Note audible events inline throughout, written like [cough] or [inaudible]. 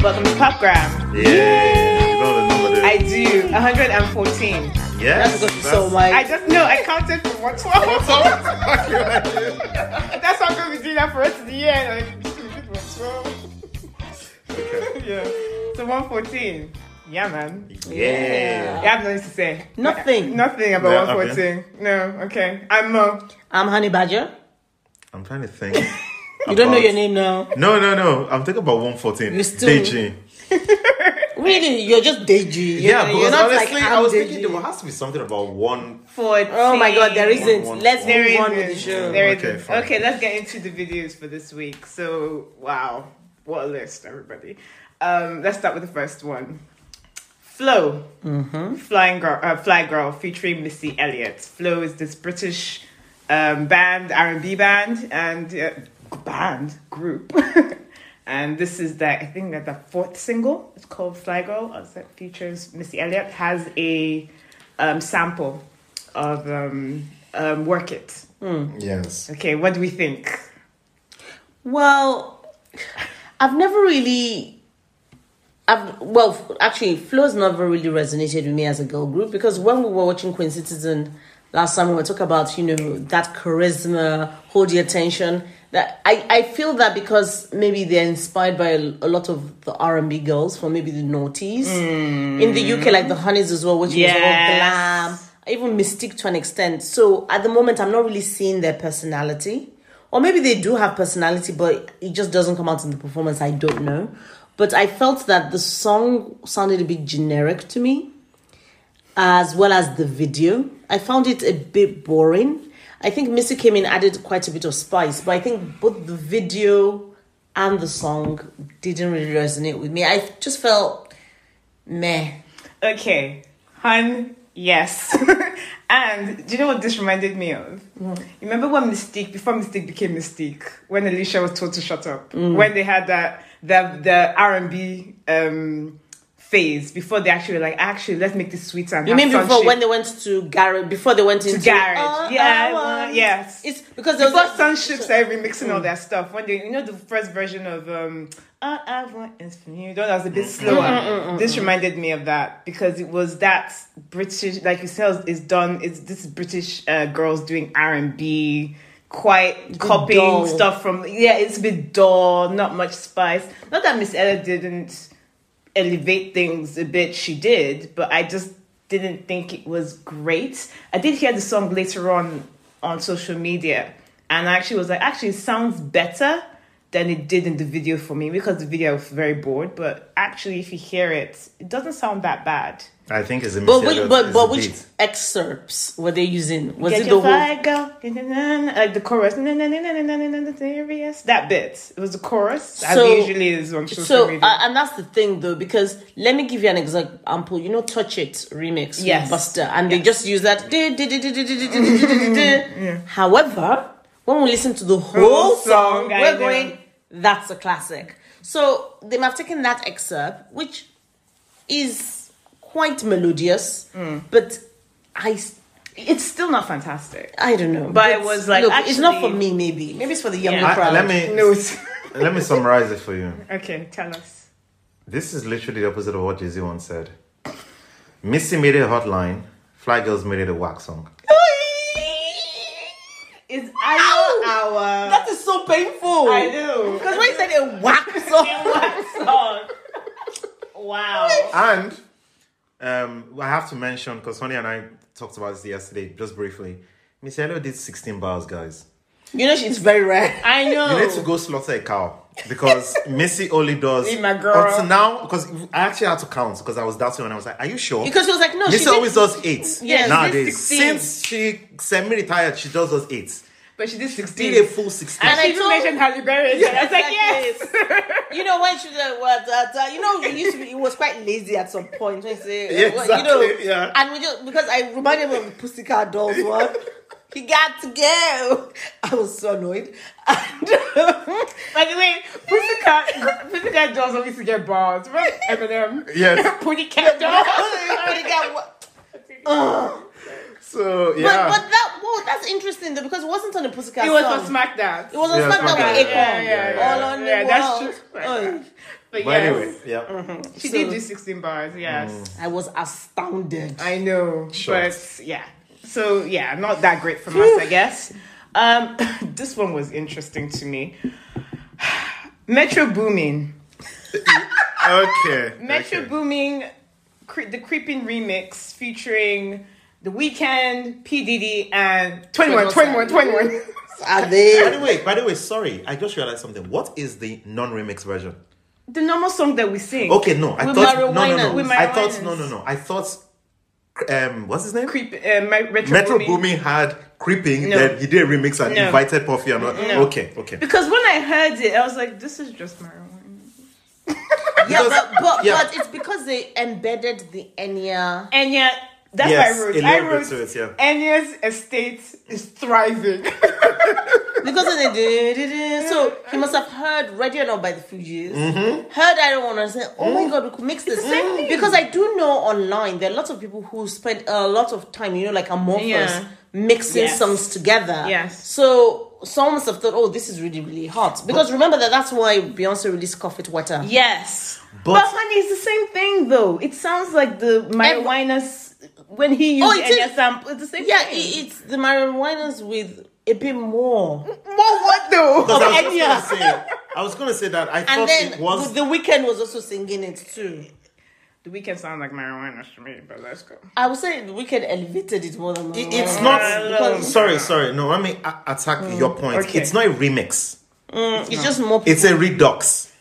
Welcome to Popgram. Yeah, you know the number there. I do 114. yes, That's because it's so I wide. just know I counted from 112. That's why I'm going to do that for us to the end. Like, [laughs] okay. yeah. So 114. Yeah, man. Yeah. Yeah, I have nothing to say. Nothing. Nothing about No, 114. No, okay. I'm Mo. I'm Honey Badger. I'm trying to think. [laughs] You don't know your name now. No, no, no. I'm thinking about 114. You still- Deji. Really, you're just Deji. You're, Yeah, you're because not honestly, like I I'm was Deji. thinking there has to be something about one. 14. Oh my god, there isn't. One, one, Let's one. There move is on with the show. There is Okay, okay, fine. okay, let's get into the videos for this week. So, wow, what a list, everybody. Um, let's start with the first one. Flo, Mm. Flying Girl, uh, Fly Girl, featuring Missy Elliott. Flo is this British um, band, R and B band, and uh, band group. [laughs] and this is the I think that the fourth single. It's called Fly Girl. uh, That features Missy Elliott. Has a um, sample of um, um, Work It. Yes. Okay, what do we think? Well, I've never really. I've, well, f- actually, Flo's never really resonated with me as a girl group because when we were watching Queen Citizen last summer, we talk about you know that charisma, hold your attention. That I, I feel that because maybe they're inspired by a, l- a lot of the R and B girls from maybe the noughties in the UK, like the Honeys as well, which was all Yes. glam, even Mystique to an extent. So at the moment, I'm not really seeing their personality. Or maybe they do have personality, but it just doesn't come out in the performance. I don't know. But I felt that the song sounded a bit generic to me, as well as the video. I found it a bit boring. I think Missy came in, added quite a bit of spice, but I think both the video and the song didn't really resonate with me. I just felt meh. Okay, hun, [laughs] yes. and do you know what this reminded me of? You remember when Mystique, before Mystique became Mystique, when Alicia was told to shut up, Mm. when they had that the the R and B um phase before they actually were like actually let's make this sweeter. And You have mean fun before shit. when they went to garage? Before they went into garage. All Yeah, I well, want. yes. It's because there was Mm. Before Sunship started remixing all their stuff, when they, you know, the first version of um, All I Want Is For You, though that was a bit slower. This reminded me of that because it was that British, like you said, is done. It's this British uh, girls doing R and B, quite copying dull. stuff from. Yeah, it's a bit dull, not much spice. Not that Miss Ella didn't elevate things a bit she did but i just didn't think it was great i did hear the song later on on social media and i actually was like actually it sounds better than it did in the video for me because the video was very bored but actually if you hear it it doesn't sound that bad I think it's a But Missy which, Elliott but, is but the which beat. excerpts were they using? Was Get it the your whole? fly, girl. Na-na-na-na. like uh, the chorus na-na-na-na-na-na-na, serious that bit it was the chorus as So- usually is on social So media uh, and that's the thing though, because let me give you an example. You know, "Touch It" remix Yes. with Buster, and they just use that. "Du- du- du- du- du- du- du- du- du- Mm-hmm. du- du." However, when we listen to the whole Whole song, song, I we're know. going, "That's a classic." So they might have taken that excerpt, which is quite melodious, Mm. but I, s- it's still not fantastic I don't know. But it was like, look, it's not for actually- me. Maybe maybe it's for the younger Yeah. I- crowd. let me no it's- [laughs] let me summarize it for you. okay tell us This is literally the opposite of what Jay Z once said. Missy made it a hotline. Fly Girls made it a wax song. It's Ow! Ayo Hour. That is so painful. I know. Because when you said a whack song, [laughs] song. wow. And um, I have to mention because Honey and I talked about this yesterday, just briefly. Missy Elliott did 16 bars, guys. you know she's very rare. I know. You Oh. need to go slaughter a cow [laughs] because Missy only does. Be my girl. Until now, because I actually had to count because I was doubting and I was like, "Are you sure?" Because she was like, no, she Missy did- always does eight. Yeah, she did nowadays 16. since she semi-retired, she just does eight. But she did 16. Did a full 16. And she I even told- mentioned Halle Berry. I was like, yes. [laughs] you know when she was like, what, that, that, you know, it used to be, it was quite lazy at some point. When you [laughs] say, Yeah, uh, what- you know, exactly, yeah. and we just because I reminded him of the Pussycat Dolls one. He got to go. I was so annoyed. And, [laughs] By the way, Pussycat, Pussycat Dolls always to get bars. Right? Eminem. Yes. [laughs] Pussycat Dolls. But again, what- So but, yeah. but that whoa, that's interesting though because it wasn't on the Pussycat. it was song. for SmackDown. It was on Yeah, SmackDown SmackDown, with Akon. yeah, yeah, yeah. All on Yeah, the that's wall. true. Oh. But, But yes, anyway, yeah. she So- did do 16 bars. Yes. I was astounded. I know, Shocked. but yeah. So yeah, not that great from us, I guess. Um, [laughs] this one was interesting to me. [sighs] Metro Boomin, Okay. Metro okay. Boomin, cre- the Creeping remix featuring The Weeknd, P Diddy, and 21, 21, 21. Are By they? the way, by the way, sorry, I just realized something. What is the non-remix version? the normal song that we sing. Okay, no, I With thought no, Mario no, Winans. no. With I Mario thought no, no, Winans. no. I thought, um, what's his name? Creep, uh, my, Metro, Metro Boomin. Boomin had creeping. No. Then he did a remix and No. invited Puffy and all. Okay, okay. Because when I heard it, I was like, this is just marijuana. Yeah, Because- but but, yeah. but it's because they embedded the Enya. And yet, that's Yes, what I a wrote. little I bit wrote, to it, yeah. Enya's estate is thriving. [laughs] Because of the da- da- da- so he must have heard Ready or Not by the Fugees. Heard I Don't Wanna Say, oh my god, we could mix this. same thing. Because I do know online there are lots of people who spend a lot of time, you know, like amorphous Yeah. mixing Yes. songs together. Yes. So someone must have thought, oh, this is really, really hot. Because remember that that's why Beyonce released Cough It Water. Yes. But, But- honey, it's the same thing though. It sounds like the marijuana's when he used Oh, oh, it is- sample. It's the same Yeah, thing. it, it's the marijuanas with a bit more. More what though? Because I Of was Enya. just gonna say, I was gonna say that I And thought then it was the weekend was also singing it too. The weekend sound like marijuana to me, but let's go. I would say the weekend elevated it more than It- marijuana. It's not. Hello. Sorry, sorry. No, let me a- attack your point. okay. It's not a remix. It's just more. It's a redux.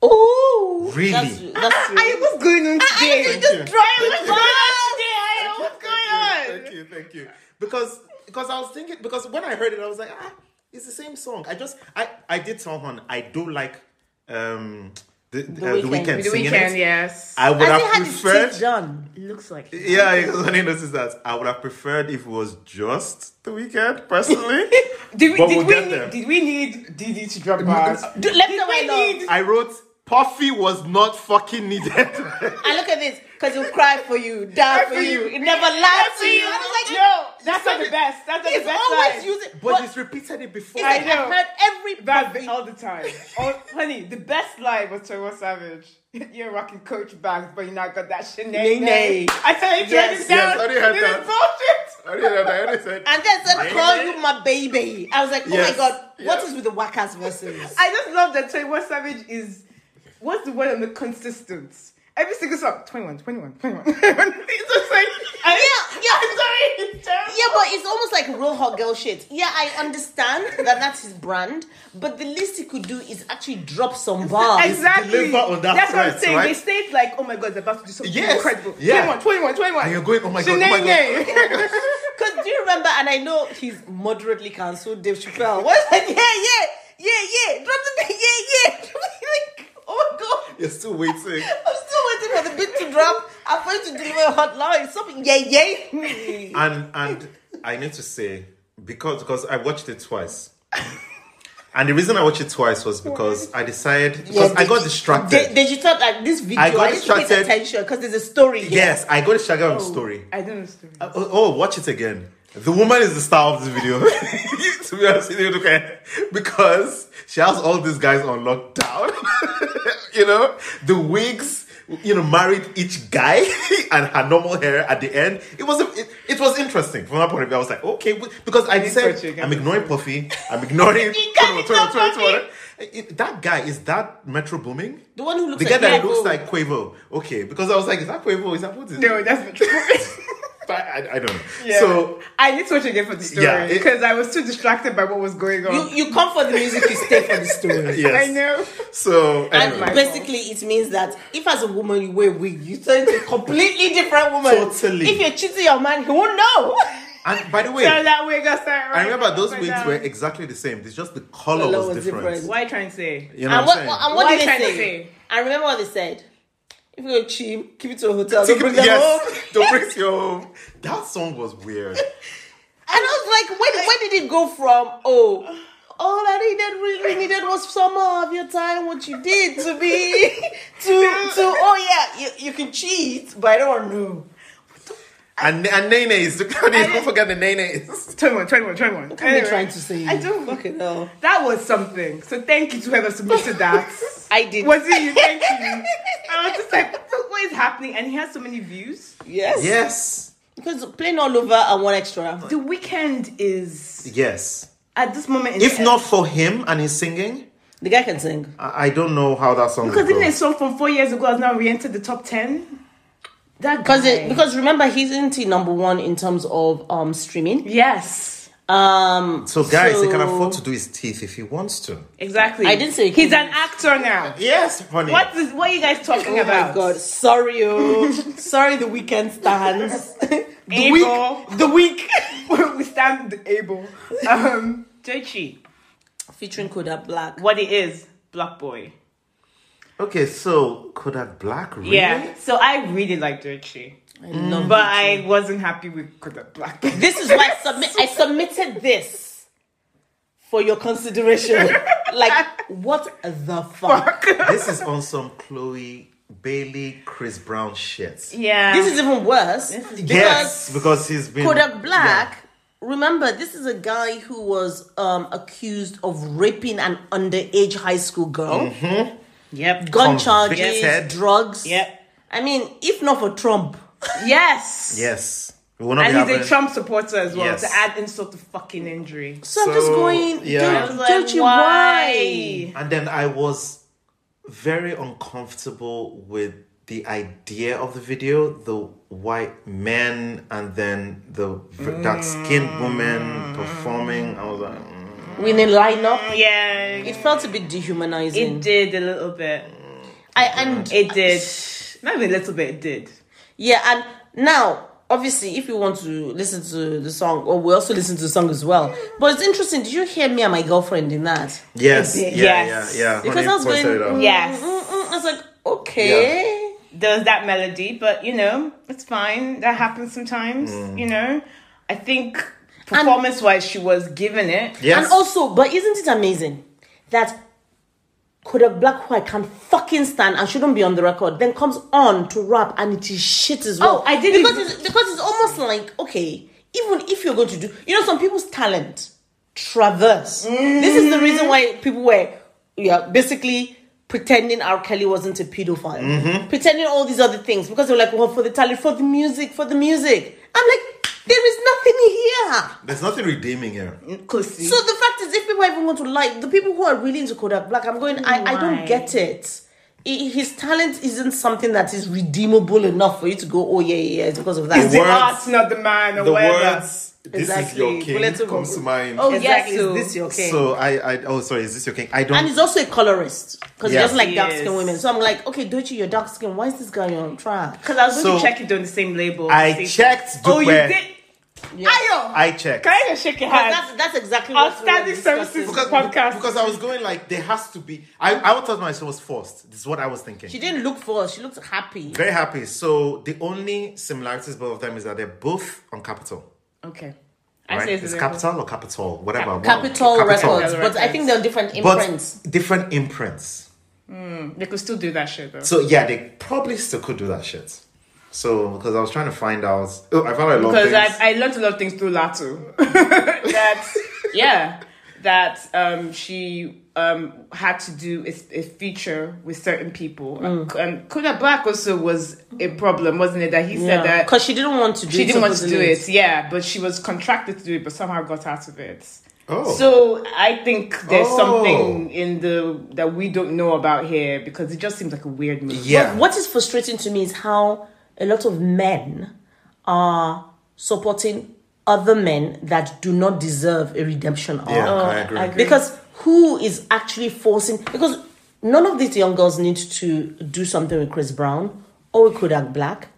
oh, Really? That's, that's true. I was going on today. I just dry was going "Oh, on today. What's going Thank you, thank you. Because because I was thinking because when I heard it, I was like, ah, it's the same song. I just I I did someone I do like um the the, uh, the Weeknd. weekend The singing weekend, it. yes. I would Has have he had his preferred. teeth done? it looks like it. Yeah, I only noticed that. I would have preferred if it was just the weekend, personally. Did we, But did, we'll we get need, there. did we need Didi to drop bars? Do, let me Did know we my love. need- I wrote Puffy was not fucking needed. [laughs] And look at this, because he'll cry for you, die for you, it never lies That's to you. I was like, no, that's not the best. That's not the he's best always side. using. But, But, he's repeated it before. it's I like, know. I've heard every Bad Bobby- all the time. Oh, honey, the best line was Towa Savage. [laughs] You're rocking coach bags, but you not got that shit nay Nay, nay. nay. I tell you, Yes, yes, yes, down. I didn't have this is bullshit. I didn't know that. I only said- And then said, call you my baby. I was like, oh my Yes. god, what Yeah. is with the Wackers versus? I just love that Towa Savage is, what's the word on the consistent? Every single song, 21, 21, 21. [laughs] it's just like, Yeah, yeah. [laughs] I'm sorry. it's terrible. Yeah, but it's almost like real hot girl shit. Yeah, I understand that that's his brand, but the least he could do is actually drop [laughs] some bars. Exactly. deliver on that That's what I'm threat, saying. They right? state like, oh my god, they're about to do something Yes, incredible. yeah. 21, 21, 21. And you're going, oh my God, oh my Shenanigans. [laughs] Because do you remember? And I know he's moderately cancelled Dave Chappelle. [laughs] Was like, yeah, yeah, yeah, yeah. Drop the [laughs] beat, yeah, yeah. like, oh my god. You're still waiting. I'm still waiting for the beat to drop. I'm going to deliver a hot line. Something, yeah, yeah. [laughs] And and I need to say because because I watched it twice. And the reason I watched it twice was because I decided because I got distracted. Did, did you thought like this video? I, got need to pay distracted. attention because there's a story. Here. yes, I got distracted on the story. I don't understand. Oh, oh, watch it again. The woman is the star of this video. [laughs] to be honest with you, okay? Because she has all these guys on lockdown. [laughs] you know, the wigs, you know, married each guy [laughs] and her normal hair at the end. It was it, it was interesting from that point of view. I was like, okay, w- because I touch you, said can I'm you ignoring Puffy. I'm ignoring. [laughs] You can't ignore Puffy. It- that guy is that Metro Booming. The one who looks The guy like that Quavo. looks like Quavo. Okay, because I was like, is that Quavo? Is that what is it? No, that's not true. [laughs] But I, I don't know. Yeah. So I need to watch again for the Yeah, story it- because I was too distracted by what was going on. um, You you come for the music, you stay [laughs] for the story. yes, I know. So And my anyway, basically, it means that if as a woman you wear wig, you turn into a completely different woman. Totally. If you're cheating your man, he won't know. and by the way, Tell that wig aside, right? I remember those upside wigs down. were exactly the same. It's just the color Color was, was different. different. Why trying to say? You know and what what, I'm saying? and what Why did they can't you say? say? I remember what they said. If you're cheap, keep it to a hotel. Take Don't it- bring them home. [laughs] yes, don't bring it home. That song was [laughs] weird. And I was like, when, when did it go from, oh, all I needed, really needed was some of your time, what you did to me, [laughs] to, to oh yeah, you, you can cheat, but I don't want to know. And and Nene is don't didn't- forget the Nene [laughs] is. 21, 21, 21. What What are you trying to say? I don't fucking know. That was something. So thank you to whoever submitted that. [laughs] I did. Was it you? Thank you. And I was just like, what the- what is happening? And he has so many views. Yes. Yes. Because playing all over and one extra. The weekend is Yes. at this moment. In If time- not for him and his singing, The guy can sing. I, I don't know how that song because would even go. a song from four years ago has now re-entered the top ten. That Because guy. it, because remember he's into number one in terms of um streaming. yes, Um So guys, he can so- afford to do his teeth if he wants to. exactly. I didn't say it he's an couldn't. actor now. Yes, honey. What is what are you guys talking Oh about? my god, sorry [laughs] oh sorry the weekend stands. [laughs] the Able. week the week [laughs] we stand able. Um, Joichi, featuring Kodak Black. what it is, Black Boy. Okay, so Kodak Black, really? Yeah. So I really like Joichi, I love but I wasn't happy with Kodak Black. This is why I submit. I submitted this for your consideration. Like, what the fuck? This is on some Chloe Bailey, Chris Brown shit. yeah. This is even worse because Yes, because he's been Kodak Black. Remember, this is a guy who was um, accused of raping an underage high school girl. yep. Gun Convicted. charges, drugs. Yep. I mean, if not for Trump, Yes. Yeah. Yes, we will not And be he's having- a Trump supporter as well Yes. to add insult to fucking injury. so, I'm just So, going. yeah. I Yeah. I was Don't, like, don't you why? And then I was very uncomfortable with the idea of the video, the white men, and then the dark skinned woman performing. I was like, mm. We need lineup. Yeah, It felt a bit dehumanizing. it did a little bit. I and It did. Not even a little bit, it did. Yeah, and now obviously, if you want to listen to the song, or we also listen to the song as well. But it's interesting. Did you hear me and my girlfriend in that? yes, yeah, Yes. yeah, yeah. Because Honey, I was point going. it out. mm, Yes. mm, mm. I was like, okay. There was that melody, but you know, it's fine. That happens sometimes, Mm. you know? I think performance wise, she was given it. Yes. And also, but isn't it amazing that Kodak Black who I can fucking stand and shouldn't be on the record, then comes on to rap and it is shit as well. Oh, I didn't- because it's, because it's almost like okay, even if you're going to do, you know, some people's talent traverse. This is the Mm-hmm. reason why people were, yeah, basically. Pretending R. Kelly wasn't a pedophile, Mm-hmm. pretending all these other things because they were like, well, for the talent, for the music, for the music. I'm like, there is nothing here. There's nothing redeeming here. Kosi. So the fact is, if people even want to like the people who are really into Kodak Black, I'm going. I, I don't Why? get it. I- His talent isn't something that is redeemable enough for you to go. Oh yeah, yeah, yeah it's because of that. it's the words- art's not the man or The whatever. words, this is Exactly. your king, Bullet to- comes to mind. Oh Exactly, yes, so- is this your king? So I, I, oh, sorry, is this your king? I don't. and he's also a colorist because Yes. he doesn't like He dark is. skinned women. So I'm like, okay, Dochi, you're dark skinned. Why is this guy on trial? Because I was going to So- check it on the same label. I See- checked. Oh, you Dupe. did? Yeah. Ayo! I checked. Can I just shake your hand? That's that's exactly what we were Outstanding services discussing. because, podcast. because I was going like there has to be. I I thought myself was forced. This is what I was thinking. She didn't look for us. She looked happy. Very happy. So the only similarities both of them is that they're both on Capital. okay. Right? say It's Capital or Capital, whatever. One- Capital, Capitol. Records, but I think they're different But imprints. different imprints. They could still do that shit though. So yeah, they probably still could do that shit. So because I was trying to find out, oh, I found out a lot of because things. I, I learned a lot of things through Latu. [laughs] that yeah, that um, she um, had to do a, s- a feature with certain people, and Kodak Black also was a problem, wasn't it? That he said that because she didn't want to do. she it, didn't want to do supposedly. it. Yeah, but she was contracted to do it, but somehow got out of it. Oh. So I think there's Oh. something in the that we don't know about here because it just seems like a weird move. yeah, What is frustrating to me is how a lot of men are supporting other men that do not deserve a redemption arc. yeah, I agree. I agree. Because who is actually forcing? Because none of these young girls need to do something with Chris Brown or with Kodak Black.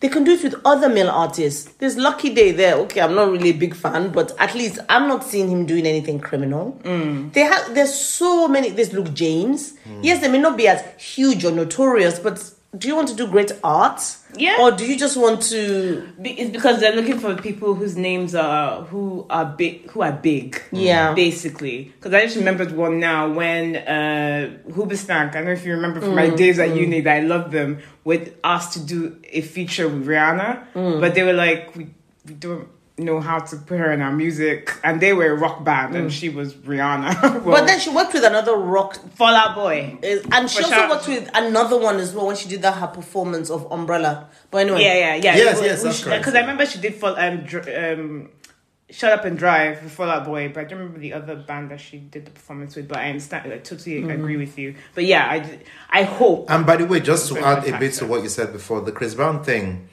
They can do it with other male artists. There's Lucky Day there. Okay, I'm not really a big fan, but at least I'm not seeing him doing anything criminal. Mm. They have. There's so many. There's Luke James. Yes, they may not be as huge or notorious, but do you want to do great art? Yeah. Or do you just want to? Be- It's because they're looking for people whose names are who are big, who are Mm. big. Yeah. basically. Because I just remembered one now when uh, Hoobastank. I don't know if you remember from my days at uni that I loved them. With asked to do a feature with Rihanna, but they were like, we, we don't know how to put her in our music, and they were a rock band, and she was Rihanna. [laughs] well, But then she worked with another rock, Fall Out Boy. is- and she For also sure. worked with another one as well when she did that her performance of Umbrella. But anyway, Yeah, yeah, yeah. Yes, yes, that's correct. Because I remember she did fall, um, dr- um, Shut Up and Drive with Fall Out Boy, but I don't remember the other band that she did the performance with. But I understand, I totally agree with you. But yeah, I, d- I hope. And by the way, just to Very add a much bit to actor. what you said before, the Chris Brown thing,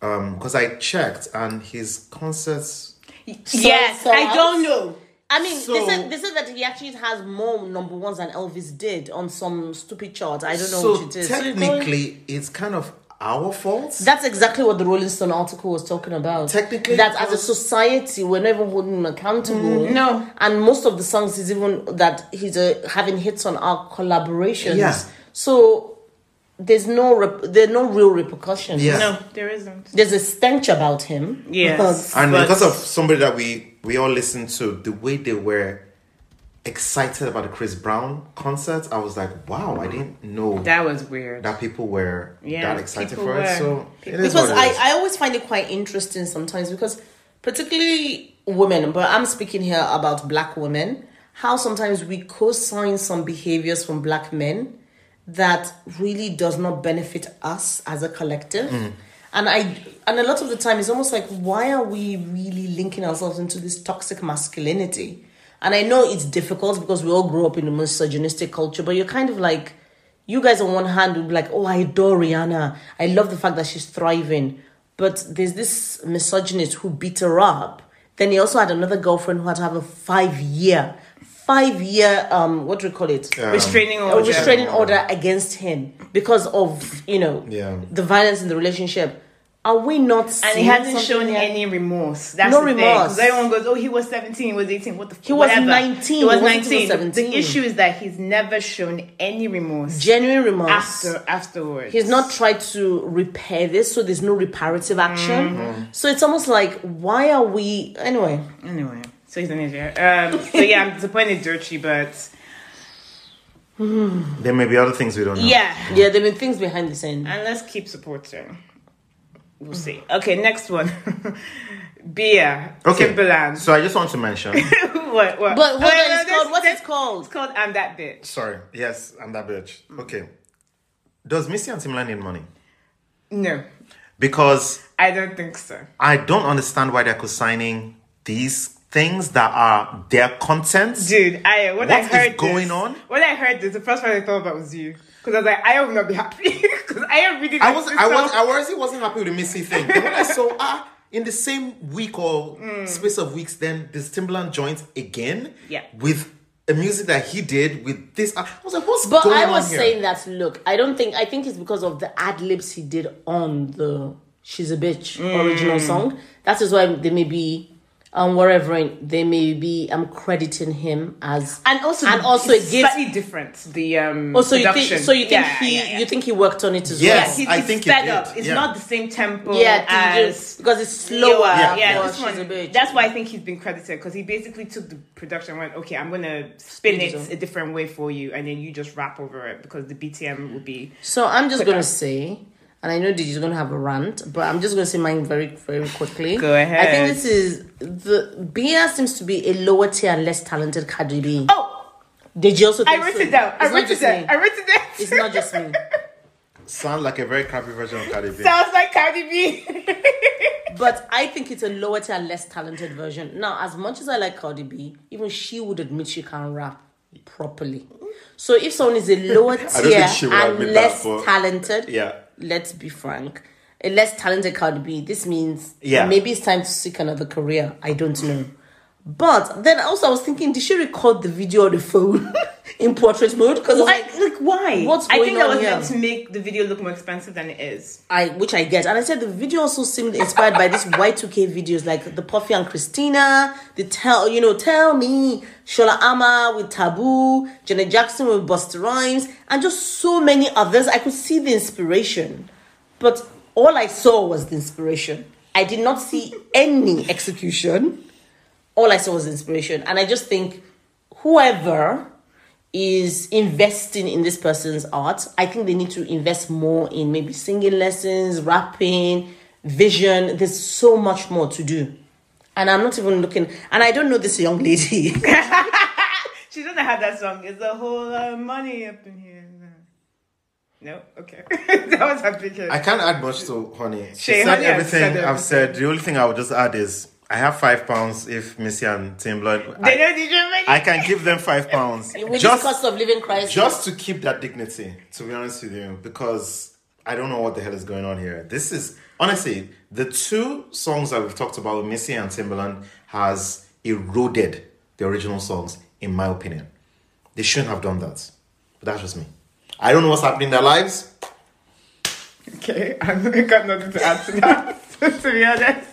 because I checked and his concerts. yes, so I don't else? know. I mean, So- they said they said that he actually has more number ones than Elvis did on some stupid chart. I don't know So what it is. technically, it's kind of our fault. That's exactly what the Rolling Stone article was talking about. Technically, Mm, that as a because- society, we're not even holding him accountable. no. and most of the songs is even that he's uh, having hits on our collaborations. Yeah. So there's no rep- there are no real repercussions. Yeah. [laughs] No, there isn't. There's a stench about him. [laughs] Yes. and but- because of somebody that we we all listened to, the way they were excited about the Chris Brown concert, I was like, wow, I didn't know that, That was weird. people were Yeah, that excited people for were. it. So it is because what it I, is. I always find it quite interesting sometimes because particularly women but i'm speaking here about black women how sometimes we co-sign some behaviors from black men that really does not benefit us as a collective and i and a lot of the time it's almost like why are we really linking ourselves into this toxic masculinity and i know it's difficult because we all grew up in a misogynistic culture but you're kind of like you guys on one hand would be like, oh, I adore Rihanna. I love the fact that she's thriving. But there's this misogynist who beat her up. Then he also had another girlfriend who had to have a five year, five year, um, what do we call it? restraining Um, A Oh, order. restraining order against him because of, you know, Yeah. the violence in the relationship. Are we not and he seeing hasn't something shown here? any remorse. That's No the thing. remorse. Because everyone goes, "Oh, he was seventeen, he was eighteen. What the? He was 19, He was he wasn't even nineteen. The 17. issue is that he's never shown any remorse genuine remorse. after afterwards. He's not tried to repair this, so there's no reparative action. So it's almost like, why are we anyway? anyway. So he's an idiot. Um, so yeah, I'm disappointed, Dirty, but there may be other things we don't know. yeah. Yeah, there have been things behind the scene. And let's keep supporting. We'll see. Okay, next one. [laughs] Beer. Okay. Timberland. [laughs] So I just want to mention. [laughs] what? What? But what Wait, is no, it's called? this- What's this- it called? It's called "I'm That Bitch." Sorry. Yes, I'm that bitch. Okay. Does Missy and Timberland need money? No, Because I don't think so. I don't understand why they're co-signing these things that are their content. Dude, I when What I is heard going this, on? When I heard this, the first one I thought about was you, because I was like, I will not be happy, [laughs] because I am reading. I this was I was stuff. I honestly wasn't happy with the Missy thing. But when I saw [laughs] ah in the same week or Hmm. space of weeks, then this Timberland joins again. Yeah. With a music that he did with this, ah, I was like, "What's But going I on was here? saying that look, I don't think I think it's because of the ad libs he did on the "She's a Bitch" original song. That is why they may be um wherever in- they may be um crediting him as and also, and also it's it gives. slightly different. The um, Oh, so you production. think so you think Yeah, he yeah, yeah. you think he worked on it as Yes. yeah, he, well? I it's think it sped did, up. It's yeah. not the same tempo Yeah, to do- as because it's slower. Yeah, yeah, yeah for this She's a one. Bitch. That's why I think he's been credited because he basically took the production and went, okay, I'm gonna spin Speed it it up. a different way for you, and then you just rap over it because the BTM would be So I'm just Quicker. gonna say, and I know Digi's gonna have a rant, but I'm just gonna say mine very, very quickly. Go ahead. I think this is the Bia seems to be a lower tier and less talented Cardi B. oh. Did you also? I think wrote so? it down. It's I not wrote it just down. me. I wrote it down. It's not just me. Sounds like a very crappy version of Cardi [laughs] B. Sounds like Cardi B. But I think it's a lower tier and less talented version. Now, as much as I like Cardi B, even she would admit she can't rap properly. So if someone is a [laughs] lower think tier she would admit and that, less but- talented, Yeah. let's be frank, a less talented Cardi B, this means Yeah. maybe it's time to seek another career. I don't know. But then also I was thinking, did she record the video on the phone [laughs] in portrait mode? Because Why? Like why? What's I think going that on was here? meant to make the video look more expensive than it is. I which I get. And I said the video also seemed inspired by these Y2K videos like the Puffy and Christina, the tell you know, tell me, Shola Ama with Taboo, Janet Jackson with Buster Rhymes, and just so many others. I could see the inspiration. But all I saw was the inspiration. I did not see any execution. All I saw was inspiration. And I just think whoever is investing in this person's art, I think they need to invest more in maybe singing lessons, rapping, vision. There's so much more to do. And I'm not even looking, and I don't know this young lady. [laughs] She doesn't have that song. It's a whole lot of money up in here. No, okay. [laughs] that was her picture. I can't add much to Honey. She Shay, said Honey has everything said I've said. The only thing I would just add is I have five pounds if Missy and Tim Blood. they I, know DJ Money. I can give them five pounds. With this Just, cost of living crisis, just to keep that dignity, to be honest with you, because I don't know what the hell is going on here. This is honestly the two songs that we've talked about, Missy and Timbaland, has eroded the original songs, in my opinion. They shouldn't have done that. But that's just me. I don't know what's happening in their lives. [laughs] Okay, [laughs] I've got nothing to add to that, [laughs] to be honest.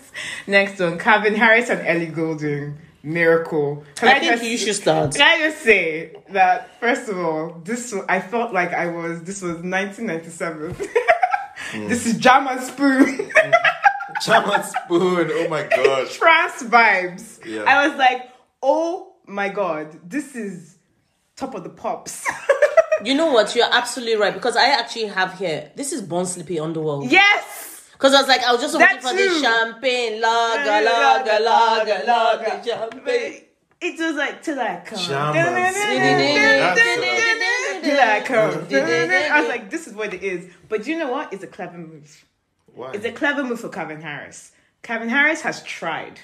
Next one Calvin Harris and Ellie Goulding. Miracle. Can I think you should start. Can I just say that, first of all, this wa- I felt like I was, this was 1997. This is Jam and Spoon. Chama spoon. Oh my gosh. trance vibes. Yeah. I was like, oh my god, this is top of the pops. You know what? You're absolutely right because I actually have here. This is Born Sleepy Underworld. yes, Because I was like, I was just waiting That for the too. champagne, lager, lager, lager, [laughs] lager, champagne. It was like till I come. Jam and Till I come. I was like, this is what it is. But you know what? It's a clever move. Why? It's a clever move for Calvin Harris. Calvin Harris has tried.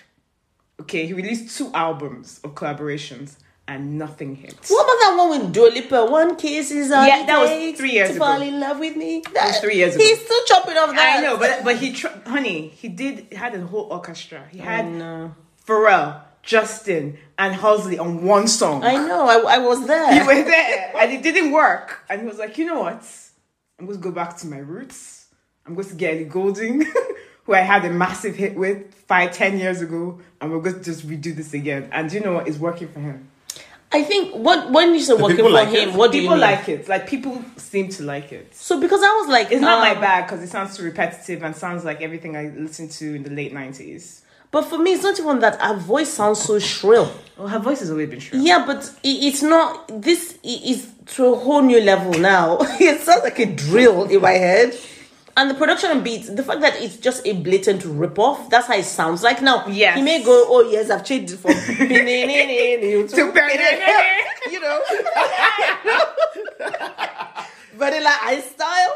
Okay, he released two albums of collaborations and nothing hit. What about that one with Dua Lipa? One kiss is all Yeah, it that was takes three years to ago. fall in love with me. That was three years ago. He's still chopping off that. I know, but but he, tr- honey, he did he had a whole orchestra. He had Oh, no. Pharrell, Justin, and Halsey on one song. I know. I, I was He there. were there, and it didn't work. And he was like, you know what? I'm going to go back to my roots. I'm going to get Ellie Goulding, [laughs] who I had a massive hit with five, ten years ago, and we're going to just redo this again. And you know what? It's working for him. I think what when you said working people for like him, it. what do you People mean? like it. Like people seem to like it. So because I was like, It's not my um, bag because it sounds too repetitive and sounds like everything I listened to in the late nineties. But for me, it's not even that her voice sounds so shrill. Well, her voice has always been shrill. Yeah, but i it's not. This i- is to a whole new level now. [laughs] it sounds like a drill in my head. And the production and beats, the fact that it's just a blatant ripoff, that's how it sounds like now. Yes. He may go, oh yes, I've changed [laughs] it from to [laughs] you know. Vanilla Ice style.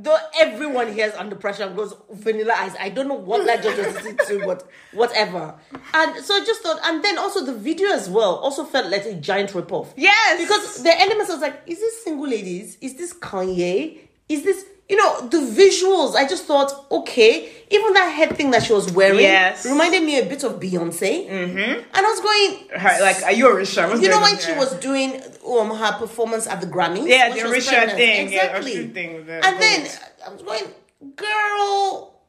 Though everyone hears under pressure and goes vanilla ice. I don't know what that judge was listening to, but whatever. And so I just thought, and then also the video as well also felt like a giant ripoff. Yes. Because the elements I was like, is this single ladies? Is this Kanye? Is this you know the visuals? I just thought, okay, even that head thing that she was wearing Yes. reminded me a bit of Beyonce. Mm-hmm. And I was going, Her, like, are you a Risha? What's you know going on when she there? was doing um, her performance at the Grammys? Yeah, when the she was Orisha pregnant. thing, yeah, Exactly. Orisha thing, the and then vote. I was going, girl,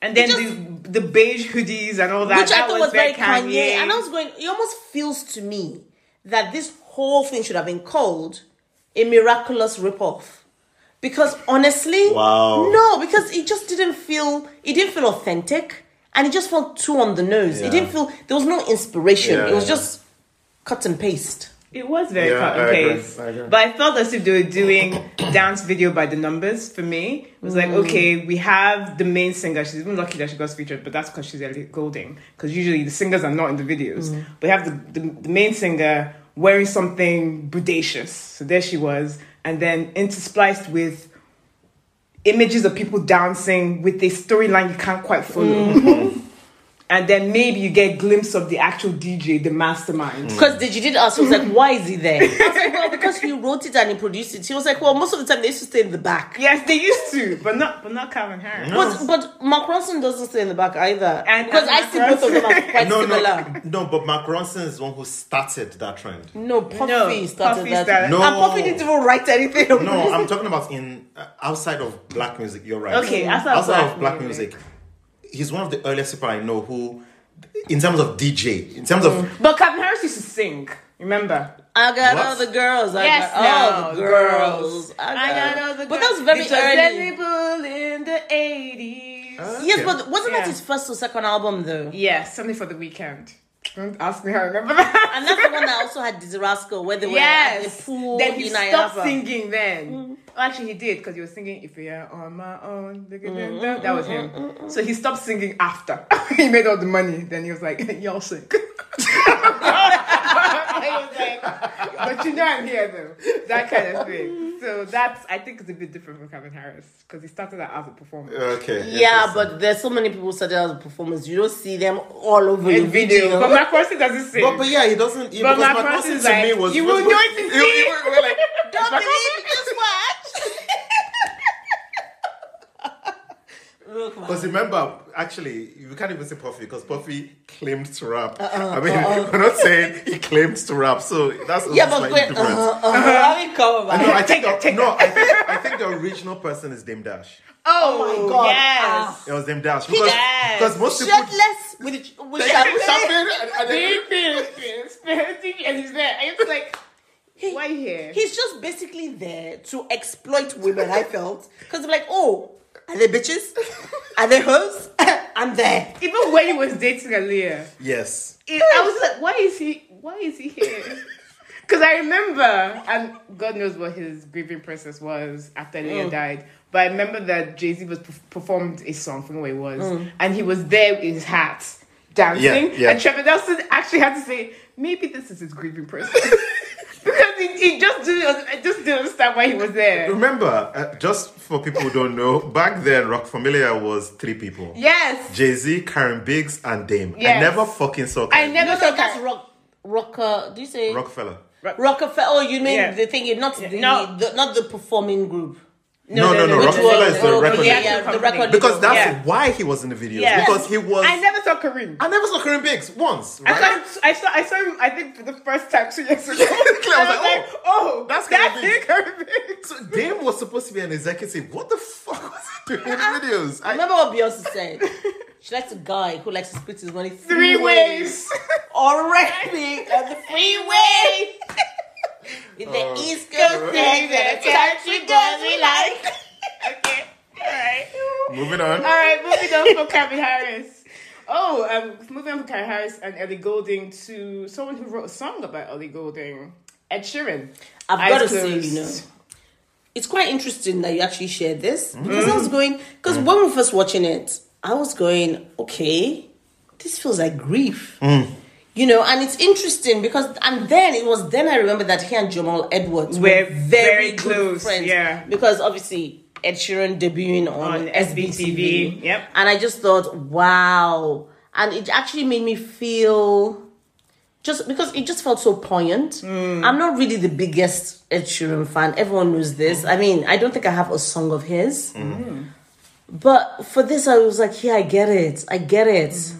and then just- the the beige hoodies and all that. which that I thought was, very Kanye. And I was going, it almost feels to me that this whole thing should have been called a miraculous ripoff. Because honestly, Wow. no, because it just didn't feel, it didn't feel authentic, and it just felt too on the nose. Yeah. It didn't feel there was no inspiration. Yeah, it was yeah. just cut and paste. it was very Yeah, cut I and agree, paste. I agree. But I felt as if they were doing dance video by the numbers for me. It was like, okay, we have the main singer. She's even lucky that she got featured, but that's because she's Ellie Golding. Because usually the singers are not in the videos. But you have the, the, the main singer wearing something bodacious. So there she was. And then interspliced with images of people dancing with a storyline you can't quite follow. [laughs] and then maybe you get a glimpse of the actual DJ, the mastermind. Because Deji did ask, he was like, why is [laughs] he there? I was like, well, because he wrote it and he produced it. He was like, well, most of the time they used to stay in the back. Yes, they used to, but not but not Calvin Harris. But, but Mark Ronson doesn't stay in the back either. And- because and I Mark see both of them as quite no, similar. no, no, but Mark Ronson is the one who started that trend. No, Puffy No, started Puffy that. started- No. And Puffy didn't even write anything. No, I'm talking about in uh, outside of black music. You're right. Okay, outside of outside black of black music, music. he's one of the earliest people I know who, in terms of DJ, in terms of But Calvin Harris used to sing. Remember? I got What? all the girls. I Yes, got all no, the girls. I got all the girls. But that was very Because early. every bull in the eighties. Yes, but wasn't that Yeah. his first or second album [laughs] though? yes, something for the weekend. Don't ask me how I remember that. And that's the one that also had Dizzy Rascal, where they were at yes. the pool then he in Mm-hmm. stopped Ayaba. singing. Then Actually, he did because he was singing "If We Are on My Own." Mm-hmm. That was him. So he stopped singing after [laughs] he made all the money. Then he was like, [laughs] "Y'all sing." I was like, but you know I'm here though. That kind of thing. So that's I think it's a bit different from Calvin Harris because he started out as a performer. Okay. Yeah, but there's so many people started out as performers. You don't see them all over your In video, video. but Macrossi doesn't sing. But, but yeah, he doesn't. He, But because my my person cousin is to like, me was. you was, will know it in [laughs] you- you- me. you were like, [laughs] don't believe it, just watch. Look, man. Because remember, actually, you can't even say Puffy because Puffy claimed to rap. I mean, [laughs] we're not saying he claimed to rap, so that's also Yeah, but slightly wait, uh-huh, different. uh-huh. [laughs] I mean, come on, man. No, I think, Take that, the- take no I, think, I think the original person is Dame Dash. oh, my God. Yes. It was Dame Dash. Because, Yes. because most people. Shirtless with with champagne. Champagne and- and then- Big, big, big, spiriting, and he's there. And it's like, He- why here? He's just basically there to exploit women. I felt because I'm like, oh, are [laughs] they bitches? Are they hoes? [laughs] I'm there. Even when he was dating Aaliyah, Yes. it, I was like, why is he? Why is he here? Because I remember, and God knows what his grieving process was after Leah died. But I remember that Jay Z was performed a song from where it was, and he was there with his hat dancing. Yeah, yeah. And Trevor Nelson actually had to say, maybe this is his grieving process. Because he, he just didn't, I just didn't understand why he was there. Remember, uh, just for people who don't know, back then Rock Familia was three people. Yes, Jay Z, Karen Biggs, and Dame. I Yes. never fucking saw I Karen never No, saw no, that's that. rock, rocker. Do you say Rockefeller. Rockefeller? Oh, you mean Yeah. the thing? Not the, No. the not the performing group. No, no, no, Which Rockefeller was- is the oh, record Yeah, label. yeah, the Company. record. Because label. that's Yeah. why he was in the videos. Yeah. Because he was. I never saw Kareem. I never saw Karen Biggs once, I right? saw, him, I saw I saw him I think for the first time two years [laughs] ago. I was like, oh, that's that's Kirby. it, Kirby. So Dame was supposed to be an executive. What the fuck was he doing in [laughs] videos? I, Remember what Beyonce said? she likes a guy who likes to split his [laughs] money Three ways. Already on the freeway. In the Oh, East Coast, there's a country girl we like. [laughs] okay. Alright. moving on. Alright, moving on from Kirby Harris. Oh, um moving on from Kirby Harris and Ellie Golding to someone who wrote a song about Ellie Golding. Ed Sheeran. I've Eyes got to say, closed. you know, it's quite interesting that you actually shared this because I was going because when we were first watching it, I was going, okay, this feels like grief, Mm. you know, and it's interesting because and then it was then I remember that he and Jamal Edwards were, Were very very, good close, friends, yeah. because obviously. Ed Sheeran debuting On on, SBTV, SBTV. yep. And I just thought, wow. And it actually made me feel just because it just felt so poignant. I'm not really the biggest Ed Sheeran fan. Everyone knows this. I mean, I don't think I have a song of his. But for this, I was like, yeah, I get it. I get it.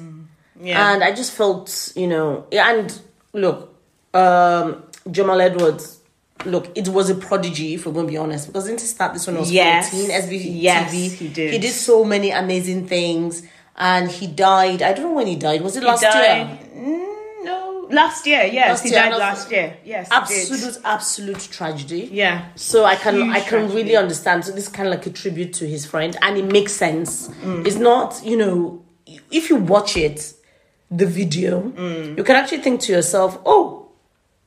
Yeah. And I just felt, you know, and look, um, Jamal Edwards, look, it was a prodigy, if we're going to be honest, because didn't he start this when I was Yes. 14? SBTV. Yes, he did. He did so many amazing things. And he died. I don't know when he died. Was it last year? died- Mm, no. Last year, yes. Last he year, died last- last year. Yes. he did. absolute absolute tragedy Yeah. so i can Huge i can tragedy. really understand so this is kind of like a tribute to his friend and it makes sense it's not you know if you watch it the video Mm. you can actually think to yourself oh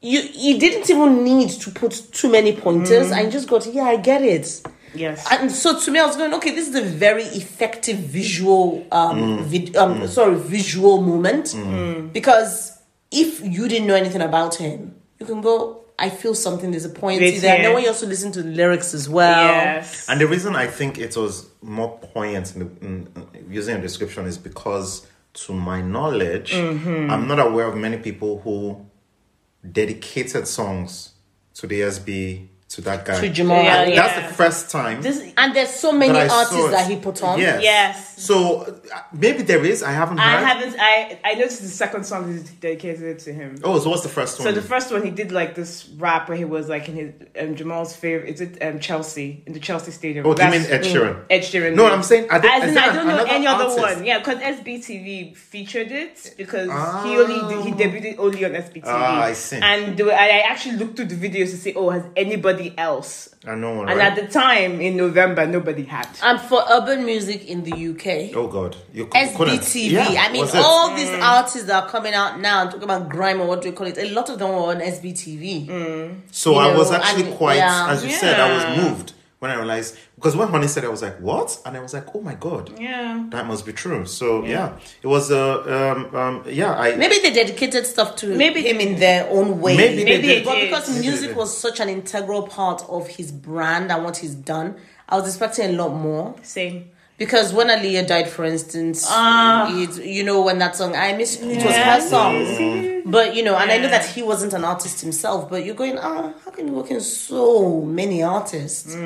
you you didn't even need to put too many pointers Mm. and you just got yeah i get it Yes. and so to me, I was going, okay, this is a very effective visual, um, Mm. vid- um sorry, visual moment because if you didn't know anything about him, you can go. I feel something. There's a point It's there. And then here. when you also listen to the lyrics as well, yes. And the reason I think it was more poignant in the, in, in- using a description is because, to my knowledge, Mm-hmm. I'm not aware of many people who dedicated songs to the SB to that guy. to Jamal, Yeah, and, yeah. That's the first time. and there's so many that I saw artists it. that he put on. Yes. Yes. So uh, maybe there is. I haven't I heard. haven't. I I noticed the second song is dedicated to him. Oh, so what's the first one? So the first one he did like this rap where he was like in his um, Jamal's favorite. Is it um, Chelsea in the Chelsea Stadium? oh, do you mean That's- Ed Sheeran? Ed Sheeran. No, I'm saying I don't- As is in, there I don't know another any other artist? one. Yeah, because SBTV featured it because he only he debuted only on SBTV. Oh. Ah, I see. And they were- I I actually looked through the videos to see oh has anybody else? I know one. And at right? the time in November nobody had. And for urban music in the UK, Oh God, you cou- couldn't. SBTV. Yeah, I mean, was it? all these artists that are coming out now, talking about grime or what do you call it, a lot of them were on SBTV. So you I was know, actually and- quite, yeah. as you said, I was Yeah. moved when I realized because when Honey said it, I was like, "What?" and I was like, "Oh my god, Yeah. that must be true." So yeah, it was uh, um um yeah I Maybe they dedicated stuff to Maybe him they in their own way. Maybe they Maybe did. but they because did. music was such an integral part of his brand and what he's done, I was expecting a lot more. Same. Because when Aaliyah died, for instance, Ah. it, you know when that song "I Miss" You," it was Yeah. her song. Mm. But you know, and I know Yeah. that he wasn't an artist himself. But you're going, ah, how can you work in so many artists?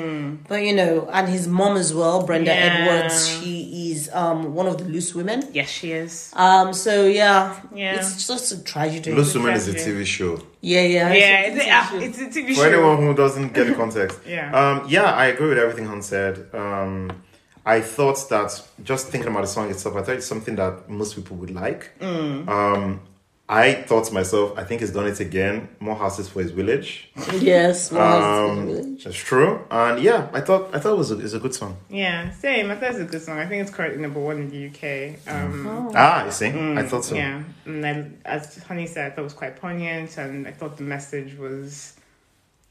But you know, and his mom as well, Brenda Mm. Yeah. Edwards. She is um one of the loose women. Yes, she is. Um, so yeah, Yeah. it's just a tragedy. Loose Women is a Exactly. TV show. Yeah, yeah, yeah, it's- it's, it's a, a ah, shame. it's a TV show. For anyone who doesn't [laughs] get the context, Yeah. um, yeah, I agree with everything Han said. Um, I thought that just thinking about the song itself, I thought it's something that most people would like. Mm. Um, I thought to myself, I think he's done it again. More houses for his village. yes. More houses in the Um, village. that's true. And yeah, I thought I thought it was a, it's a good song. Yeah, same. I thought it's a good song. I think it's currently number one in the UK. Um, Ah, you see, I thought so. Yeah, and then as Honey said, I thought it was quite poignant, and I thought the message was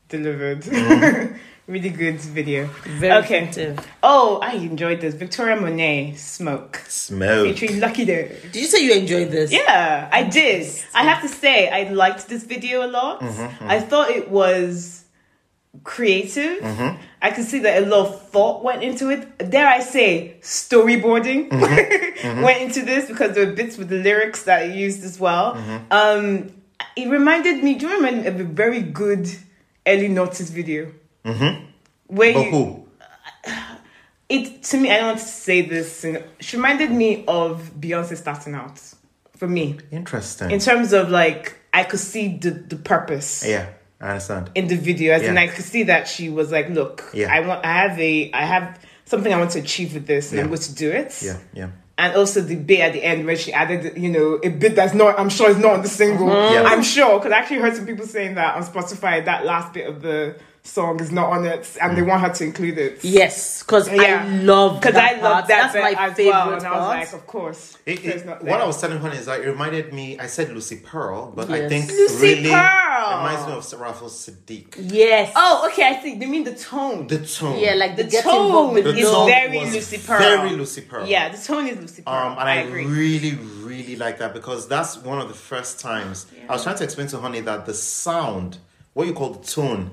delivered. [laughs] really good video. Very okay. effective. Oh, I enjoyed this. Victoria Monet, Smoke, Smell. featuring Lucky Day. Did you say you enjoyed this? Yeah, I did. I have to say, I liked this video a lot. Mm-hmm, I thought it was creative. Mm-hmm. I could see that a lot of thought went into it. Dare I say, storyboarding [laughs] Mm-hmm, went into this because there were bits with the lyrics that I used as well. Mm-hmm. Um, it reminded me, do you remember of a very good early notice video? Mm-hmm. Where But you, who? it to me, I don't want to say this. And she reminded me of Beyonce starting out for me Interesting. in terms of like I could see the, the purpose yeah, I understand. in the video as in Yeah. I could see that she was like look Yeah. I want I have a I have something I want to achieve with this and I'm Yeah. going to do it yeah, yeah. and also the bit at the end where she added you know a bit that's not I'm sure it's not on the single Mm-hmm. Yeah. I'm sure because I actually heard some people saying that on Spotify that last bit of the song is not on it and they Mm. want her to include it Yes, because Yeah. I love because because I love that That's bit my as favorite well and I was part. like of course It, so it's it, not what there. I was telling Honey is that it reminded me. I said Lucy Pearl, but I Yes. think Lucy really Pearl! reminds me of Sir Rafael Sadiq. yes. oh okay I see you mean the tone The tone, yeah, like the, The getting tone involved with the is girls. tone very was Lucy Pearl. very Lucy Pearl. Yeah, the tone is Lucy Pearl. Um, and I, I, agree. really, really like that because that's one of the first times I was trying to explain to Honey that the sound, what you call the tone,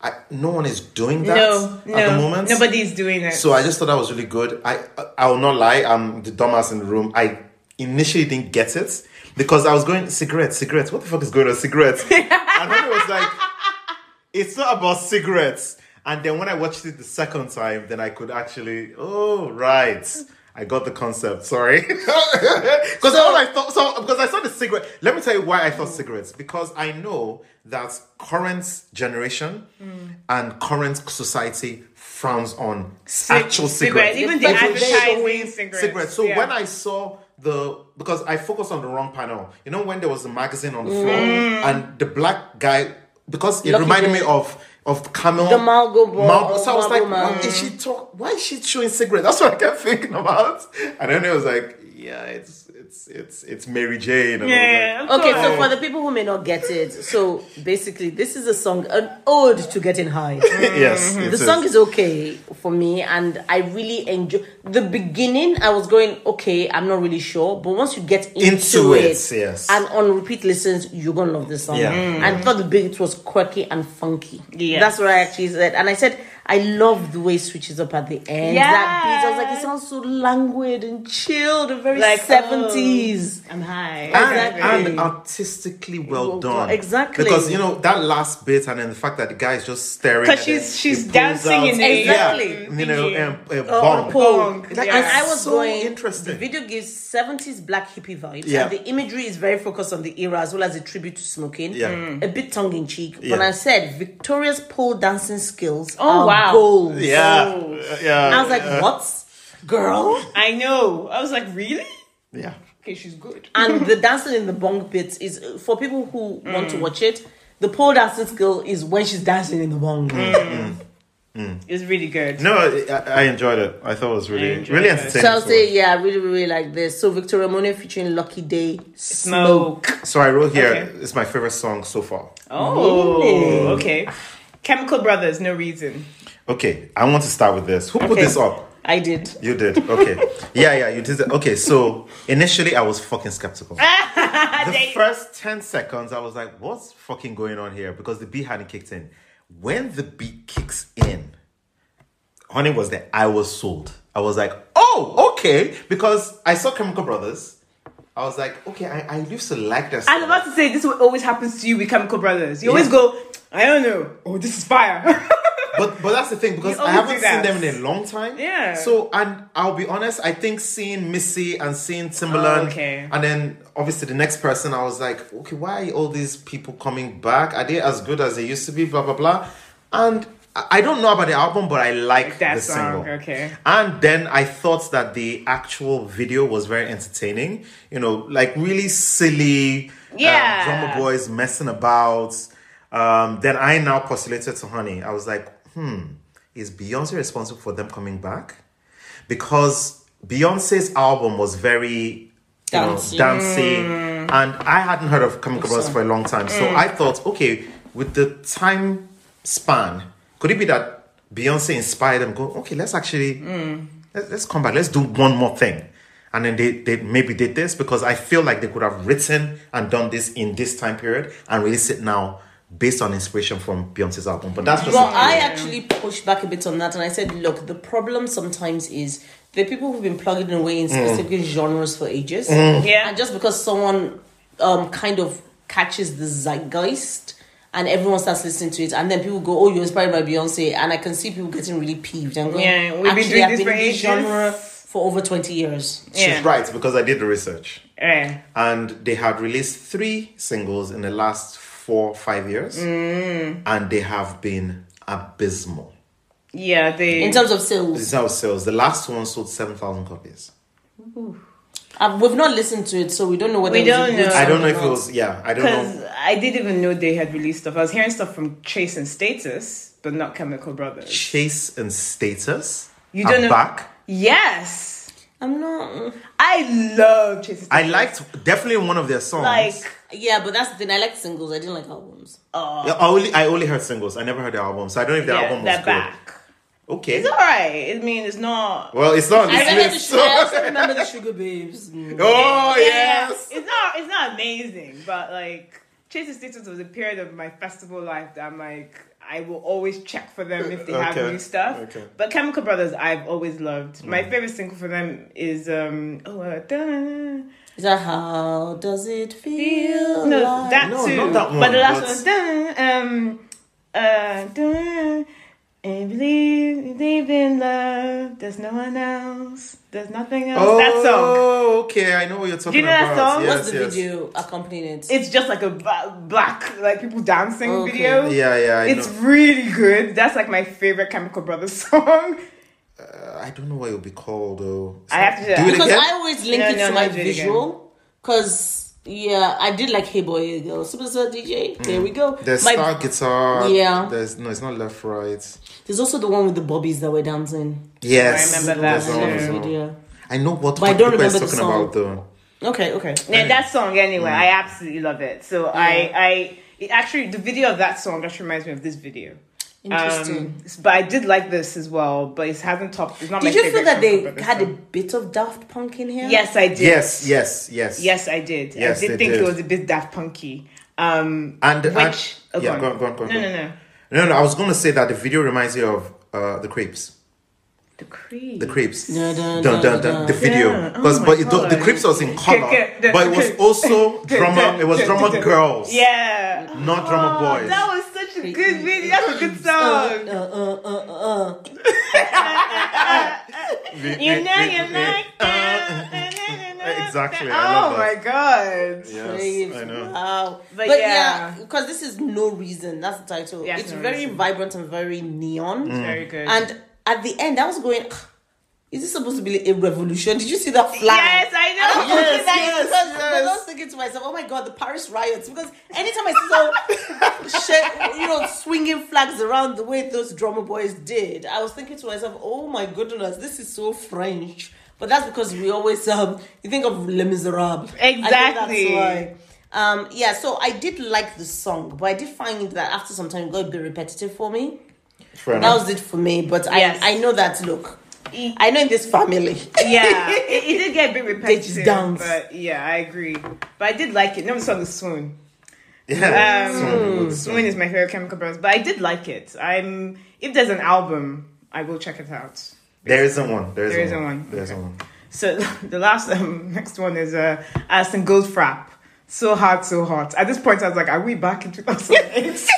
I, no one is doing that no, at no, the moment. nobody's doing it. So I just thought that was really good. I I- I will not lie, I'm the dumbass in the room. I initially didn't get it because I was going cigarette, cigarette. What the fuck is going on [laughs] cigarette? and then it was like, it's not about cigarettes. And then when I watched it the second time, then I could actually, oh right. I got the concept. Sorry, [laughs] because all I thought, so because I saw the cigarette. Let me tell you why I thought cigarettes. Because I know that current generation and current society frowns on Cig- actual cigarettes. Even the It's like advertising showing cigarettes. cigarettes. So yeah. when I saw the because I focused on the wrong panel. You know when there was a magazine on the floor and the black guy because it Mm. Lucky reminded Day. me of of Camel The Marlboro Ball, Marlboro. So I was like, Marlboro why Man. is she talk? Why is she chewing cigarette? That's what I kept thinking about. And then it was like, yeah, it's it's it's it's Mary Jane. And yeah, I was like, of Okay, so course. for the people who may not get it, so basically, this is a song, an ode to getting high. yes, it Mm-hmm. the song is okay for me, and I really enjoy the beginning. I was going, okay, I'm not really sure, but once you get into, Into it, yes. and on repeat listens, you're gonna love this song. Yeah. And I thought the beat was quirky and funky. Mm. Yes. that's what I actually said, and I said. I love the way it switches up at the end. That beat, I was like, it Yes. sounds so languid and chilled, and very Like, oh. 70s. I'm high. and, Exactly. and artistically well, Well done. done. Exactly. Because you know that last bit, and then the fact that the guy is just staring. Because and then she's- she's he pulls dancing out- in a- Exactly. Yeah, you know, thingy. um, a Oh, bong. Pong. Pong. And Yeah. I was So going. interesting. The video gives 70s black hippie vibes. Yeah. And the imagery is very focused on the era as well as a tribute to smoking. Yeah. Mm. A bit tongue in cheek. Yeah. But I said, Victoria's pole dancing skills Oh, are wow. gold. Yeah, yeah. Uh, And I was like, what? [laughs] Girl? I know. I was like, really? yeah. Okay, she's good. and the dancing in the bong pit is for people who want Mm. to watch it. The pole dancing skill is when she's dancing in the bong. Mm. Mm. It's really good. No, I, I enjoyed it. I thought it was really, enjoyed really it. entertaining. So I'll So- say, yeah, I really, really like this. So Victoria Monet featuring Lucky Day, Smoke. Smoke. So I wrote here. Okay. It's my favorite song so far. Oh, Really? okay. Chemical Brothers, no reason. Okay, I want to start with this. Who put Okay. this up? I did. You did. Okay. yeah, yeah, you did. it. Okay, so initially I was fucking skeptical. the first 10 seconds, I was like, what's fucking going on here? Because the beat hadn't kicked in. When the beat kicks in, Honey was there. I was sold. I was like, oh, okay. Because I saw Chemical Brothers. I was like, okay, I, I used to like this. I'm about to say this will always happens to you with Chemical Brothers. You always Yeah. go, I don't know. Oh, this is fire. [laughs] but but that's the thing because You I always haven't do that. seen them in a long time. Yeah. So and I'll be honest, I think seeing Missy and seeing Timbaland, Oh, okay. and then obviously the next person, I was like, okay, why are all these people coming back? Are they as good as they used to be? Blah blah blah. And I I don't know about the album, but I like That the song, single. okay. And then I thought that the actual video was very entertaining. You know, like really silly. um, Yeah. drummer boy boys messing about. Um, then I now postulated to Honey. I was like, hmm, is Beyonce responsible for them coming back? Because Beyonce's album was very you know, Dancey. Mm. dancey, and I hadn't heard of Chemical Brothers for a long time. So I thought, okay, with the time span, could it be that Beyonce inspired them? Go, okay, let's actually Mm. let's, let's come back. Let's do one more thing. And then they, they maybe did this because I feel like they could have written and done this in this time period and release it now based on inspiration from Beyonce's album. But that's just Well, me. I actually pushed back a bit on that and I said, look, the problem sometimes is the people who've been plugging away in Mm. specific genres for ages. Yeah. And just because someone um, kind of catches the zeitgeist and everyone starts listening to it, and then people go, oh, you're inspired by Beyonce. And I can see people getting really peeved and going, Yeah, we've been actually, doing I've this been for in ages." genre for over 20 years. she's Yeah. right because I did the research. Eh. and they had released three singles in the last four five years Mm. and they have been abysmal yeah, they. In terms of sales, this is how it sells the last one sold 7000 copies uh, we've not listened to it, so we don't know whether We it was a don't good know. i don't song know or if it not. was yeah i don't know Because I didn't even know they had released stuff. I was hearing stuff from Chase and Status, but not Chemical Brothers. chase and status You are don't know- back Yes! I'm not. I love Chase and Status. i liked definitely one of their songs Like, Yeah, but that's the thing. I like singles. I didn't like albums. Yeah, I only I only heard singles. I never heard the album, so I don't know if the yeah, album was they're good. back. Okay. It's alright. I mean, it's not. well, it's not on I, this remember the list. sugar, I also remember the Sugar Babes. oh Yeah, yes. It's not. It's not amazing, but like Chase and Status was a period of my festival life that I'm like. I will always check for them if they Okay, have new stuff. okay. Mm. But Chemical Brothers, I've always loved. My favorite single for them is um oh uh, da-na-na. [laughs] Is that how does it feel? no like? that No, too. not that one, but the last but- one, da-na-na, um uh da-na-na. and believe believe in love. There's no one else. There's nothing else. Oh, That song. okay. I know what you're talking you know that about. song? Yes, What's the yes. video accompanying it? It's just like a ba- black like people dancing Okay. video. Yeah, yeah. I It's know. really good. That's like my favorite Chemical Brothers [laughs] song. I don't know what it'll be called though. I have to- do it Because again. I always link No, it no, to my no, do it visual. Because yeah, I did like Hey Boy, Hey Girl, Super Star DJ. There we go. There's My- star guitar. Yeah. There's no, it's not left right. there's also the one with the bobbies that were dancing. Yes. I remember that There's one as too. well. Video. I know what But I don't people is remember the talking about song. though. Okay, okay. Yeah, that song anyway. Mm. I absolutely love it. So I, I it actually the video of that song just reminds me of this video. Interesting. Um, but I did like this as well. But it hasn't topped. It's not. my did you feel favorite that they Chemical Brothers had a song. bit of Daft Punk in here? Yes, I did. Yes, yes, yes. Yes, I did. Yes, I did they think did. it was a bit Daft Punky. Um, And which and- oh, yeah, go go on, go on, go on. No, no, no. no. No, no. I was gonna say that the video reminds me of uh, the Creeps. The Creed. The Creeps. Dun, Dun, dun, dun, dun, dun. dun. The video, Yeah. Oh because my but it, the, the God. Creeps was in color, K- but it was K- also drummer. It was drummer girls, Yeah. not drummer Oh, boys. that was such a good video. That's a good song. Uh, uh, uh, uh, uh. You know you [laughs] like that. Eh, eh, uh, Exactly, Oh I love my that. god. Yes, I know. Wow. But But, yeah. yeah, because this is no reason. That's the title. Yes, it's No very Reason. vibrant and very neon. Mm. Very good. And at the end, I was going, "Ah, is this supposed to be a revolution? Did you see that flag? Yes, I know. And I was Yes, looking at it yes, because- yes. because I was thinking to myself, oh my god, the Paris riots. Because anytime I [laughs] see so shit, you know, swinging flags around the way those drummer boys did, I was thinking to myself, oh my goodness, this is so French. But that's because we always um, you think of Les Miserables. I think Exactly. that's why. Um, yeah, so I did like the song, but I did find that after some time it got a bit repetitive for me. Fair That enough. was it for me. But Yes. I, I know that look. I know in this family. [laughs] yeah, it, it did get a bit repetitive. dance. But yeah, I agree. But I did like it. Number song is Swoon. yeah. Um, Swoon, good Swoon swoon. is my favorite Chemical Brothers, but I did like it. I'm if there's an album, I will check it out. There isn't one. There isn't, There isn't one. There isn't Okay. one. So [laughs] the last um, [laughs] next one is uh, Alison Goldfrapp. So hard, so hot. At this point, I was like, "Are we back in [laughs] 2008?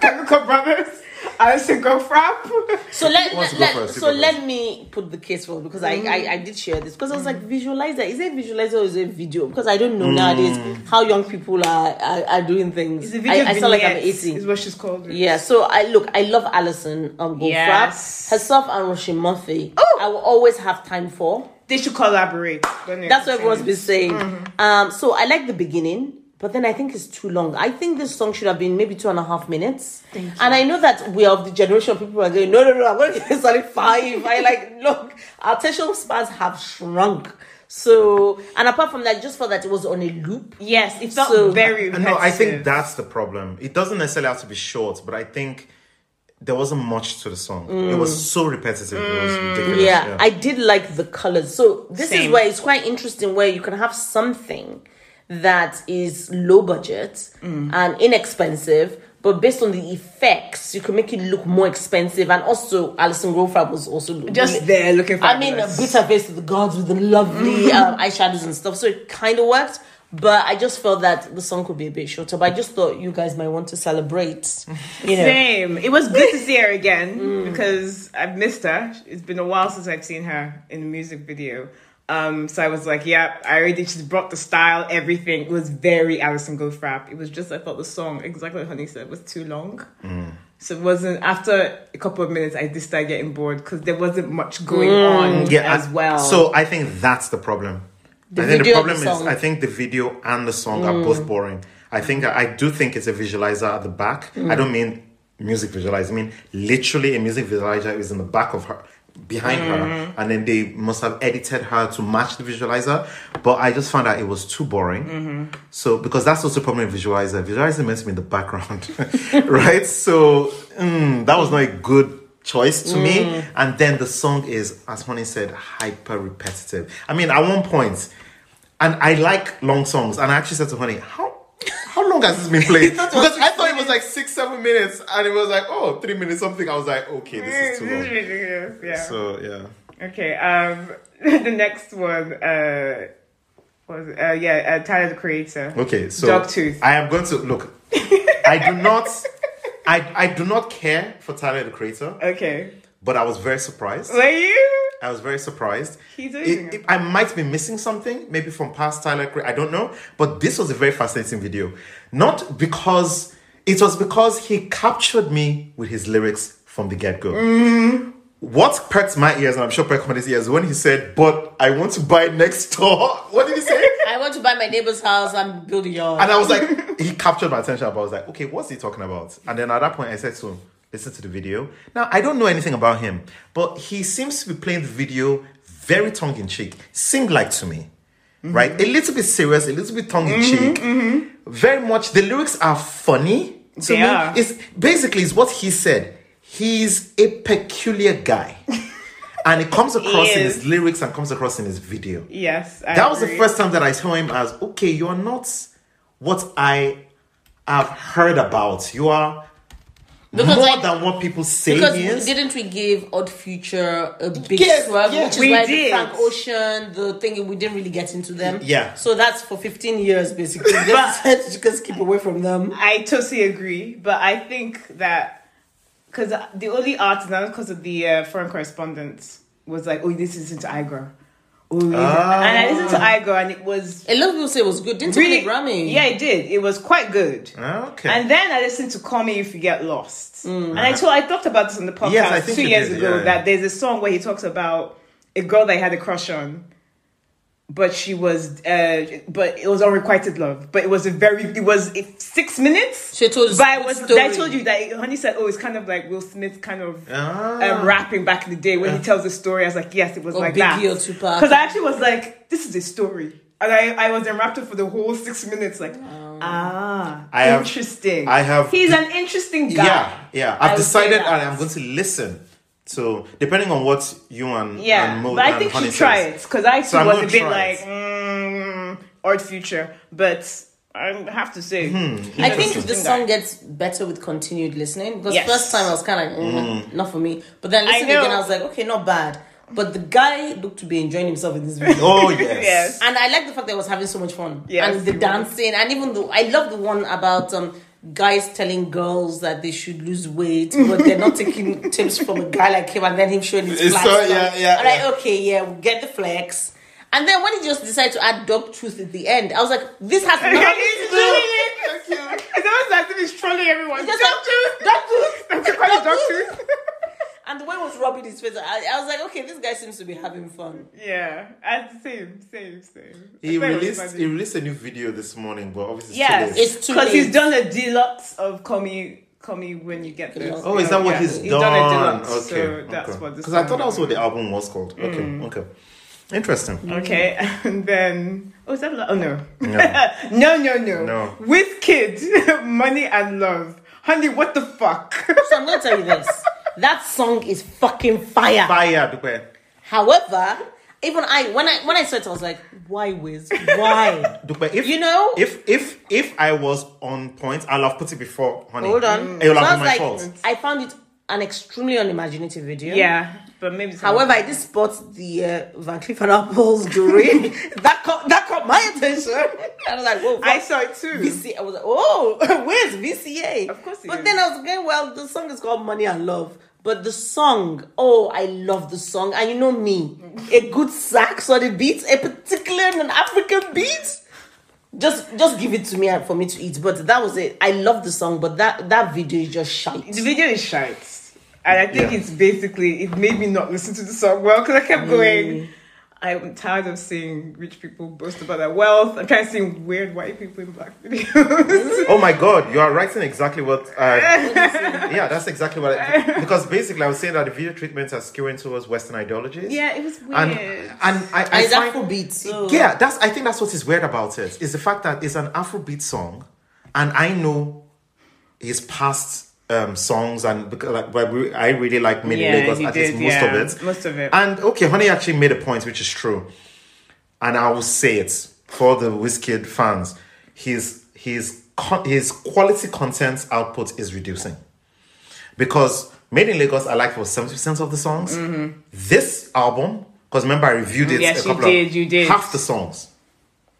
Chemical Brothers, Alison Goldfrapp." [laughs] So let, Who wants to let, go let- first? You so go first. let me put the case forward because I, Mm. I I did share this because I was like visualizer is it visualizer or is it video because I don't know Mm. nowadays how young people are are, are doing things. It's a video I, I sound like I'm vignettes, Is eighteen. what she's called. it. Yeah, so I look. I love Alison on Goldfrapp, Yes. herself and Roisin Murphy. Oh! I will always have time for. They should collaborate. Don't they? That's what everyone's been saying. Um, so I like the beginning, but then I think it's too long. I think this song should have been maybe two and a half minutes. And I know that we are of the generation of people who are going, no, no, no, I'm going to give this only five. I like, [laughs] look, our attention spans have shrunk. So, and apart from that, I just felt that it was on a loop. Yes, it felt So- very. And no, I think repetitive. that's the problem. It doesn't necessarily have to be short, but I think there wasn't much to the song. It was so repetitive. It was ridiculous. Yeah, I did like the colors. So this Same. is where it's quite interesting where you can have something that is low budget Mm. and inexpensive, but based on the effects, you can make it look more expensive. And also, Alison Grofrab was also just there looking. I mean, fabulous. Mm. bitter face to the gods with the lovely um, eyeshadows and stuff. So it kind of worked. But I just felt that the song could be a bit shorter. But I just thought you guys might want to celebrate. You [laughs] know, Mm. Same. It was [laughs] good to see her again because I've missed her. It's been a while since I've seen her in a music video. Um, so I was like, yeah, I already she's brought the style, everything. It was very Alison Goldfrapp. It was just I thought the song, exactly what Honey said, was too long. So it wasn't after a couple of minutes I did start getting bored because there wasn't much going Mm. on yeah, as I- well. So I think that's the problem. I think the video and the problem is song. I think the video and the song are both boring. I think I do think it's a visualizer at the back. I don't mean music visualizer. I mean literally a music visualizer is in the back of her, behind her, and then they must have edited her to match the visualizer. But I just found out it was too boring. So because that's also the problem with visualizer. Visualizer meant to be in the background, [laughs] right? So mm, that was not a good choice to me. And then the song is, as Honey said, hyper repetitive. I mean, at one point, and I like long songs, and I actually said to Honey, how how long has this been played? because I thought it was like six, seven minutes, and it was like oh, three minutes something. I was like, okay, this is too This is [laughs] long. ridiculous, [laughs] yeah. So yeah. Okay. Um, [laughs] the next one. Uh, was it? uh, yeah, uh, Tyler the Creator. Okay, so Dogtooth. I am going to look. I do not, I I do not care for Tyler the Creator, Okay. but I was very surprised. Were you? I was very surprised. He's It- amazing. it- I might be missing something, maybe from past Tyler. Cre- I don't know, but this was a very fascinating video. Not because it was because he captured me with his lyrics from the get go. What perked my ears, and I'm sure perked Comedy's ears, when he said, "But I want to buy next door." [laughs] What did he say? I want to buy my neighbor's house and build a yard. And I was like, [laughs] he captured my attention. But I was like, okay, what's he talking about? And then at that point, I said to him, listen to the video. Now, I don't know anything about him, but he seems to be playing the video very tongue in cheek. Seemed like to me, Mm-hmm. right? A little bit serious, a little bit tongue in cheek. Very much, the lyrics are funny. To They me, are. it's basically it's what he said. He's a peculiar [laughs] guy. and it comes across in is. his lyrics and comes across in his video. Yes, I that was the agree. first time that I saw him as okay, you're not what I have heard about. You are Because more I- than what people say Because he is. didn't we give Odd Future a big Yes, swerve, yeah. which is We why did. the Frank Ocean, the thing we didn't really get into them. Yeah. So that's for fifteen years [laughs] basically. just, [laughs] just, keep away from them. I totally agree, but I think that because the only artist, not because of the uh, foreign correspondent, was like, oh, this isn't Igor. Oh, this- and I listened Ah. to Igor, and it was A lot of people say it was good. Didn't really really, Grammy. Yeah, it did. It was quite good. Okay. And then I listened to Call Me If You Get Lost. And I told I talked about this on the podcast Mm. Yes, I think two you years did, ago yeah. that there's a song where he talks about a girl that he had a crush on. But she was, uh, but it was unrequited love. But it was a very, it was it- six minutes. She told us But I good was, story. I told you that Honey said, oh, it's kind of like Will Smith kind of Ah. Uh-huh. um, rapping back in the day Uh. when he tells the story. I was like, yes, it was Or like that. Biggie or Oh, Tupac. Because I actually was like, this is a story. And I, I was enraptured for the whole six minutes, like, Ah, I have- interesting. I have- He's an interesting guy. Yeah, yeah. I I've would say decided that. and I'm going to listen. So depending on what you and Yeah, and Mo but I and think Honey she try says. it because I too So I'm was a gonna bit try like it. mm, odd future, but I have to say, Hmm, he's I an think the interesting song guy. gets better with continued listening because Yes. first time I was kind of Mm. not for me, but then I listening again know. I was like, okay, not bad. But the guy looked to be enjoying himself in this [laughs] video. Oh yes. Yes. And I like the fact that I was having so much fun. Yes, and he the was. dancing, and even though I love the one about um, guys telling girls that they should lose weight, but they're not [laughs] taking tips from a guy like him, and then him showing his It's flags. so- stuff. yeah, yeah, I'm like, yeah. okay, yeah, we get the flex. And then when he just decided to add dog truth at the end, I was like, this [laughs] has [laughs] nothing He's to do. doing it. [laughs] It's almost as if he's trolling everyone. Just Don't do- dog truth. [laughs] Don't you call it doctors? And the way he was rubbing his face, I, I was like, okay, this guy seems to be having fun. Yeah, and same, same, same. He released he released a new video this morning, but obviously Yes, it's too late. It's too because he's late. done a deluxe of call me, call me when you get there. Oh, is that what he's he's done? a deluxe, okay, so that's what this. Because I thought song that was is. Mm. what the album was called. Okay, okay, interesting. Okay, [laughs] and then oh, is that lo- oh no, Yeah. [laughs] no, no, no, No. With kids, [laughs] money and love, honey. What the fuck? So I'm gonna tell you this. That song is fucking fire. Fire, Dupe. However, even I when I when I saw it, I was like, why Wiz? [laughs] Why? Dupe. If You know? if if if I was on point, I'll have put it before, honey. Hold on. it will So have I been was my like, fault. I found it an extremely unimaginative video. yeah, [laughs] but maybe. it's not. However, I did spot the uh, Van Cleef and [laughs] Arpels jewelry. that caught that caught my attention. [laughs] I was like, whoa, I saw it [laughs] too. VCA. I was like, oh, [laughs] where's VCA? Of course it But is. then I was going, well, the song is called Money and Love. But the song, oh, I love the song. And you [laughs] know me, a good sax on the beat, a particular an African beat. Just just give it to me and for me to eat. But that was it. I love the song, but that, that video is just shite. The video is shite. And I think Yeah. it's basically, it made me not listen to the song well because I kept going, I'm tired of seeing rich people boast about their wealth. I'm trying to see weird white people in black [laughs] videos. Oh my god, you are writing exactly what [laughs] I. yeah, that's exactly what I. Because basically, I was saying that the video treatments are skewing towards Western ideologies. yeah, it was weird. And, and I, I And it's find- Afrobeat, so- Yeah, that's. I think that's what is weird about it. Is the fact that it's an Afrobeat song, and I know his past um, songs and because like, but we- I really like Made Yeah, in Lagos. he At did, least most yeah. of it. Most of it. And okay, Honey actually made a point, which is true, and I will say it for the Wizkid fans. His his co- his quality content output is reducing because Made in Lagos I liked was seventy percent of the songs. This album, because remember I reviewed it. Mm-hmm. Yes, a you couple did, Of, you did. Half the songs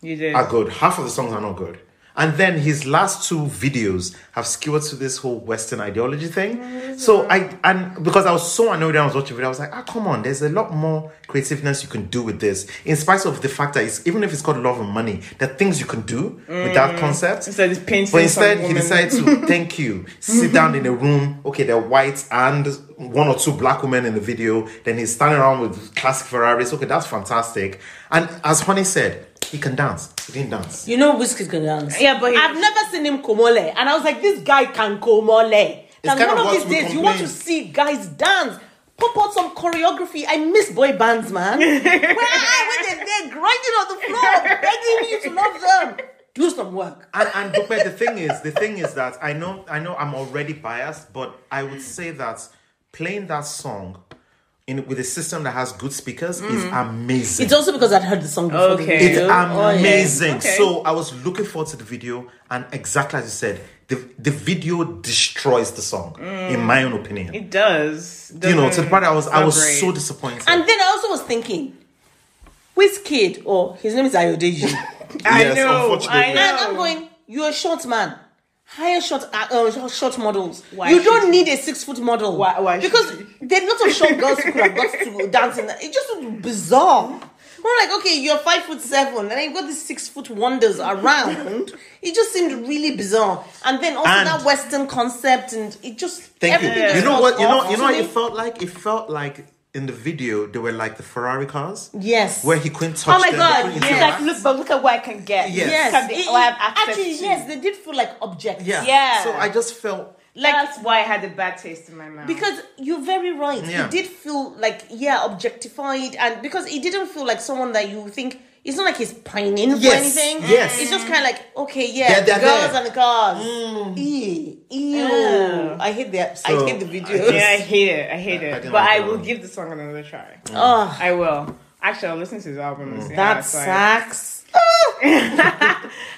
you did. are good. Half of the songs are not good. And then his last two videos have skewered to this whole Western ideology thing. So I and because I was so annoyed when I was watching the video, I was like, ah, come on, there's a lot more creativeness you can do with this. In spite of the fact that it's even if it's called love and money, there are things you can do with that concept. Instead, it's painting But some instead, he woman. decided to thank you, sit down in a room. Okay, they're white and one or two black women in the video. Then he's standing around with classic Ferraris. Okay, that's fantastic. And as Honey said, he can dance. He didn't dance. You know Whiskey can dance. Yeah, but he- I've never seen him komole, and I was like, this guy can komole. That kind of one of what these we days you want to complain. see guys dance. Pop out some choreography. I miss boy [laughs] bands, man. Where I when they're there grinding on the floor, begging you to love them. Do some work. And, and but the thing is, the thing is that I know, I know, I'm already biased, but I would say that playing that song in with a system that has good speakers is amazing. It's also because I'd heard the song before. the Okay. It's video. Oh, yeah. amazing. Okay. So I was looking forward to the video, and exactly as you said, the the video destroys the song, in my own opinion. it does. you know, to the point I was I was Doesn't- so disappointed. And then I also was thinking, Wizkid, or his name is Ayodeji. I Yes, know, I unfortunately. know. And I'm going, you're a short man. Hire short, uh, uh, short models. Why you should don't he? need a six foot model. Why- why should because he? [laughs] there are lots [laughs] of short girls who could have got to dancing. It just was bizarre. We're like, okay, you're five foot seven, and then you got these six foot wonders around. It just seemed really bizarre. And then also And- that Western concept, and it just Thank everything you. just You know felt what? You know. off You know to what me. it felt like. It felt like in the video they were like the Ferrari cars. Yes. Where he couldn't touch. Oh my them, God, they couldn't yes. She's interact. like, look, but look at what I can get. Yes. Yes, Can be- it- oh, I have access actually, to. yes, they did feel like objects. Yeah. Yeah. So I just felt. Like, That's why I had a bad taste in my mouth. Because you're very right. He Yeah. did feel like, yeah, objectified. And because he didn't feel like someone that you think It's not like he's pining for Yes, anything. yes. It's just kind of like, okay, yeah, They're- they're the girls there. Mm. and the cars. Ew. Ew. I hate that. So, I hate the video. I Oh. Yeah, I just- hate it. I hate I it. didn't but like I that will one. give the song another try. oh, I will. Actually, I'll listen to his album. and see how that it's like. sucks.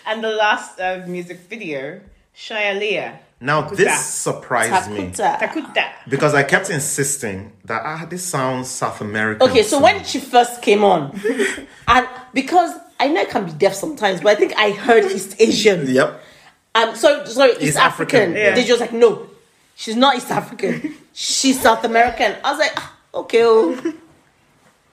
And the last uh, music video, Shia Leah, Now Takuta. this surprised me Takuta. Takuta. because I kept insisting that ah, this sounds South American. Okay, so to when me." she first came [laughs] on, and because I know I can be deaf sometimes, but I think I heard East Asian. yep, Um, sorry, sorry, East, East African. African, yeah. They just like, no, she's not East African. she's South American. I was like, ah, okay. oh.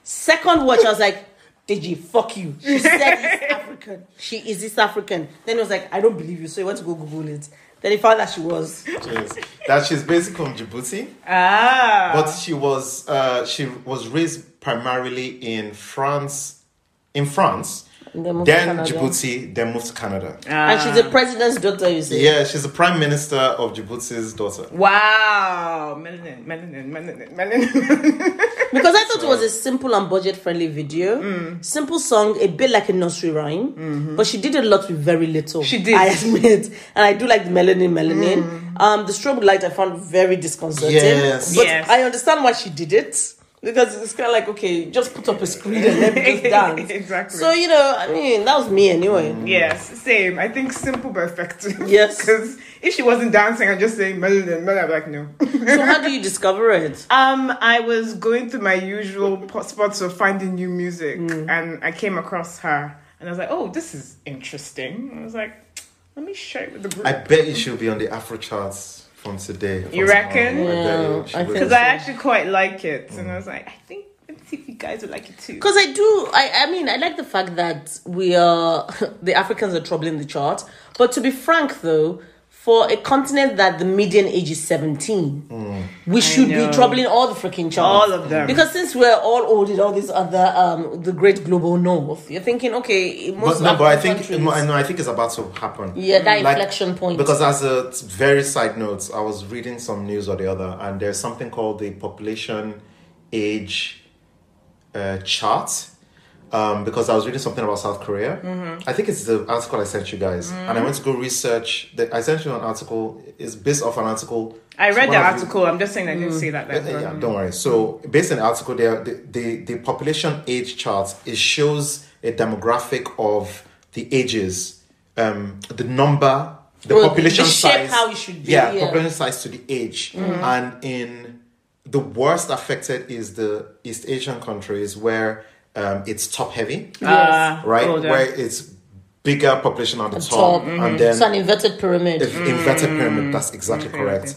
Second watch, I was like, Deji, fuck you. She said East African. She is East African. Then it was like, I don't believe you, so you want to go Google it. Then he found out she was. Yes. that she's basically from Djibouti, Ah. but she was uh, she was raised primarily in France, in France, And then moved to then Canada. Ah. Djibouti, then moved to Canada. And she's the president's daughter, you say. Yeah, she's the prime minister of Djibouti's daughter. Wow, melanin, melanin, melanin, [laughs] melanin. Because I thought it was a simple and budget friendly video. Mm. Simple song, a bit like a nursery rhyme. But she did a lot with very little. Mm-hmm. She did. Mm. I admit. And I do like the melanin, melanin. Um, the strobe light I found very disconcerting. Yes. But Yes. I understand why she did it. Because it's kind of like, okay, just put up a screen and let me [laughs] just dance. Exactly. So, you know, I mean, that was me anyway. yes, same. I think simple but effective. [laughs] Yes. Because if she wasn't dancing and just saying melanin, melanin, I'd be like, no. So, how do you discover it? um, I was going through my usual po- spots of finding new music Mm. and I came across her and I was like, oh, this is interesting. I was like, let me share it with the group. I bet you she'll be on the Afro charts from today. from You reckon? tomorrow. I bet Yeah, you she I will. Because think- I actually quite like it. And I was like, I think, let me see if you guys would like it too. Because I do, I, I mean, I like the fact that we are, [laughs] the Africans are troubling the chart. But to be frank, though, for a continent that the median age is 17, Mm. we should be know. troubling all the freaking charts. All of them. Because since we're all old in all these other, um, the great global north, you're thinking, okay, most But no, but I African think countries- no, I know. I think it's about to happen. Yeah, that inflection point. Because as a t- very side note, I was reading some news or the other, and there's something called the population age uh, chart. Um, because I was reading something about South Korea. Mm-hmm. I think it's the article I sent you guys, and I went to go research. The, I sent you an article. It's based off an article. I read one the of you- article. I'm just saying I didn't see that. yeah, That's yeah, all. don't worry. So, based on the article, there the, the the population age chart it shows a demographic of the ages, um, the number, the Well, population the shape, size, how it should be, yeah, yeah. Mm-hmm. population size to the age, and in the worst affected is the East Asian countries where um, it's top heavy, Ah, right? older. Where it's bigger population at the Oh, top, mm-hmm. top, and then it's an inverted pyramid. if inverted pyramid that's exactly correct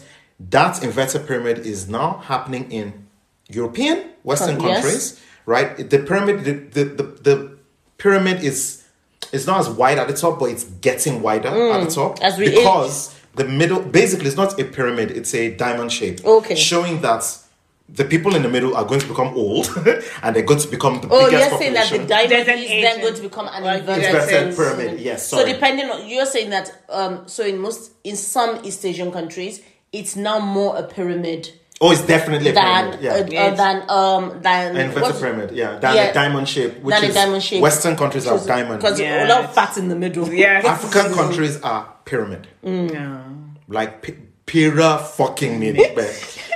that inverted pyramid is now happening in european western Con- yes. countries right the pyramid the, the, the, the pyramid is it's not as wide at the top but it's getting wider at the top Mm. as we age. because the middle basically it's not a pyramid it's a diamond shape Okay. showing that the people in the middle are going to become old [laughs] and they're going to become the Oh, biggest you're population saying that the diamond There's an is agent. then going to become an Like, inverted, Inverted sense. pyramid, yes, So sorry. depending on you're saying that um so in most in some East Asian countries it's now more a pyramid oh it's definitely a than pyramid yeah uh, uh, than um An than inverted what's- pyramid, yeah, than Yeah. a diamond shape, which Than a is diamond shape. Western countries are diamond. because Yes. a lot of fat in the middle. Yes. African countries are pyramid, Mm. No. like pi- pyra fucking [laughs] minute, where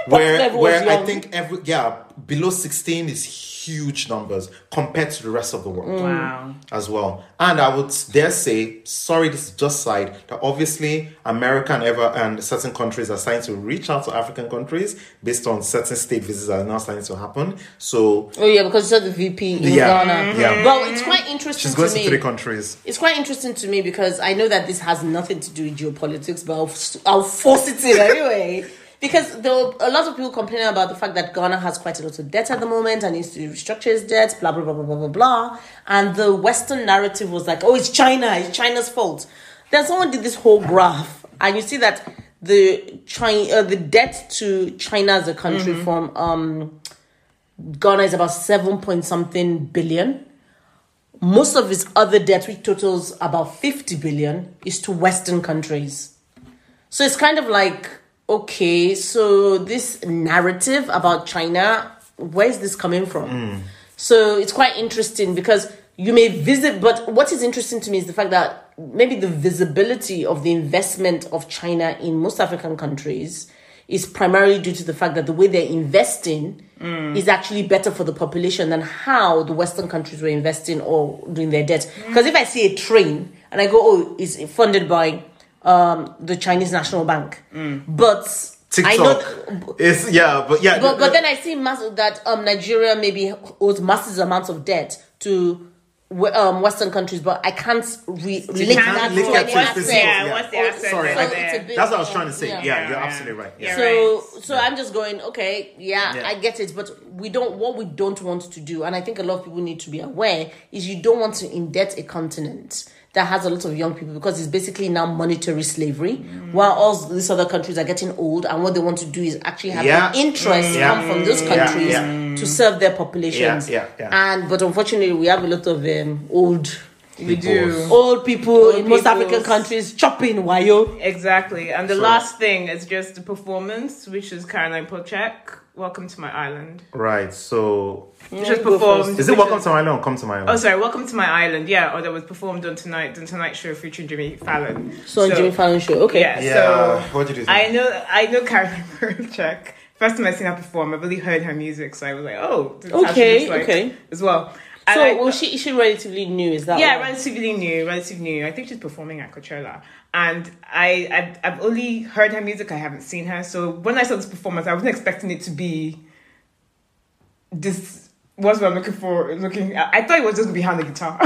where, level where was I young. think every yeah below sixteen is huge numbers compared to the rest of the world Mm. Wow. as well. And I would dare say, sorry, this is just side that obviously America and ever and certain countries are starting to reach out to African countries based on certain state visits that are now starting to happen. So [laughs] Oh yeah, because you saw the VP in Yeah. Ghana. Yeah. Well, it's quite interesting she's going to to me. three countries. It's quite interesting to me because I know that this has nothing to do with geopolitics, but I'll, f- I'll force it in anyway. Because there were a lot of people complaining about the fact that Ghana has quite a lot of debt at the moment and needs to restructure its debt, blah, blah, blah, blah, blah, blah, blah. And the Western narrative was like, oh, it's China, it's China's fault. Then someone did this whole graph, and you see that the China, uh, the debt to China as a country from um, Ghana is about seven point something billion most of his other debt, which totals about 50 billion, is to Western countries. So it's kind of like, okay, so this narrative about China, where is this coming from? So it's quite interesting because you may visit but what is interesting to me is the fact that maybe the visibility of the investment of china in most african countries is primarily due to the fact that the way they're investing is actually better for the population than how the western countries were investing or doing their debt because if i see a train and i go oh it's funded by um, the chinese national bank but TikTok. i know it's yeah, but yeah. uh, but, but then I see mass that um Nigeria maybe owes massive amounts of debt to we- um Western countries, but I can't re- link can't that link to that any to a asset. specific- Yeah, what's the Or- asset Sorry, over I- there? it's a bit- that's what I was trying to say. Yeah, Yeah, you're yeah. absolutely right. Yeah. Yeah. So, Right. so I'm just going. Okay, yeah, Yeah. I get it, but we don't. What we don't want to do, and I think a lot of people need to be aware, is you don't want to indebt a continent that has a lot of young people because it's basically now monetary slavery, Mm. while all these other countries are getting old, and what they want to do is actually have Yeah. their interests Yeah. come from those Yeah, countries yeah. to serve their populations. Yeah, yeah, yeah. And but unfortunately, we have a lot of um, old. We do. Old people in most peoples. African countries chopping wayo. Exactly. And the So- last thing is just the performance, which is Caroline Polchak. Welcome to my island. Right. So Which was you go performed. is it which welcome was- to my island? or Come to my Oh, island. sorry. Welcome to my island. Yeah, or that was performed on tonight, on tonight's show featuring Jimmy Fallon. So, on Jimmy Fallon show, okay. Yeah. So what did you think? I know, I know [laughs] Caroline Polchak. First time I seen her perform, I've really heard her music, so I was like, oh, this is how she Okay, looks like okay. as well. I So like- well, she she relatively new, is that? yeah, right. relatively new, relatively new. I think she's performing at Coachella, and I I've, I've only heard her music. I haven't seen her, so when I saw this performance, I wasn't expecting it to be this. What's what I'm looking for? Looking, I I thought it was just gonna be her on the guitar. [laughs]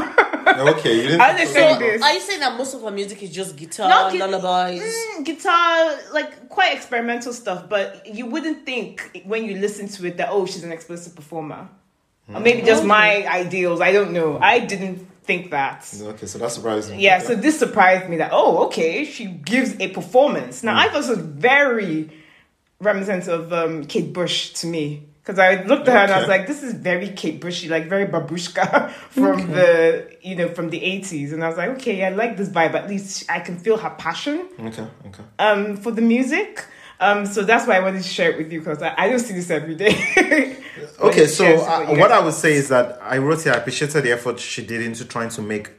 okay, you didn't. I didn't So think this. are you saying that most of her music is just guitar, Not gui- lullabies? Mm, guitar, like quite experimental stuff, but you wouldn't think when you listen to it that oh, she's an explicit performer, or maybe just my ideals. I don't know. I didn't think that. Okay, so that's surprising. Yeah, so this surprised me that oh, okay, she gives a performance. Now I thought this was very reminiscent of um, Kate Bush to me because I looked at her and I was Okay. like, this is very Kate Bushy, like very babushka [laughs] from the you know from the eighties, and I was like, okay, I like this vibe. At least I can feel her passion okay, okay. um, for the music. Um, so that's why I wanted to share it with you because I, I don't see this every day. [laughs] Okay, But so yes, uh, you what guys- I would say is that I wrote here, I appreciated the effort she did into trying to make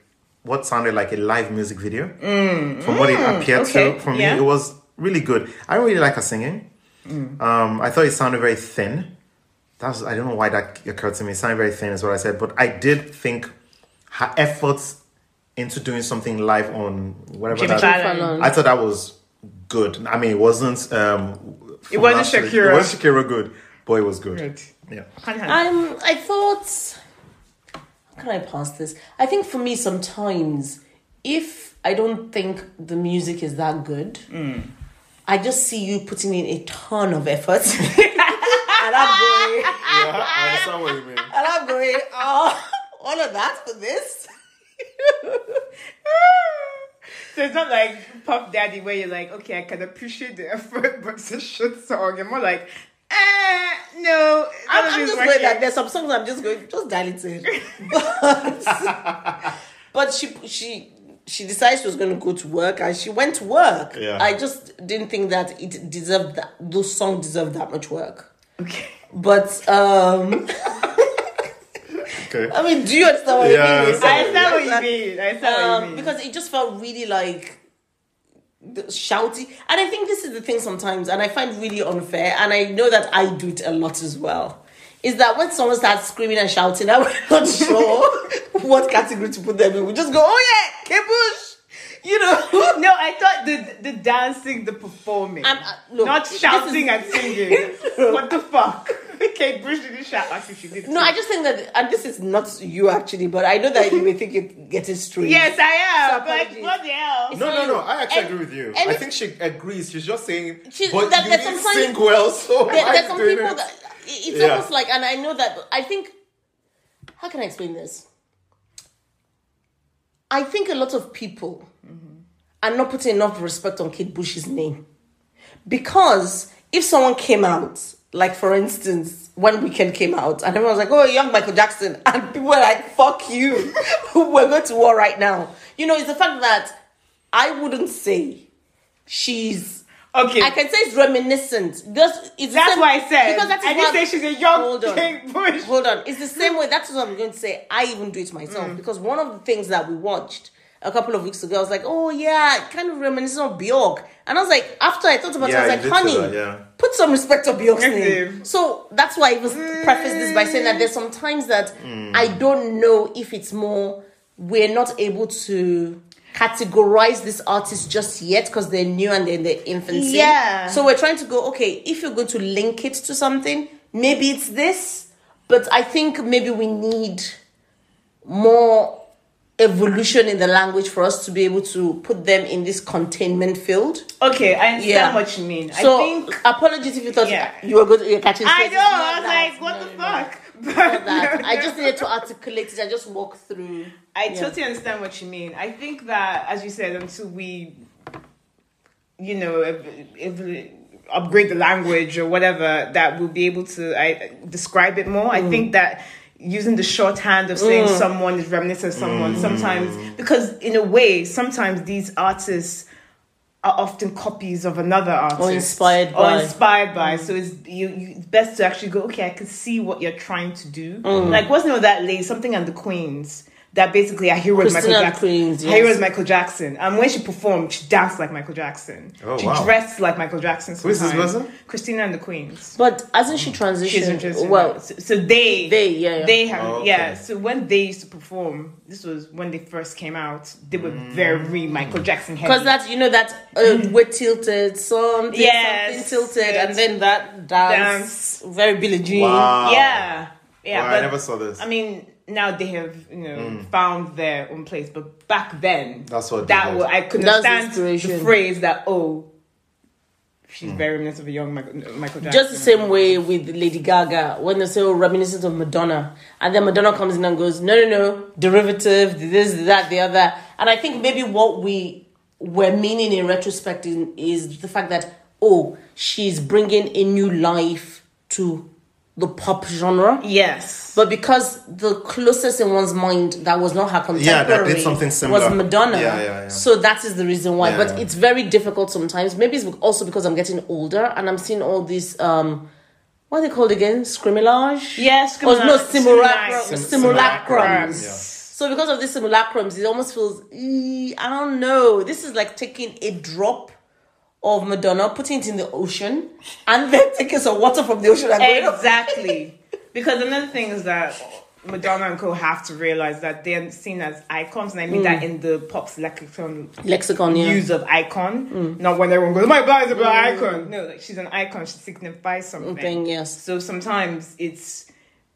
what sounded like a live music video. from what it appeared Mm, okay, to, for me, yeah. it was really good. I really like her singing. Mm. Um, I thought it sounded very thin. That was, I don't know why that occurred to me. It sounded very thin, is what I said. But I did think her efforts into doing something live on whatever Jimmy that Fallon. Fallon. I thought that was good. I mean, it wasn't. Um, It wasn't last week. Shakira. It wasn't Shakira good, but it was good. Good. Yeah. Can't handle Um, I thought. How can I pass this? I think for me, sometimes if I don't think the music is that good, I just see you putting in a ton of effort, [laughs] and I'm going. yeah, [laughs] I understand what you mean. And I'm going, oh, all of that for this? [laughs] So it's not like Puff Daddy where you're like, okay, I can appreciate the effort, [laughs] but it's a shit song. You're more like, eh, no. none I'm, of I'm it's just working. going that there's some songs I'm just going, just dial [laughs] it in. But, [laughs] but she, she, she decided she was going to go to work and she went to work. Yeah. I just didn't think that it deserved that, those songs deserved that much work. Okay. But, um, [laughs] Okay. I mean, do you understand what Yeah, I mean? I I understand what you mean. I understand what um, you mean. because it just felt really like the shouty and i think this is the thing sometimes and i find really unfair and i know that i do it a lot as well is that when someone starts screaming and shouting i'm [laughs] not sure what category to put them in we just go oh yeah kebush you [laughs] know no, I thought the the dancing, the performing, I'm- uh, look, not this is- shouting and [laughs] singing. what the fuck? [laughs] Okay, Bruce didn't shout actually. She did. no i just think that and this is not you actually but i know that you may think it getting strange yes, I am. So but like, apologies. what the hell? No, no, no. I actually And- agree with you. and I it- think she agrees. She's just saying, She- but that- you that didn't sometimes- sing well, [laughs] so there, why there's some doing people it? that it's Yeah. almost like, and I know that I think. How can I explain this? I think a lot of people are not putting enough respect on Kate Bush's name because if someone came out, like for instance, when Weekend came out, and everyone was like, "Oh, young Michael Jackson," [laughs] and people were like, "Fuck you, [laughs] we're going to war right now." You know, it's the fact that I wouldn't say she's Okay. I can say it's reminiscent. Just it's the That's same- why I said. because that's I didn't say she's a young Hold on. Kate [laughs] Bush. Hold on. It's the same way. That's what I'm going to say. I even do it myself Mm. because one of the things that we watched a couple of weeks ago, I was like, oh yeah, it kind of reminiscent of Bjork. And I was like, after I thought about Yeah, it, I you was did like, honey, say that, yeah. put some respect on Bjork's name. Okay. So that's why I was Mm. preface this by saying that there's some times that I don't know if it's more we're not able to categorize this artist just yet because they're new and they're in their infancy. Yeah. So we're trying to go, okay, if you're going to link it to something, maybe it's this, but I think maybe we need more evolution in the language for us to be able to put them in this containment field. Okay, I understand Yeah. what you mean. I So think apologies if you thought Yeah. you were going to you're catching. I strays. know. It's not I was that. like, what the No, no, no. fuck? Not [laughs] that. I just needed to articulate it. I just walk through. I Yeah. totally understand what you mean. I think that, as you said, until we, you know, ev- ev- upgrade the language or whatever, that we'll be able to I, describe it more. I think that using the shorthand of saying someone is reminiscent of someone sometimes, because in a way, sometimes these artists are often copies of another artist inspired or by. Mm. inspired by. So it's you, you. It's best to actually go. Okay, I can see what you're trying to do. Mm. Like what's the name of that lady? Something and the Queens. That basically, I hear was Michael Christina and the Jackson. Queens, Her hero yes. was Michael Jackson. And when she performed, she danced like Michael Jackson. Oh, she wow. dressed like Michael Jackson. Who is this sometimes. person? Christina and the Queens. But hasn't she transitioned? She's interesting. Well, so, so they, They, yeah, yeah. they have, Oh, okay. yeah. So when they used to perform, this was when they first came out. They were Mm. very Michael Jackson heavy. because that's you know that uh, we're tilted, something, Yes, something tilted, yes. and then that dance, very Billie Jean. Wow. yeah, yeah. Wow, Um, I but- never saw this. I mean, now they have you know found their own place, but back then, That's what they that had. was, I couldn't That's stand the inspiration. phrase that oh, she's Mm. very reminiscent of a young Michael, uh, Michael Jackson. Just the same way with Lady Gaga when they say oh, reminiscent of Madonna, and then Madonna comes in and goes, no, no, no, derivative, this, that, the other. And I think maybe what we were meaning in retrospect in- is the fact that oh, she's bringing a new life to the pop genre. yes, But because the closest in one's mind that was not her contemporary, Yeah, that did something similar. was Madonna. Yeah, yeah, yeah. So that is the reason why. Yeah, but yeah. it's very difficult sometimes. Maybe it's also because I'm getting older and I'm seeing all these um, what are they called again? Scrimmage. yes, Or no, simulacra, simulacra- Sim- simulacrums. simulacrums, yeah. So because of these simulacrums, it almost feels "Eh, I don't know. This is like taking a drop of Madonna, putting it in the ocean, and then [laughs] taking some water from the ocean and going up. [laughs] exactly. because another thing is that Madonna and Co have to realize that they're seen as icons, and I mean that in the pop's lexicon Mm. Lexicon, yeah. Mm. use of icon, not when everyone goes, my God, is a bad icon. No, like she's an icon. She signifies something. Something, yes. So sometimes it's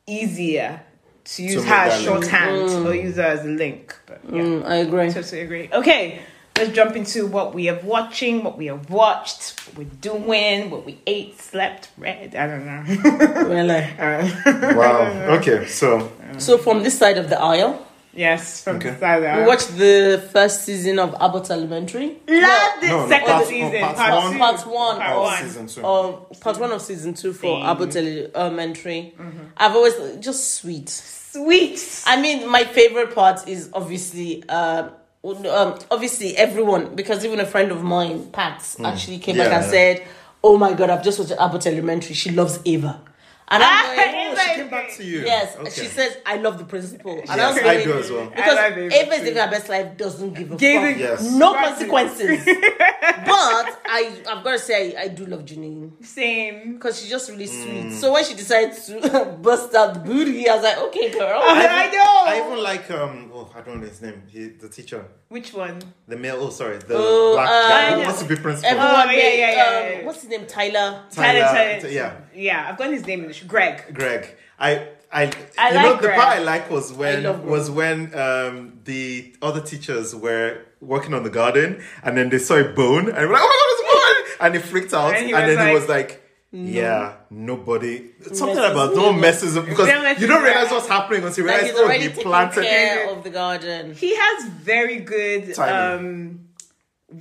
easier to use make her as that link. shorthand or use her as a link. But yeah, Mm, I agree. totally agree. Okay, let's jump into what we have watching, what we have watched, what we're doing, what we ate, slept, read. I don't know. [laughs] Uh, Really. Wow. Okay, so Uh-huh. So from this side of the aisle, yes, from Okay. the side we out. watched the first season of Abbott Elementary. Love this No, no, second part- season, oh, part one. two. Part one Part oh, one. season two. Or part one of season two for Same. Abbott Ele- Elementary. Mm-hmm. I've always just sweet. Sweet. I mean, my favorite part is obviously, um, um, obviously everyone because even a friend of mine, Pat, Mm. actually came back Yeah, and yeah. said, "Oh my God, I've just watched Abbott Elementary. She loves Ava." And I'm going, Ah, Ava "Oh, is she she came back to [laughs] you. Yes, Okay. she says, I love the principal. And Yes, was I like- do as well. Because I love Ava Ava is too. living her best life, doesn't give a Gave fuck. it- Yes. No Right. [laughs] consequences. but I, I've got to say, I do love Janine. Same. Because she's just really sweet. Mm. So when she decides to [laughs] bust out the booty, I was like, okay, girl. Oh, [laughs] I know. I even like um oh I don't know his name. He, the teacher. Which one? The male oh sorry, the Oh, black uh, guy who wants to be principal. Everyone, Oh, yeah, made, yeah, yeah, yeah. um, what's his name? Tyler. Tyler, Tyler, Tyler. uh, yeah. Yeah, I've got his name in the show. Greg. Greg. I I, I you like know the Greg. part I like was when love Greg. was when um the other teachers were working on the garden and then they saw a bone and they were like, Oh my god, it's a bone and they freaked out And and, he was then like, he was like Yeah, nobody. Something Messes about with no him. messes up because Don't mess you don't with realize him. what's happening until you Like, realize he's oh, already he taking planted. care of the garden. He has very good Timing. um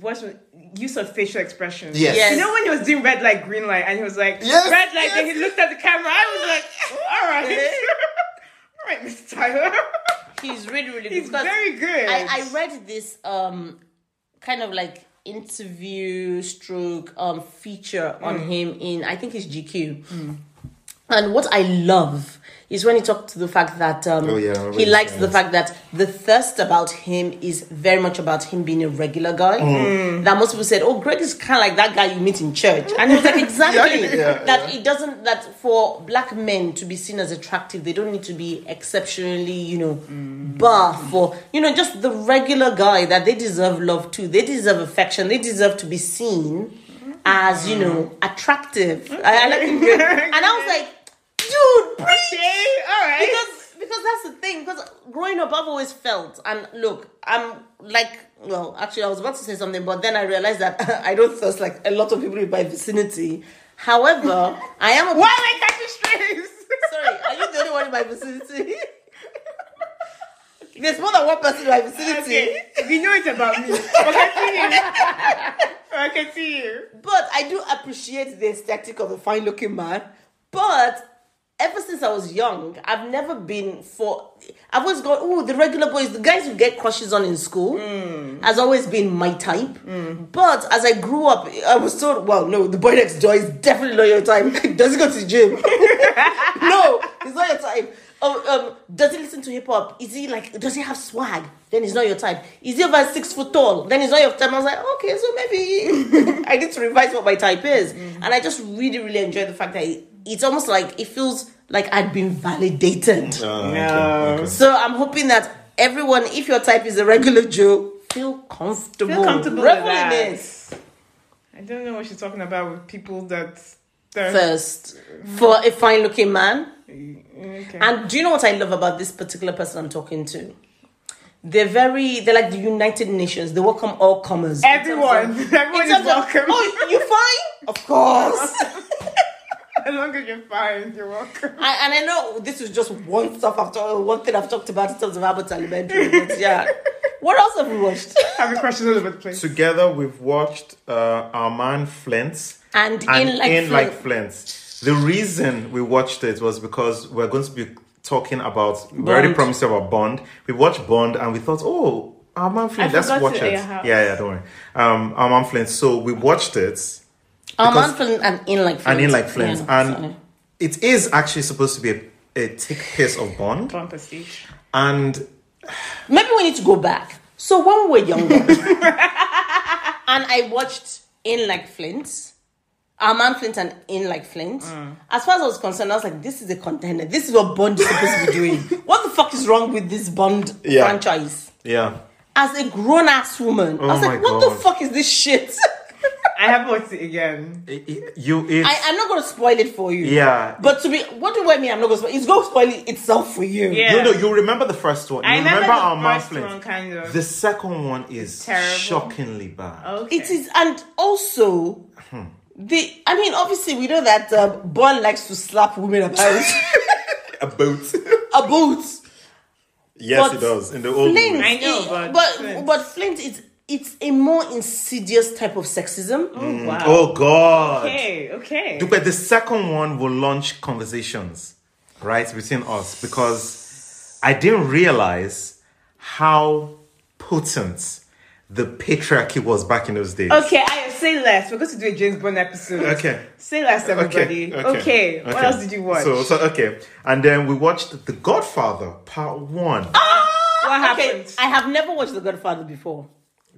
what's use of facial expressions. Yes. Yes. You know when he was doing red light, green light, and he was like Yes, red light, then yes. he looked at the camera. I was like, all right, [laughs] all right, Mr. Tyler. He's really, really good. He's because- very good. I, I read this um kind of like interview stroke um feature on Hmm. him in I think it's GQ. And what I love is when he talked to the fact that um, Oh, yeah, I remember he likes this, the yes. fact that the thirst about him is very much about him being a regular guy. Hmm. That most people said, "Oh, Greg is kind of like that guy you meet in church," and [laughs] he was like, "Exactly." yeah, that it doesn't that for black men to be seen as attractive, they don't need to be exceptionally, you know, buff or you know, just the regular guy that they deserve love too. They deserve affection. They deserve to be seen as you know attractive. I, I like, and I was like, dude, please Okay, all right. because because that's the thing. Because growing up, I've always felt and look, I'm like well, actually, I was about to say something, but then I realized that [laughs] I don't thirst like a lot of people in my vicinity. However, I am a Why am I catching strays? sorry. Are you the only one in my vicinity? [laughs] There's more than one person in my vicinity. [laughs] Okay, we know it about me. But continue. [laughs] But continue. But I do appreciate the aesthetic of a fine looking man. But ever since I was young, I've never been for. I've always gone, oh, the regular boys, the guys who get crushes on in school, has always been my type. But as I grew up, I was told, well, no, the boy next door is definitely not your type. [laughs] Does he go to the gym? no, it's not your type. Um, um, does he listen to hip hop? Is he like, does he have swag? Then he's not your type. Is he over six foot tall? Then he's not your type. I was like, okay, so maybe [laughs] I need to revise what my type is. And I just really, really enjoy the fact that it, it's almost like it feels like I'd been validated. Uh, No. okay, okay. So I'm hoping that everyone, if your type is a regular Joe, feel comfortable. Feel comfortable with Revel in that. it. I don't know what she's talking about with people that. that First, for a fine looking man. okay. And do you know what I love about this particular person I'm talking to? They're very, they're like the United Nations. They welcome all comers. In terms Everyone. [laughs] of- Everyone in is terms of- welcome. oh, you fine? Of course. [laughs] As long as you're fine, you're welcome. [laughs] [laughs] I, and I know this is just one stuff I've talked, one thing I've talked about in terms of Albert Alimentary. [laughs] But yeah. What else have we watched? Having questions all over the place. Together, we've watched uh, our man Flint And, and in like, in Fl- like Flint. The reason we watched it was because we're going to be talking about. We already Bond. promised you about Bond. We watched Bond and we thought, oh, our man Flint, let's forgot watch it at it. your house. Yeah, yeah, don't worry. Um, our man Flint. So we watched it Armand because- Flint and in like Flint. and in like Flint, Yeah, and sorry. it is actually supposed to be a, a thick piece of Bond, Bon prestige. and Maybe we need to go back. So when we were [laughs] younger, and I watched In Like Flint, Our Man Flint and In Like Flint, Mm. as far as I was concerned, I was like, this is a contender. This is what Bond is supposed to [laughs] be doing. What the fuck is wrong with this Bond Yeah. franchise? yeah. As a grown ass woman, I was Oh like, my what the God. fuck is this shit? [laughs] I have watched it again. I- I- you, it's, I, I'm not going to spoil it for you. yeah. But to be, what do I mean? I'm not going to spoil It's going to spoil it itself for you. Yeah. No, no, you remember the first one. You I remember the our man first Flint. one, kind of. The second one is Terrible. shockingly bad. Okay. It is, and also the. I mean, obviously, we know that uh, Bond likes to slap women about [laughs] A boat. [laughs] about. yes, But it does. In the old Flint, movie. I know, but it- but Flint. but Flint is it's a more insidious type of sexism. Oh, wow. Oh God. Okay, okay. But the second one will launch conversations, right, between us because I didn't realize how potent the patriarchy was back in those days. Okay, I say less. We're going to do a James Bond episode. Okay. Say less, everybody. Okay. What okay. else did you watch? So, so okay, and then we watched The Godfather Part One. Ah! what Ah, Okay, happened? I have never watched The Godfather before.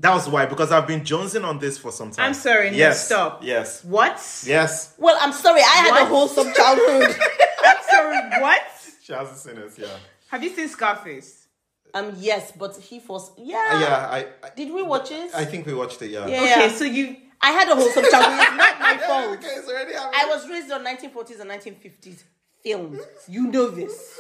That was why, because I've been jonesing on this for some time. I'm sorry, no, Yes. stop. Yes. What? Yes. Well, I'm sorry, I had What? a wholesome [laughs] childhood. I'm sorry, what? She hasn't seen it, yeah. Have you seen Scarface? um, yes, but he forced. Uh, Yeah. Yeah, I, I Did we watch it? I think we watched it, yeah. yeah. Okay, so you. I had a wholesome childhood. It's not my Yeah, fault. okay, it's already happening. I was raised on 1940s and 1950s films. You know this.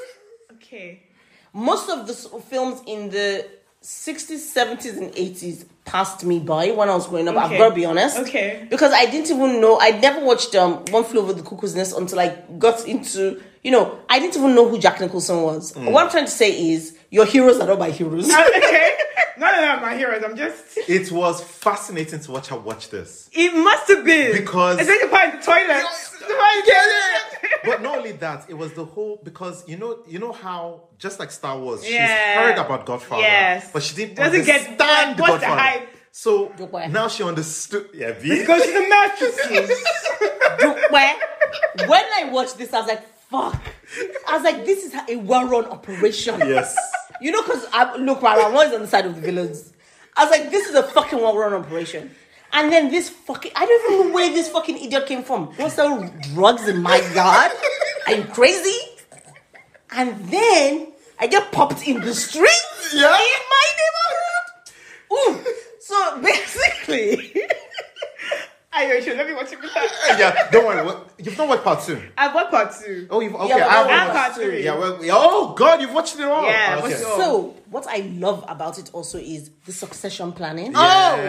Okay. [laughs] Most of the s- films in the 60s, 70s, and 80s passed me by when I was growing up. Okay. I've got to be honest. Okay. Because I didn't even know. I never watched um, One Flew Over the Cuckoo's Nest until I got into. You know, I didn't even know who Jack Nicholson was. What I'm trying to say is, your heroes are not my heroes. Uh, okay. None of them are my heroes. I'm just. It was fascinating to watch her watch this. It must have been. Because- Is that the part in the toilet? The part in the toilet. But not only that, it was the whole because you know you know how just like Star Wars, she's Yeah. heard about Godfather, Yes. but she didn't Doesn't get- understand what's the Godfather. hype? So Dukwe. now she understood. Yeah, B. Because she's a mattresses. [laughs] [laughs] Where, when I watched this, I was like, fuck. I was like, this is a well run operation. Yes. You know, because look, right, I'm always on the side of the villains. I was like, this is a fucking well run operation. And then this fucking, I don't even know where this fucking idiot came from. You want to sell drugs in my yard? Are you crazy? And then I get popped in the street Yeah. in my neighborhood. Ooh. So basically, [laughs] I know, sure. Let me watch it with her. [laughs] yeah, don't worry. What- You've not watched part two. I've got part two. Oh, you've okay. but I haven't I watched watched part three. Yeah, well, yeah, oh God, you've watched it all. Yeah, okay. what's your- Oh. So, what I love about it also is the succession planning. Yes. Oh,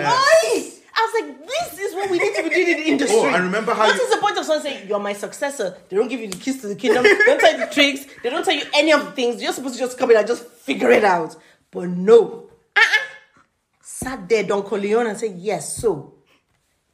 nice! I was like, this is what we need to be doing in the industry. Oh, I remember how What you- is the point of someone saying, You're my successor? They don't give you the keys to the kingdom, they don't tell you the tricks, they don't tell you any of the things. You're supposed to just come in and just figure it out. But no. Uh-uh. Sat there, Don Corleone, and said, Yes, so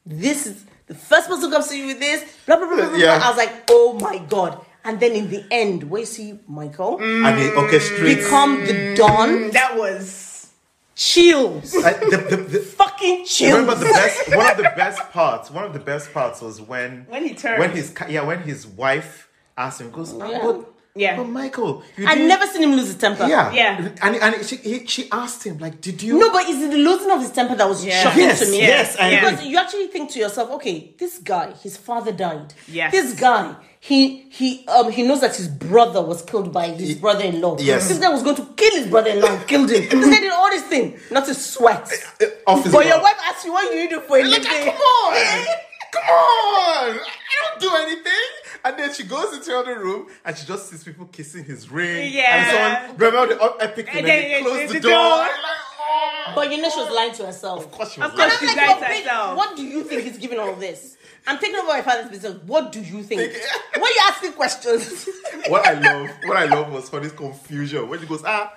this is the first person who comes to you with this, blah, blah, blah, blah, blah. Yeah. I was like, Oh my God. And then in the end, where you see Michael and it orchestrates. become the Don, That was. chills. I- the- the- the- Fucking chills. remember [laughs] the best one of the best parts one of the best parts was when When he turned. when his ca- yeah when his wife asked him goes "Ah, Yeah. but Yeah. but Michael you I've didn't-" never seen him lose his temper. yeah Yeah. and and she he, she asked him like did you No, but it's the losing of his temper that was Yeah. shocking Yes, to me. yes, I Yeah. Because you actually think to yourself, okay, this guy, his father died. Yes. This guy, he he um he knows that his brother was killed by his brother-in-law. yes. This guy was going to kill his brother-in-law [laughs] and killed him. this guy did all this thing, not a sweat. eh, off his But mouth. your wife asks you what you do for a like, living. come on come on I don't do anything and then she goes into the other room and she just sees people kissing his ring Yeah. and someone remember the up- epic And thing and then they it- close it's the, the door, door. Like, oh. [laughs] But you know she was lying to herself. of course she Of was course like, And She's I'm like, lying what, to big- herself. what do you think he's giving all this? I'm taking over my father's business. What do you [laughs] think? Why are you asking questions? what I love, what I love was for this confusion when she goes, ah,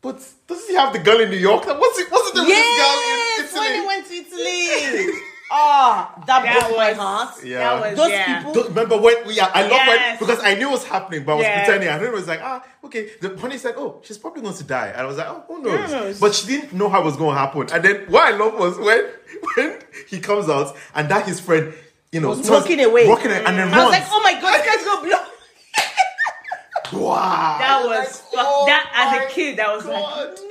but doesn't he have the girl in New York? Like, What's it? What's it? [laughs] yes, Yes, girl in when they Italy? went to Italy. Ah, that, That broke my was- heart. Yeah. That was. Those yeah. people- Don't remember when we are? I love Yes. when because I knew it was happening, but I was Yeah. pretending. And then it was like, ah, okay. The honey said, oh, she's probably going to die, and I was like, oh, who knows? knows? But she didn't know how it was going to happen. And then what I love was when [laughs] when he comes out and that his friend, you know, Was turns- walking away. walking away, and then I runs. was like, oh my god, this guy's gonna [laughs] blow. wow, oh, That was. Like, "Oh fuck- that my as a kid, that was like. God. [laughs]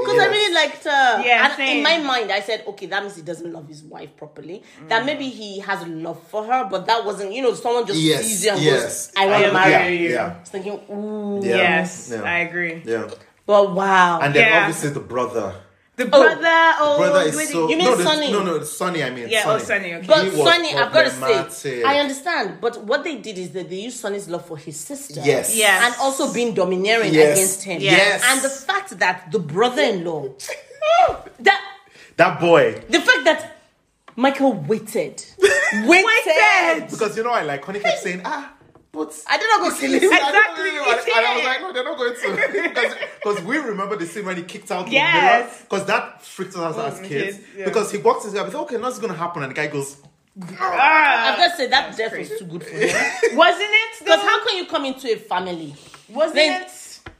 Because I Yes. really liked her. Yeah, and same. in my mind, I said, okay, that means he doesn't love his wife properly. That maybe he has love for her, but that wasn't, you know, someone just Yes, sees you and yes. goes, I want I to marry agree. you. you. yeah. I was thinking, ooh. Yeah. Yes, Yeah. I agree. Yeah. But wow. And then Yeah. obviously the brother. The brother, oh, Brother is with- so You mean no, the- Sonny? No, no, Sonny. I mean, Yeah, oh, Sonny. Sonny, okay. But He was Sonny, I've got to say, problematic. I understand. But what they did is that they used Sonny's love for his sister. Yes. Yes. And also being domineering Yes. against him. Yes. And the fact that the brother in law, that [laughs] that [laughs] boy. the fact that [laughs] Michael waited. Waited. Waited. Because you know, I like Connie kept saying, ah, but [laughs] I did not go kill him. Exactly, And, and I was yeah. like, no, they're not going to. [laughs] Because we remember the scene when he kicked out Yes. Because that freaked us out Oh, as Mm, kids. kids, yeah. Because he walks into the and okay, nothing's going to happen. And the guy goes, Ah, I've got to say that death was too good for him. [laughs] wasn't it? Because though? how can you come into a family? wasn't Then- it?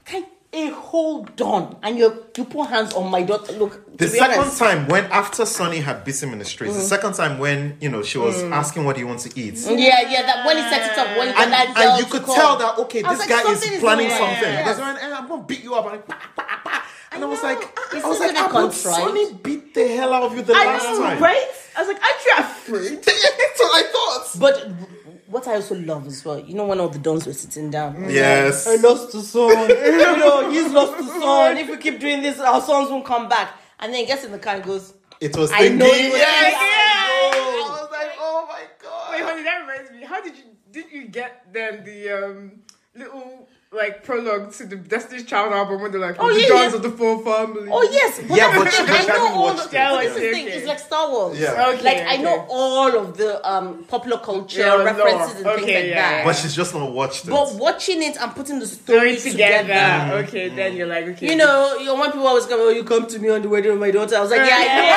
Can a whole don and you you put hands on my daughter? Look, The to be second honest, Mm. time when after Sonny had beat him in the streets, the second time when you know she was asking what he wants to eat, Yeah, yeah, that when he set it up, when he got and, Mm. that girl and you to could call. tell that okay, I was this guy like, is something is planning wrong. something. Yeah. Because when, "Eh, I'm gonna beat you up, and, like, "Pa, pa, pa." and I was know. like, I Isn't was like, it a I would contrived? Sonny beat the hell out of you the I last know, time. right? I was like, I'm afraid. [laughs] That's what I thought. But what I also love as well, you know, when all the dons were sitting down. Yes. I lost the son. you know, he's lost the son. If we keep doing this, our sons won't come back. And then he gets in the car and goes, It was I thinking. know you were yes. thinking. I Yeah. was like, oh my god. Wait, honey, that reminds me. How did you did you get them the um little like prologue to the Destiny's Child album when they're like Oh, the yeah, Dawns yeah. of the Four Families? Oh yes, but Yeah, that- but she- I she know hadn't all watched it. the Yeah, this is okay, the thing. okay. It's like Star Wars. Yeah. Okay, like I know okay. all of the um popular culture Yeah, lore. references and things Okay, like yeah, that. yeah. But she's just not watched it. But watching it and putting the Throw story it together. together. Mm. Okay, then you're like, okay, You know, you know, when people always come, oh, you come to me on the wedding of my daughter. I was like, yeah, I know.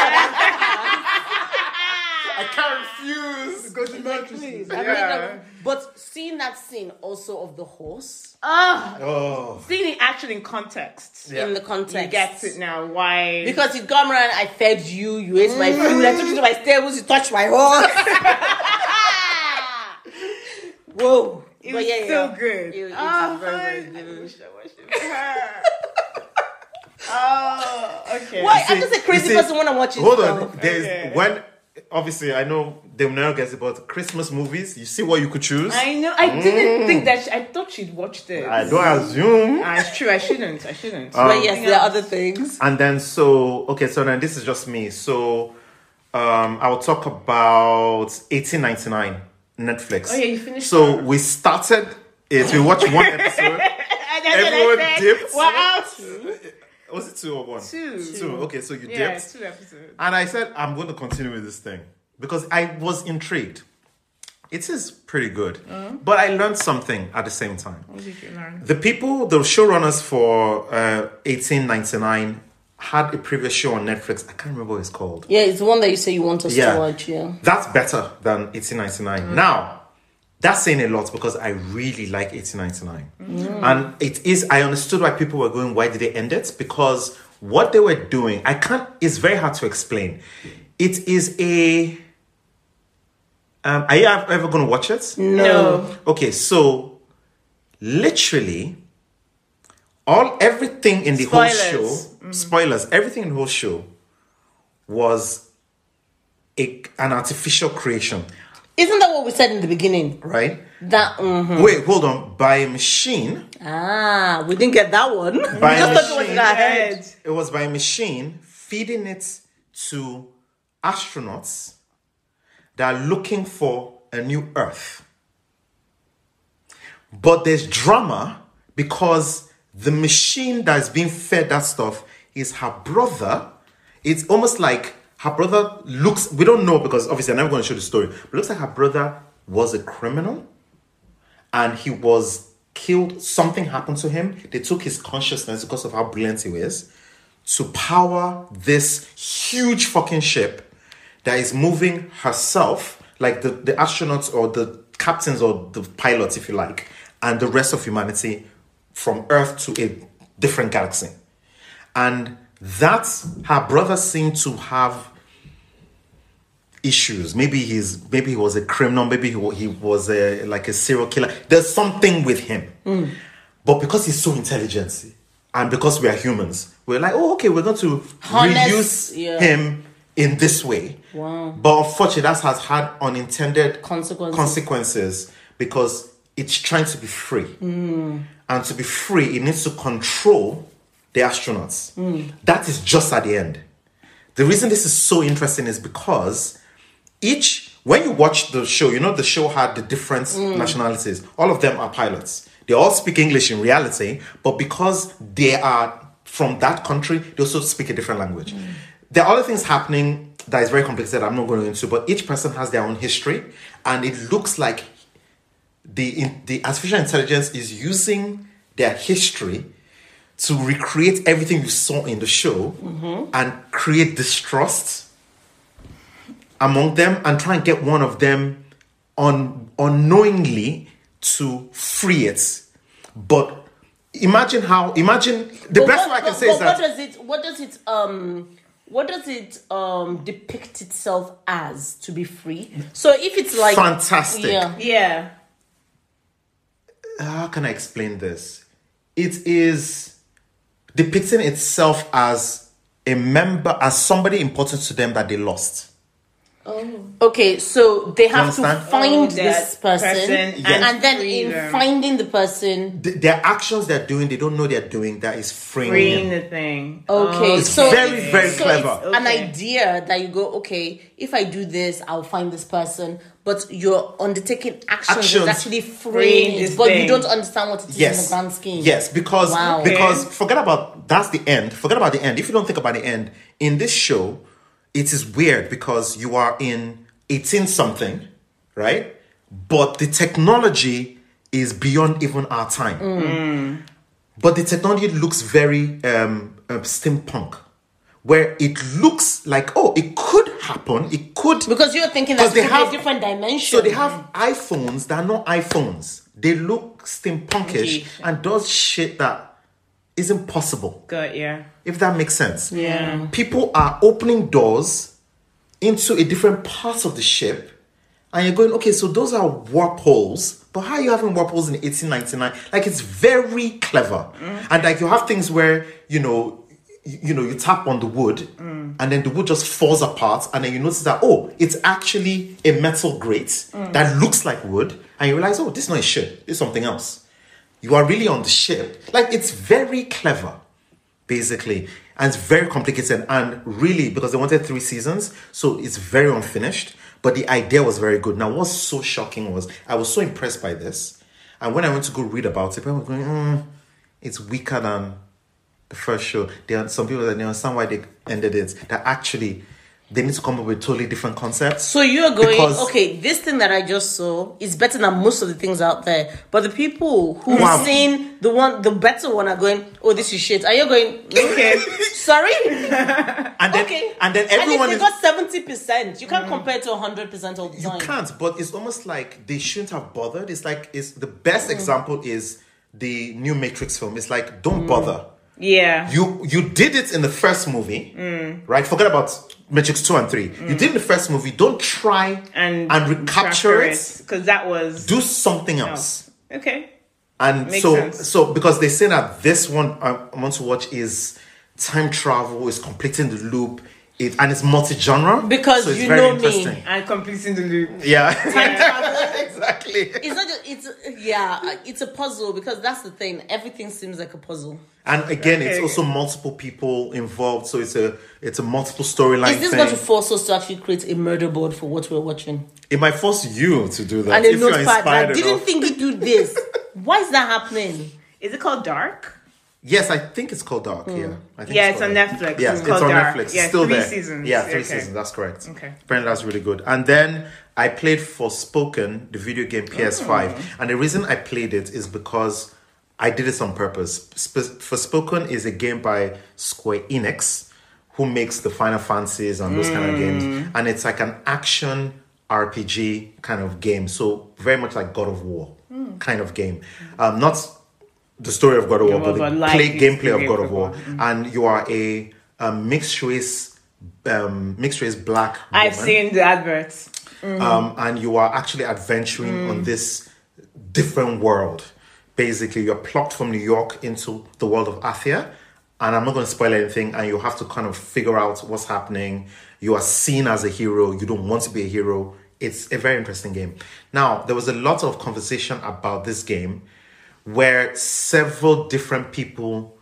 I can't refuse. Go to Please, I mean, Yeah. um, but seeing that scene also of the horse Ah, Oh, seeing it actually in context. Yeah. in the context. You get it now. Why? Because you'd come around, I fed you, you ate my food, Mm. I took you to my stables, you touched my [laughs] horse. [laughs] Whoa. it But was yeah, yeah, so yeah. good. You- it's Ah, very, very I good. wish I [laughs] was with her. oh, okay. Why? see- I'm just a you crazy see- person when I watch it. hold so- on. There's Okay. when obviously I know they will never get it, but Christmas movies, you see what you could choose. I, I know. I didn't think that. She, I thought she'd watched it. don't assume. Ah, it's true. I shouldn't. I shouldn't. um, But yes, there are other things. And then so okay, so then this is just me. So um I'll talk about 1899 Netflix. Oh, yeah, you finished So that. we started it, we watched [laughs] one episode. And that's what I Everyone said. dipped. What else? Was it two or one? Two. Two. Okay, so you Yeah, dipped. two episodes. And I said, I'm going to continue with this thing because I was intrigued. It is pretty good. Mm. But I learned something at the same time. What did you learn? The people, the showrunners for uh, 1899 had a previous show on Netflix. I can't remember what it's called. Yeah, it's the one that you say you want us Yeah. to watch, yeah. That's better than 1899. Now, that's saying a lot because I really like 1899. And it is, I understood why people were going, why did they end it? Because what they were doing, I can't, it's very hard to explain. It is a. Um, are you ev- ever going to watch it? No. Okay, so literally, all everything in the Spoilers. whole show, spoilers, everything in the whole show was a, an artificial creation, Isn't that what we said in the beginning? right? That mhm. Wait, hold on. By a machine, ah, we didn't get that one. [laughs] We By just thought it was machine. in our head. it was by a machine feeding it to astronauts that are looking for a new Earth. But there's drama because the machine that's being fed that stuff is her brother. It's almost like her brother looks, we don't know because obviously I'm never going to show the story, but it looks like her brother was a criminal and he was killed. Something happened to him. They took his consciousness because of how brilliant he was to power this huge fucking ship that is moving herself, like the, the astronauts or the captains or the pilots, if you like, and the rest of humanity from Earth to a different galaxy. And that her brother seemed to have issues. Maybe he's maybe he was a criminal. Maybe he, wa- he was a like a serial killer. There's something with him. Mm. But because he's so intelligent, and because we are humans, we're like, oh, okay, we're going to Harness- reduce yeah. him in this way. Wow. But unfortunately, that has had unintended Consequences. consequences because it's trying to be free. Mm. And to be free, it needs to control the astronauts. Mm. That is just at the end. The reason this is so interesting is because each when you watch the show, you know the show had the different nationalities. All of them are pilots. They all speak English in reality, but because they are from that country, they also speak a different language. There are other things happening that is very complicated. I'm not going into, but each person has their own history, and it looks like the in, the artificial intelligence is using their history to recreate everything you saw in the show Mm-hmm. and create distrust among them and try and get one of them on unknowingly to free it. But imagine how imagine the But best what- way I can but- say is but what that does it what does it um what does it um depict itself as to be free? So if it's like fantastic. Yeah. Yeah. how can I explain this? It is depicting itself as a member, as somebody important to them that they lost. Okay, so they have to understand? find Oh, this that person, person Yes. and and then free them. in finding the person Th- their actions they're doing, they don't know they're doing that is freeing. Reading them. the thing. Oh, Okay, It's so very, very so clever. It's An Okay. idea that you go, okay, if I do this, I'll find this person. But you're undertaking actions, Actions. is actually freeing, Freeing it, this but thing. you don't understand what it is in Yes. the grand scheme. Yes, because Wow. because forget about that's the end. Forget about the end. If you don't think about the end in this show, it is weird because you are in 18 something, right? But the technology is beyond even our time. Mm. Mm. But the technology looks very um, uh, um, steampunk, where it looks like oh it could happen it could Because you're thinking that Because they it's a have- different dimension. so they have iPhones that are not iPhones they look Indeed. steampunkish and does shit that is impossible Got yeah. if that makes sense Yeah. people are opening doors into a different parts of the ship and you're going okay so those are warp holes but how are you having warp holes in 1899 like it's very clever and like you have things where you know y- you know you tap on the wood and then the wood just falls apart and then you notice that oh it's actually a metal grate that looks like wood and you realize oh this is not a ship it's something else you are really on the ship like it's very clever basically. And it's very complicated. And really, because they wanted three seasons, so it's very unfinished. But the idea was very good. Now, what's so shocking was I was so impressed by this. And when I went to go read about it, people were going, mm, it's weaker than the first show. There are some people that they understand why they ended it. That actually, they need to come up with totally different concepts. So you're going, Because- okay, this thing that I just saw is better than most of the things out there. But the people who Wow. are seeing the one, the better one are going, oh, this is shit. Are you going, [laughs] okay, sorry? And then, Okay. and then everyone and is. Mm. if you got 70%, you can't compare to 100% all the You time. can't, but it's almost like they shouldn't have bothered. It's like it's the best Mm. example is the new Matrix film. It's like Mm. don't bother. Yeah. You you did it in the first movie, Mm. right? Forget about Matrix two and three. You did it in the first movie. Don't try and recapture it. because that was Do something Oh. else. okay. And Makes so sense. so because they say that this one I want to watch is time travel, is completing the loop, it and it's multi genre Because you know me. And completing the loop. Yeah, [laughs] Time travel. exactly. It's not just, it's, yeah, it's a puzzle because that's the thing. Everything seems like a puzzle. And again, it's Okay. also multiple people involved, so it's a it's a multiple storyline Is this going to thing. force us to actually create a murder board for what we're watching? it might force you to do that And a if you're notepad. I inspired didn't enough. think you do [laughs] this. Why is that happening? Is it called Dark? yes, I think it's called Dark. Yeah, I think Hmm. Yeah, it's called on Dark. Netflix. Yeah, It's it's, called on Dark. Netflix. It's Yeah, still three there. seasons. Yeah, three Okay. seasons. That's correct. Okay. apparently that's really good. And then I played for Spoken, the video game PS5, Oh. and the reason I played it is because I did this on purpose. Sp- for Spoken is a game by Square Enix, who makes the Final Fantasies and those kind of games, Hmm. and it's like an action RPG kind of game. So very much like God of War Hmm. kind of game, um, not the story of God of War, well, but but the like play it's gameplay the of God of game War, Mm-hmm. and you are a, a mixed race, um, mixed race black. I've woman seen the adverts. um, and you are actually adventuring on this different world. Basically, you're plucked from New York into the world of Athia, and I'm not going to spoil anything. And you have to kind of figure out what's happening. You are seen as a hero. You don't want to be a hero. It's a very interesting game. Now, there was a lot of conversation about this game, where several different people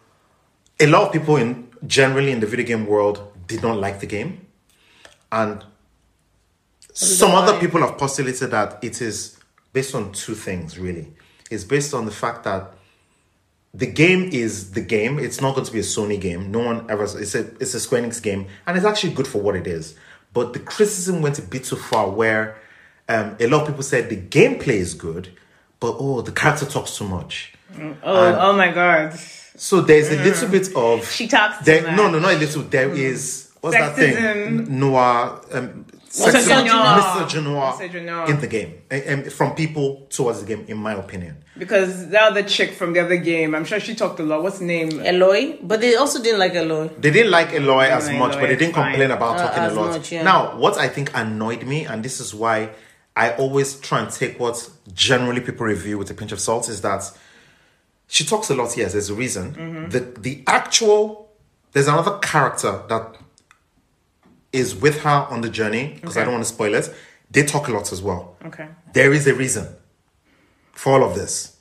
a lot of people in generally in the video game world did not like the game and some other people have postulated that it is based on two things really it's based on the fact that the game is the game it's not going to be a sony game no one ever it's a it's a square enix game and it's actually good for what it is but the criticism went a bit too far where um, a lot of people said the gameplay is good but oh the character talks too much Oh, oh my god. so there's a little bit of She talks too there, no, much. no, not a little. There is what's that Sexism. thing? Noir, um, sexism, Misogynoir. misogynoir Misogynoir. in the game, and, and from people towards the game, in my opinion. Because the other chick from the other game, I'm sure she talked a lot. What's her name? Eloy, but they also didn't like Eloy. They didn't like Eloy as like much, but Eloy, they didn't fine. complain about Uh, talking a as lot. much, yeah. Now, what I think annoyed me, and this is why I always try and take what generally people review with a pinch of salt, is that she talks a lot. Yes, there's a reason. Mm-hmm. The the actual there's another character that is with her on the journey because I Okay. don't want to spoil it. They talk a lot as well. Okay. There is a reason for all of this.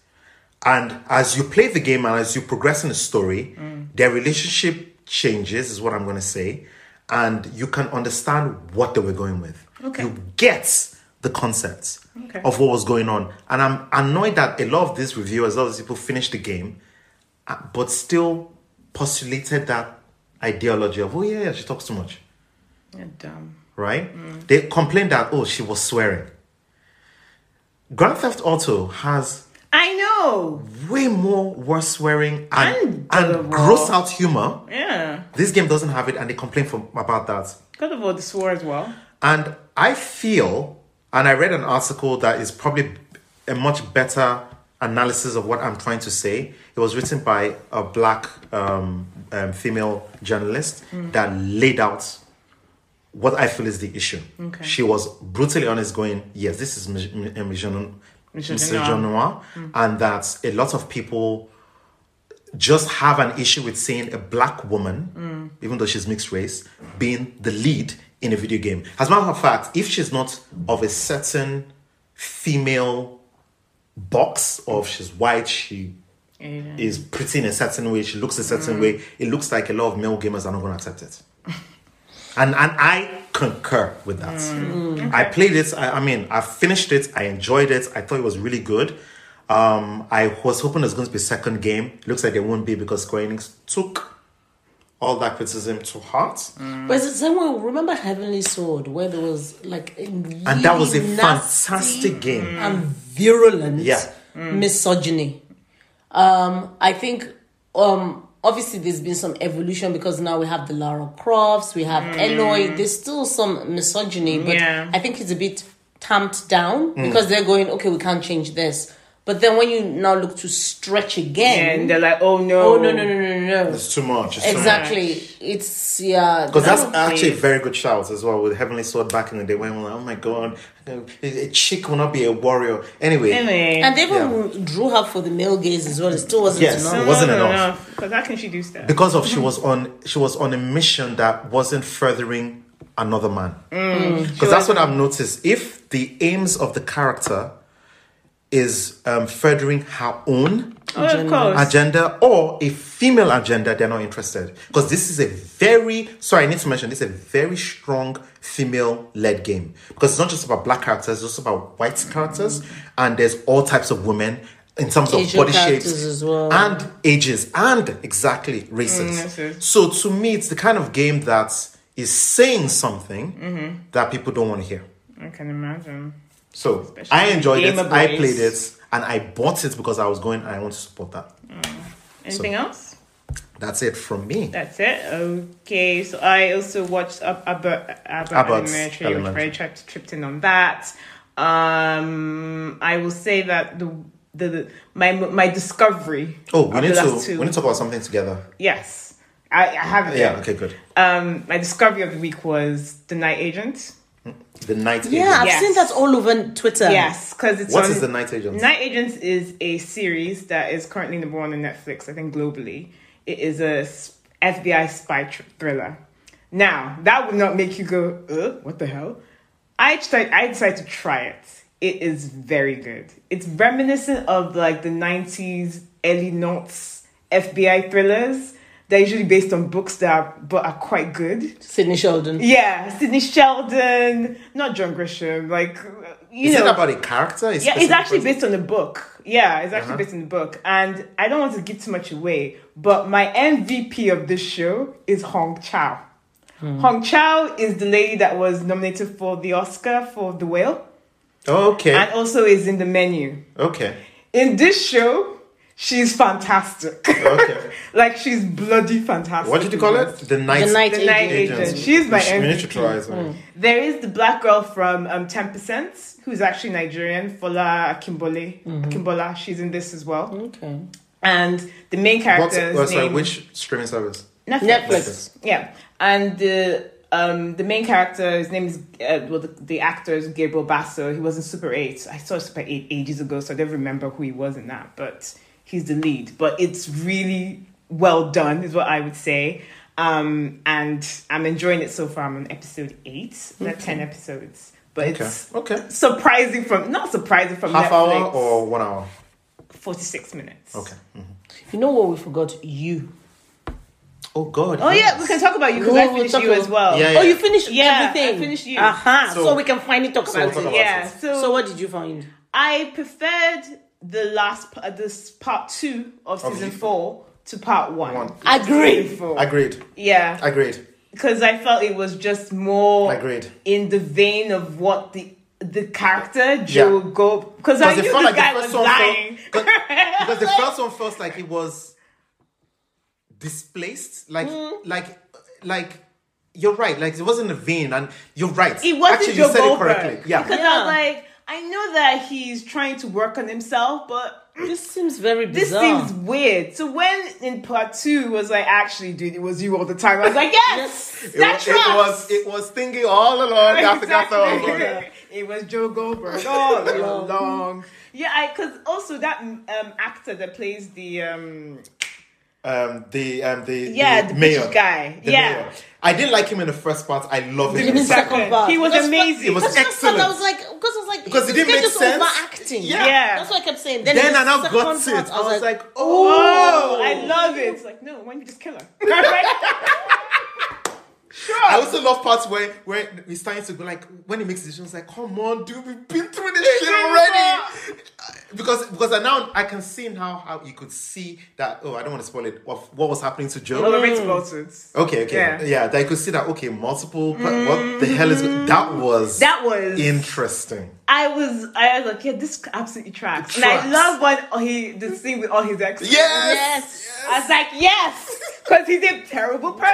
And as you play the game and as you progress in the story, Mm. their relationship changes, is what I'm going to say. And you can understand what they were going with. Okay. You get the concept Okay. of what was going on. And I'm annoyed that a lot of these reviewers, a lot of these people finished the game, uh, but still postulated that ideology of, oh, yeah, yeah, she talks too much Yeah, Dumb. right? They complained that oh, she was swearing. Grand Theft Auto has I know. way more worse swearing and, And and, God of gross War. out humor. Yeah. This game doesn't have it, and they complain from, about that. God of War, the swore as well. And I feel, and I read an article that is probably a much better analysis of what I'm trying to say. It was written by a black um, um, female journalist that laid out what I feel is the issue. Okay. She was brutally honest, going, Yes, this is mis- mi- a misogyn- Misogynoir. misogynoir, and that a lot of people just have an issue with seeing a black woman, even though she's mixed race, being the lead in a video game. As a matter of fact, if she's not of a certain female box, or if she's white, she Yeah. is pretty in a certain way, she looks a certain way, it looks like a lot of male gamers are not going to accept it. [laughs] and and I concur with that. I played it. I, I mean, I finished it. I enjoyed it. I thought it was really good. Um, I was hoping there's going to be a second game. Looks like there won't be because Square Enix took all that criticism to heart. But it's the same way. Remember Heavenly Sword, where there was like a really And that was a nasty fantastic game. and virulent Yeah. Mm. misogyny. Um, I think um, obviously there's been some evolution because now we have the Lara Crofts, we have Eloy. There's still some misogyny, but Mm. Yeah. I think it's a bit tamped down Mm. because they're going, okay, we can't change this. But then when you now look to stretch again, And they're like, oh no. oh no no no no no, no. It's too much. It's too much. Exactly, it's yeah. Because that's That would actually be- a very good shout as well with Heavenly Sword back in the day when we were like, oh my god, a a chick will not be a warrior. Anyway, Anyway. And they even drew her for the male gaze as well. It still wasn't Yes. enough. It wasn't enough. Because how can she do stuff? because of she was on she was on a mission that wasn't furthering another man. Mm. Mm. Because that's what I've noticed. If the aims of the character is um, furthering her own Oh, of course. agenda or a female agenda, they're not interested. Because this is a very, sorry, I need to mention, this is a very strong female led game. Because it's not just about black characters, it's also about white characters. And there's all types of women in terms of Asian body characters shapes as well. and ages and exactly races. races. so to me, it's the kind of game that is saying something Mm-hmm. that people don't want to hear. I can imagine. So I enjoyed it. Gamer I boys. played it. And I bought it because I was going, I want to support that. Anything else? That's it from me. That's it. Okay, so I also watched Ab- Abbott, Abbott, Abbott's Elementary, which Elementary. very tripped, tripped in on that. Um, I will say that the the, the my my discovery. Oh, we of the need to last we need to talk about something together. yes, I, I have it. Yeah. Okay. Good. Um, my discovery of the week was the Night Agent. The night Yeah, agent. I've Yes. seen that all over Twitter. Yes, because it's What on- is the night agent? Night Agents is a series that is currently number one on Netflix, I think globally. It is a s- FBI spy tr- thriller. Now, that would not make you go, uh, what the hell? I tried, I decided to try it. It is very good. It's reminiscent of like the 90s, early noughts FBI thrillers. They're usually based on books that are, but are quite good. Sydney Sheldon. Yeah, Sidney Sheldon, not John Grisham. Like, you Is know. it about a character? A Yeah, it's specific Uh-huh. actually person? based on the book. Yeah, it's actually based on the book. And I don't want to give too much away, but my MVP of this show is Hong Chao. Hmm. Hong Chao is the lady that was nominated for the Oscar for The Whale Okay. and also is in the menu. okay. In this show, she's fantastic. Okay. [laughs] like, she's bloody fantastic. What did you call it? The night. The night The Night agent. Agent. She's my We need to MVP. try as Mm. well. There is the black girl from um, 10%, who's actually Nigerian, Fola Akimbole. Akimbola, she's in this as well. Okay. and the main What? character's Oh, sorry. name Which streaming service? Netflix. Netflix. Yeah, and the um the main character, his name is uh, well the, the actor is Gabriel Basso. He was in Super Eight. I saw Super Eight ages ago, so I don't remember who he was in that. But he's the lead. But it's really well done, is what I would say. Um, and I'm enjoying it so far. I'm on episode eight. There are ten episodes, but Okay. it's Okay. surprising from not surprising from Half Netflix. hour or one hour? forty six minutes. Okay. Hmm. You know what we forgot? You. Oh God. Oh yeah, we can talk about you because I We'll finished talk you about- as well. Yeah, Oh, you finished Yeah, everything. I finished you. Aha. So, So- we can finally talk so about we'll talk it. about yeah. it. So, So what did you find? I preferred the last p- uh, this part two of Of season you. four to part one. One. Agree. Season four. Agreed. Yeah, Agreed. because I felt it was just more Agreed. in the vein of what the the character Joe Yeah. go because I Because knew they the felt like guy the was first one felt- lying. [laughs] 'cause- because the first one felt like it was displaced, like Hmm. like like you're right, like it wasn't a vein, and you're right. It wasn't Actually, Joe you said Goldberg. it correctly. Yeah, Because I Yeah. was like, I know that he's trying to work on himself, but This seems very this bizarre. seems weird. So when in part two was like, actually, dude, it was you all the time. I was [laughs] like, yes, it, that was, it tracks. was it was thinking all along after Exactly. Gata. [laughs] [laughs] It was Joe Goldberg all along. Yeah, I because also that um, actor that plays the um Um, the um the Yeah, the mayor British guy. The Yeah. mayor. I didn't like him in the first part. I love him in in the the second. second part. He was That's amazing. It was That's just what excellent. I was like, because I was like, Because it this didn't guy make just sense. Overacting. Yeah. Yeah. That's what I kept saying. Then in I the now got second it. part, I was like, Oh, oh, I love it. It's like, no, why don't you just kill her? [laughs] Right? I also love parts where where he's starting to go like when he makes decisions like come on dude we've been through this shit already because because I now I can see now how you could see that oh I don't want to spoil it of what was happening to Well, Joe the rates bolted. okay okay Yeah. yeah, that you could see that okay multiple per- what the hell is that was Mm. That was interesting I was I was like, yeah, this absolutely tracks. It And I tracks. love when all he the scene with all his exes. yes Yes. I was like, yes, because he's a terrible person.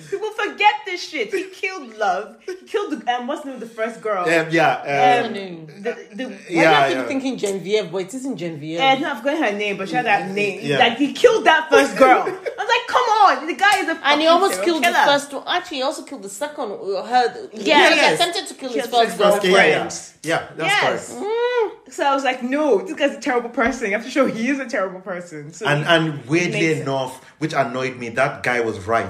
Person. People forget this shit. He killed love. He killed the um, what's the name of the first girl? Um, yeah um, afternoon. The, the, Why do I keep yeah. thinking Genevieve, but it isn't Genevieve. Eh, no, I've got her name, but she had that name. Yeah. Like he killed that first girl. I was like, come on, the guy is a and he fucking almost serial killed the killer. first one. Actually, he also killed the second. uh, Her, yeah, Yes. he attempted to kill his Yes, first his first game, girlfriend. yeah Friends. yeah that's Yes. correct. Mm. So I was like, no, this guy's a terrible person. I have to show he is a terrible person. So and and weirdly Makes sense. enough, which annoyed me, that guy was right.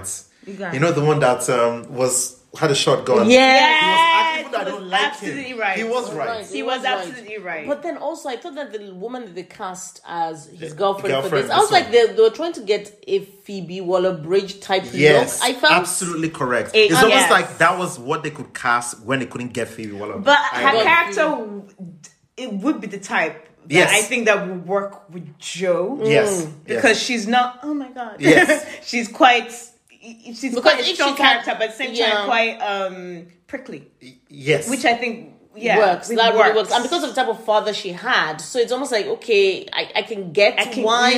Yeah. You know the one that um was had a shotgun. Yes. He was, act- yes, even though I he don't was like absolutely him. right. He was right. Right. He He was was right. absolutely right. But then also, I thought that the woman that they cast as his girlfriend, for girlfriend, this, I was this like, one. they, they were trying to get a Phoebe Waller Bridge type Yes, look. I found absolutely correct. It- it's almost yes. like that was what they could cast when they couldn't get Phoebe Waller. But I her got know. character, w- it would be the type that Yes. I think that would work with Joe. yes, yes. Because she's not, oh my God. Yes. [laughs] she's quite, she's quite a if she strong can- character, but at the same Yeah. time quite um, prickly. yes, Which I think, yeah. works. it That really works, and because of the type of father she had, so it's almost like okay, I, I can get can- why,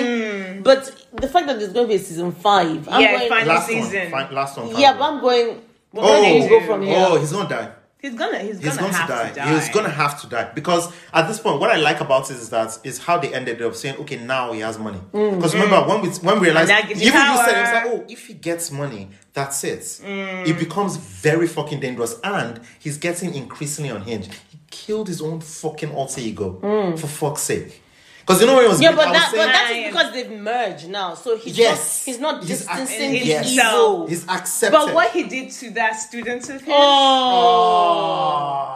but the fact that there's going to be a season five, I'm Yeah, going, final last season. one, fi- last one. yeah, final one. but I'm going. What can where do you you do? go from here? oh, he's gonna die. he's gonna, he's gonna He's going to have die. to die. He's going to have to die because at this point, what I like about it is that is how they ended up saying, okay, now he has money. Because remember when we when we realized Mm. that gives you even you said it power. Mm. was like, oh, if he gets money, that's it. It becomes very fucking dangerous, and he's getting increasingly unhinged. He killed his own fucking alter ego Mm. for fuck's sake. Because you know when it was Yeah, big, I but was that saying- but that's Nice. because they've merged now, so he's Yes. not, he's not He's act- distancing Yes. evil. he's accepted. But what he did to that student of his. oh,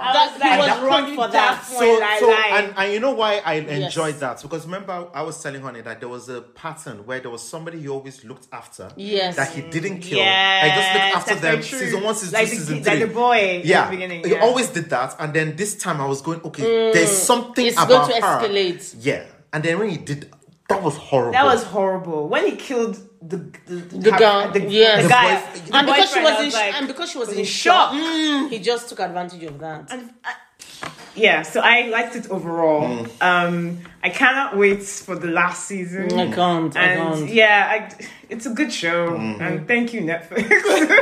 I That- was he like, was that wrong point- for that. point, I lied. and, and you know why I enjoyed that because remember I was telling Honey that there was a pattern where there was somebody he always looked after. Yes. That he didn't kill. Yeah, I just looked after them. Mm. that's very Season true. one, season like two, the, season kid- three. Like the boy. yeah, In the beginning, he yeah. Mm. always did that, and then this time I was going, okay, there's something It's going about to her. escalate. Yeah, and then when he did, that was horrible. That was horrible. When he killed the the, The girl, yes. the The guy, boyf- the and because she boyfriend, I was in sh- like- and because she was was in in shock, mm, shock. he just took advantage of that. and I- yeah. So I liked it overall. Mm. Um, I cannot wait for the last season. Mm. I can't, I And can't. yeah, I, it's a good show. Mm. And thank you Netflix.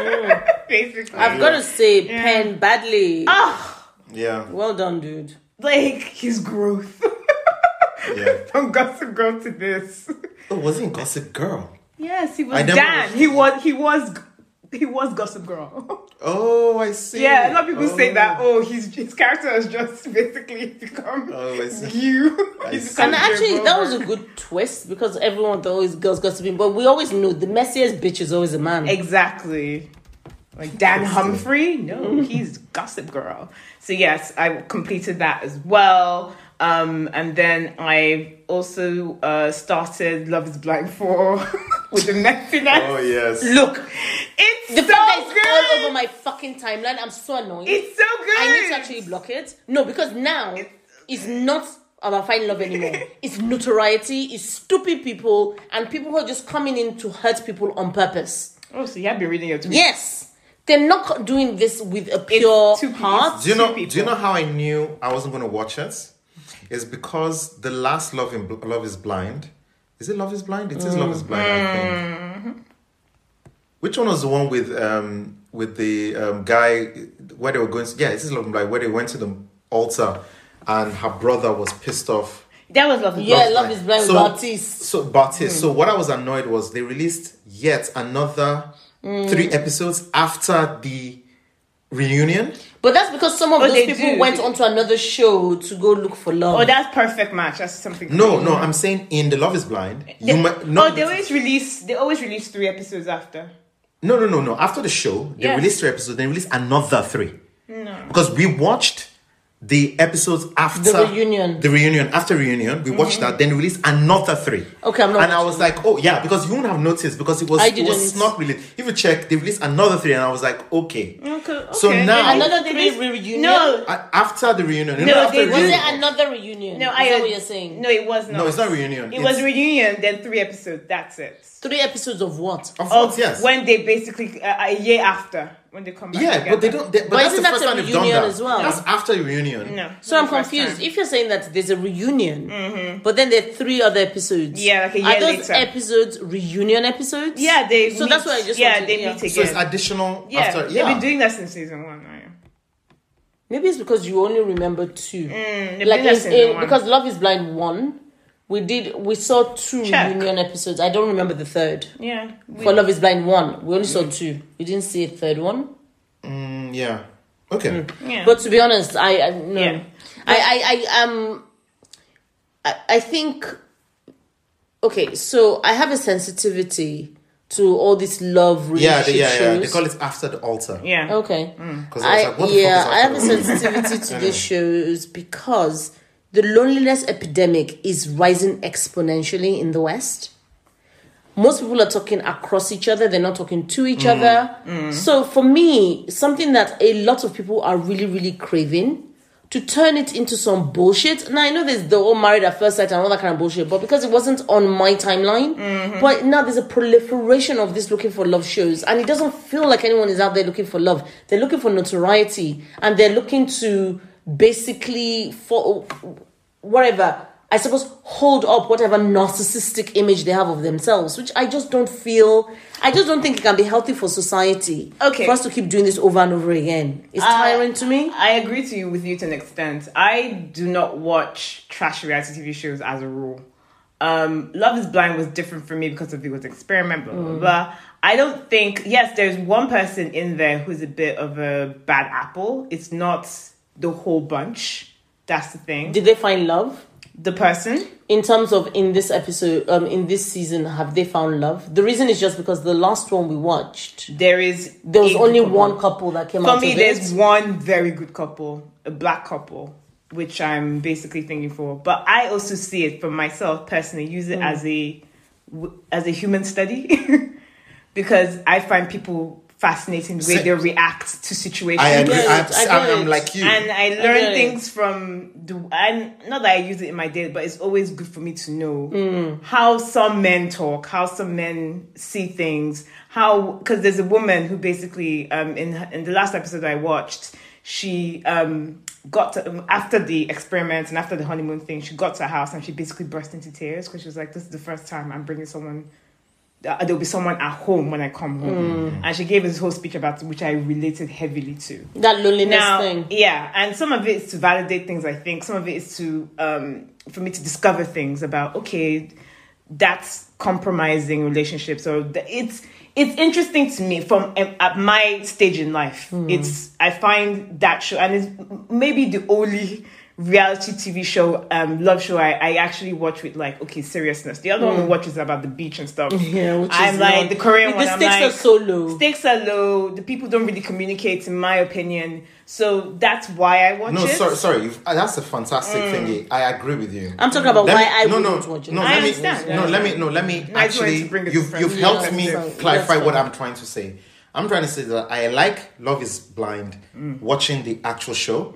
[laughs] Basically, I've got to say, Penn badly. Ah, yeah, Well done, dude. like his growth [laughs] yeah. [laughs] from Gossip Girl to this. Oh, was he in Gossip Girl? Yes, he was I never Dan. watched He was he was he was Gossip [laughs] Girl. Oh, I see. Yeah, a lot of people say Oh. that. Oh, his his character has just [laughs] basically become Oh, I see. you. I He's see. become And actually, Joe that was Goldberg. a good twist because everyone thought always girls gossiping, but we always knew the messiest bitch is always a man. exactly like Dan Humphrey. No, he's Gossip Girl. So yes, I completed that as well. Um, and then I also uh, started Love Is Blind four [laughs] with the messiness. Oh yes. Look, It's the so fact that it's all good. over my fucking timeline, I'm so annoyed. it's so good. I need to actually block it. No, because now it's not about finding love [laughs] anymore. it's notoriety, it's stupid people, and people who are just coming in to hurt people on purpose. Oh, so you have been reading your tweets. Yes. They're not doing this with a pure two heart. Do you Two know? Do you people. know how I knew I wasn't going to watch it? It's because the last Love in Bl- Love is Blind. Is it Love is Blind? It is Love is Blind. I think. Mm-hmm. Which one was the one with um with the um, guy where they were going? To, yeah, it is Love is Blind where they went to the altar and her brother was pissed off. That was lovely. Yeah, Love is Blind with Baptiste. Mm. So Baptiste. So what I was annoyed was they released yet another three Mm. episodes after the reunion. But that's because some of Oh, those they people do. went onto another show to go look for love. Oh, that's perfect match. That's something. No, no, I'm saying in The Love Is Blind. You They- might no, oh, they always release. They always release three episodes after. no, no, no, no. After the show, they Yeah. released three episodes. They released another three. No, because we watched the episodes after The reunion. The reunion after reunion, we watched that. Then released another three. Okay, I'm not And I was like, oh yeah, because you wouldn't have noticed because it was Oh, I it was didn't. not released. If you check, they released another three, and I was like, okay. Okay. So okay. now- Another three released- reunion? No, A- After the reunion, you No, know, after they- the was was reunion, it another reunion? no. Is I. that what you're saying? No, it was not. no, it's not reunion. It was It's- reunion, then three episodes. That's it. Three episodes of what? of Of course, yes. When they basically uh, a year after when they come back. yeah, together. but they don't. They, but, But that's the isn't that first a time they've done reunion that. as well? That's after the reunion. No. So I'm not the first confused. time. Mm-hmm. If you're saying that there's a reunion, but then there are three other episodes. Yeah, like a Are year those later. episodes reunion episodes? Yeah, they. So meet- that's what I just Yeah, wanted- they yeah. meet again. So it's additional yeah, after. they've Yeah. been doing that since season one. Right? Maybe it's because you only remember two. They've like been there it's, since it, because Love is Blind one, we did we saw two Check. reunion episodes. I don't remember the third. yeah, we, For Love is Blind one, we only saw two. We didn't see a third one. Mm, yeah. Okay. yeah. But to be honest, I, I no, Yeah. I, I, I um, I, I think. Okay, so I have a sensitivity to all this love Yeah, relationship they, yeah, yeah. They shows. call it after the altar. yeah, Okay. Mm. 'Cause I was I, like, what the fuck yeah, is I have a after the altar? [laughs] sensitivity to these shows because the loneliness epidemic is rising exponentially in the West. Most people are talking across each other, they're not talking to each other. So, for me, something that a lot of people are really, really craving to turn it into some bullshit. Now, I know there's the whole married at first sight and all that kind of bullshit, but because it wasn't on my timeline, but now there's a proliferation of this looking for love shows, and it doesn't feel like anyone is out there looking for love. They're looking for notoriety, and they're looking to basically for whatever. I suppose hold up whatever narcissistic image they have of themselves, which I just don't feel. I just don't think it can be healthy for society. Okay. for us to keep doing this over and over again, it's tiring to me. I agree to you with you to an extent. I do not watch trash reality TV shows as a rule. Um, Love is Blind was different for me because of it was experiment, blah blah Mm. blah. I don't think yes, there's one person in there who's a bit of a bad apple. It's not the whole bunch. That's the thing. Did they find love? The person. in terms of in this episode um in this season have they found love the reason is just because the last one we watched There is there was a only couple. one couple that came For out me, of there's it one very good couple, a black couple, which I'm basically thinking for. But I also see it for myself personally. Use Hmm. it as a w- as a human study [laughs] because I find people fascinating the way Sa- they react to situations. I agree. get I it, I am get I'm it. like you. And I get learn it. things from the and not that I use it in my day, but it's always good for me to know how some men talk, how some men see things, how because there's a woman who basically um in her- in the last episode I watched, she um got to, um, after the experiment and after the honeymoon thing, she got to her house and she basically burst into tears because she was like, "This is the first time I'm bringing someone." uh, There'll be someone at home when I come home, Mm. and she gave this whole speech about it, which I related heavily to that loneliness now, thing Yeah, and some of it is to validate things. I think some of it is to um, for me to discover things about okay, that's compromising relationships, or th- it's it's interesting to me from um, at my stage in life. Hmm. It's I find that show, and it's m- maybe the only reality TV show, um, love show I, I actually watch with like okay seriousness. The other one we watch is about the beach and stuff. Hmm. [laughs] yeah which I'm is like not- the Korean one. the I'm stakes like, are so low stakes are low. The people don't really communicate, in my opinion. So that's why I watch no, it. sorry, sorry. You've, uh, that's a fantastic Mm. thingy. I agree with you. i'm talking about Let why me- i no, no, wouldn't watch it no, I let me, understand. no, let me, no, let me I just wanted actually, to bring it you've, from- you've Yeah, helped that's me fine. clarify That's what fine. I'm trying to say. I'm trying to say that I like Love is Blind, Mm. watching the actual show.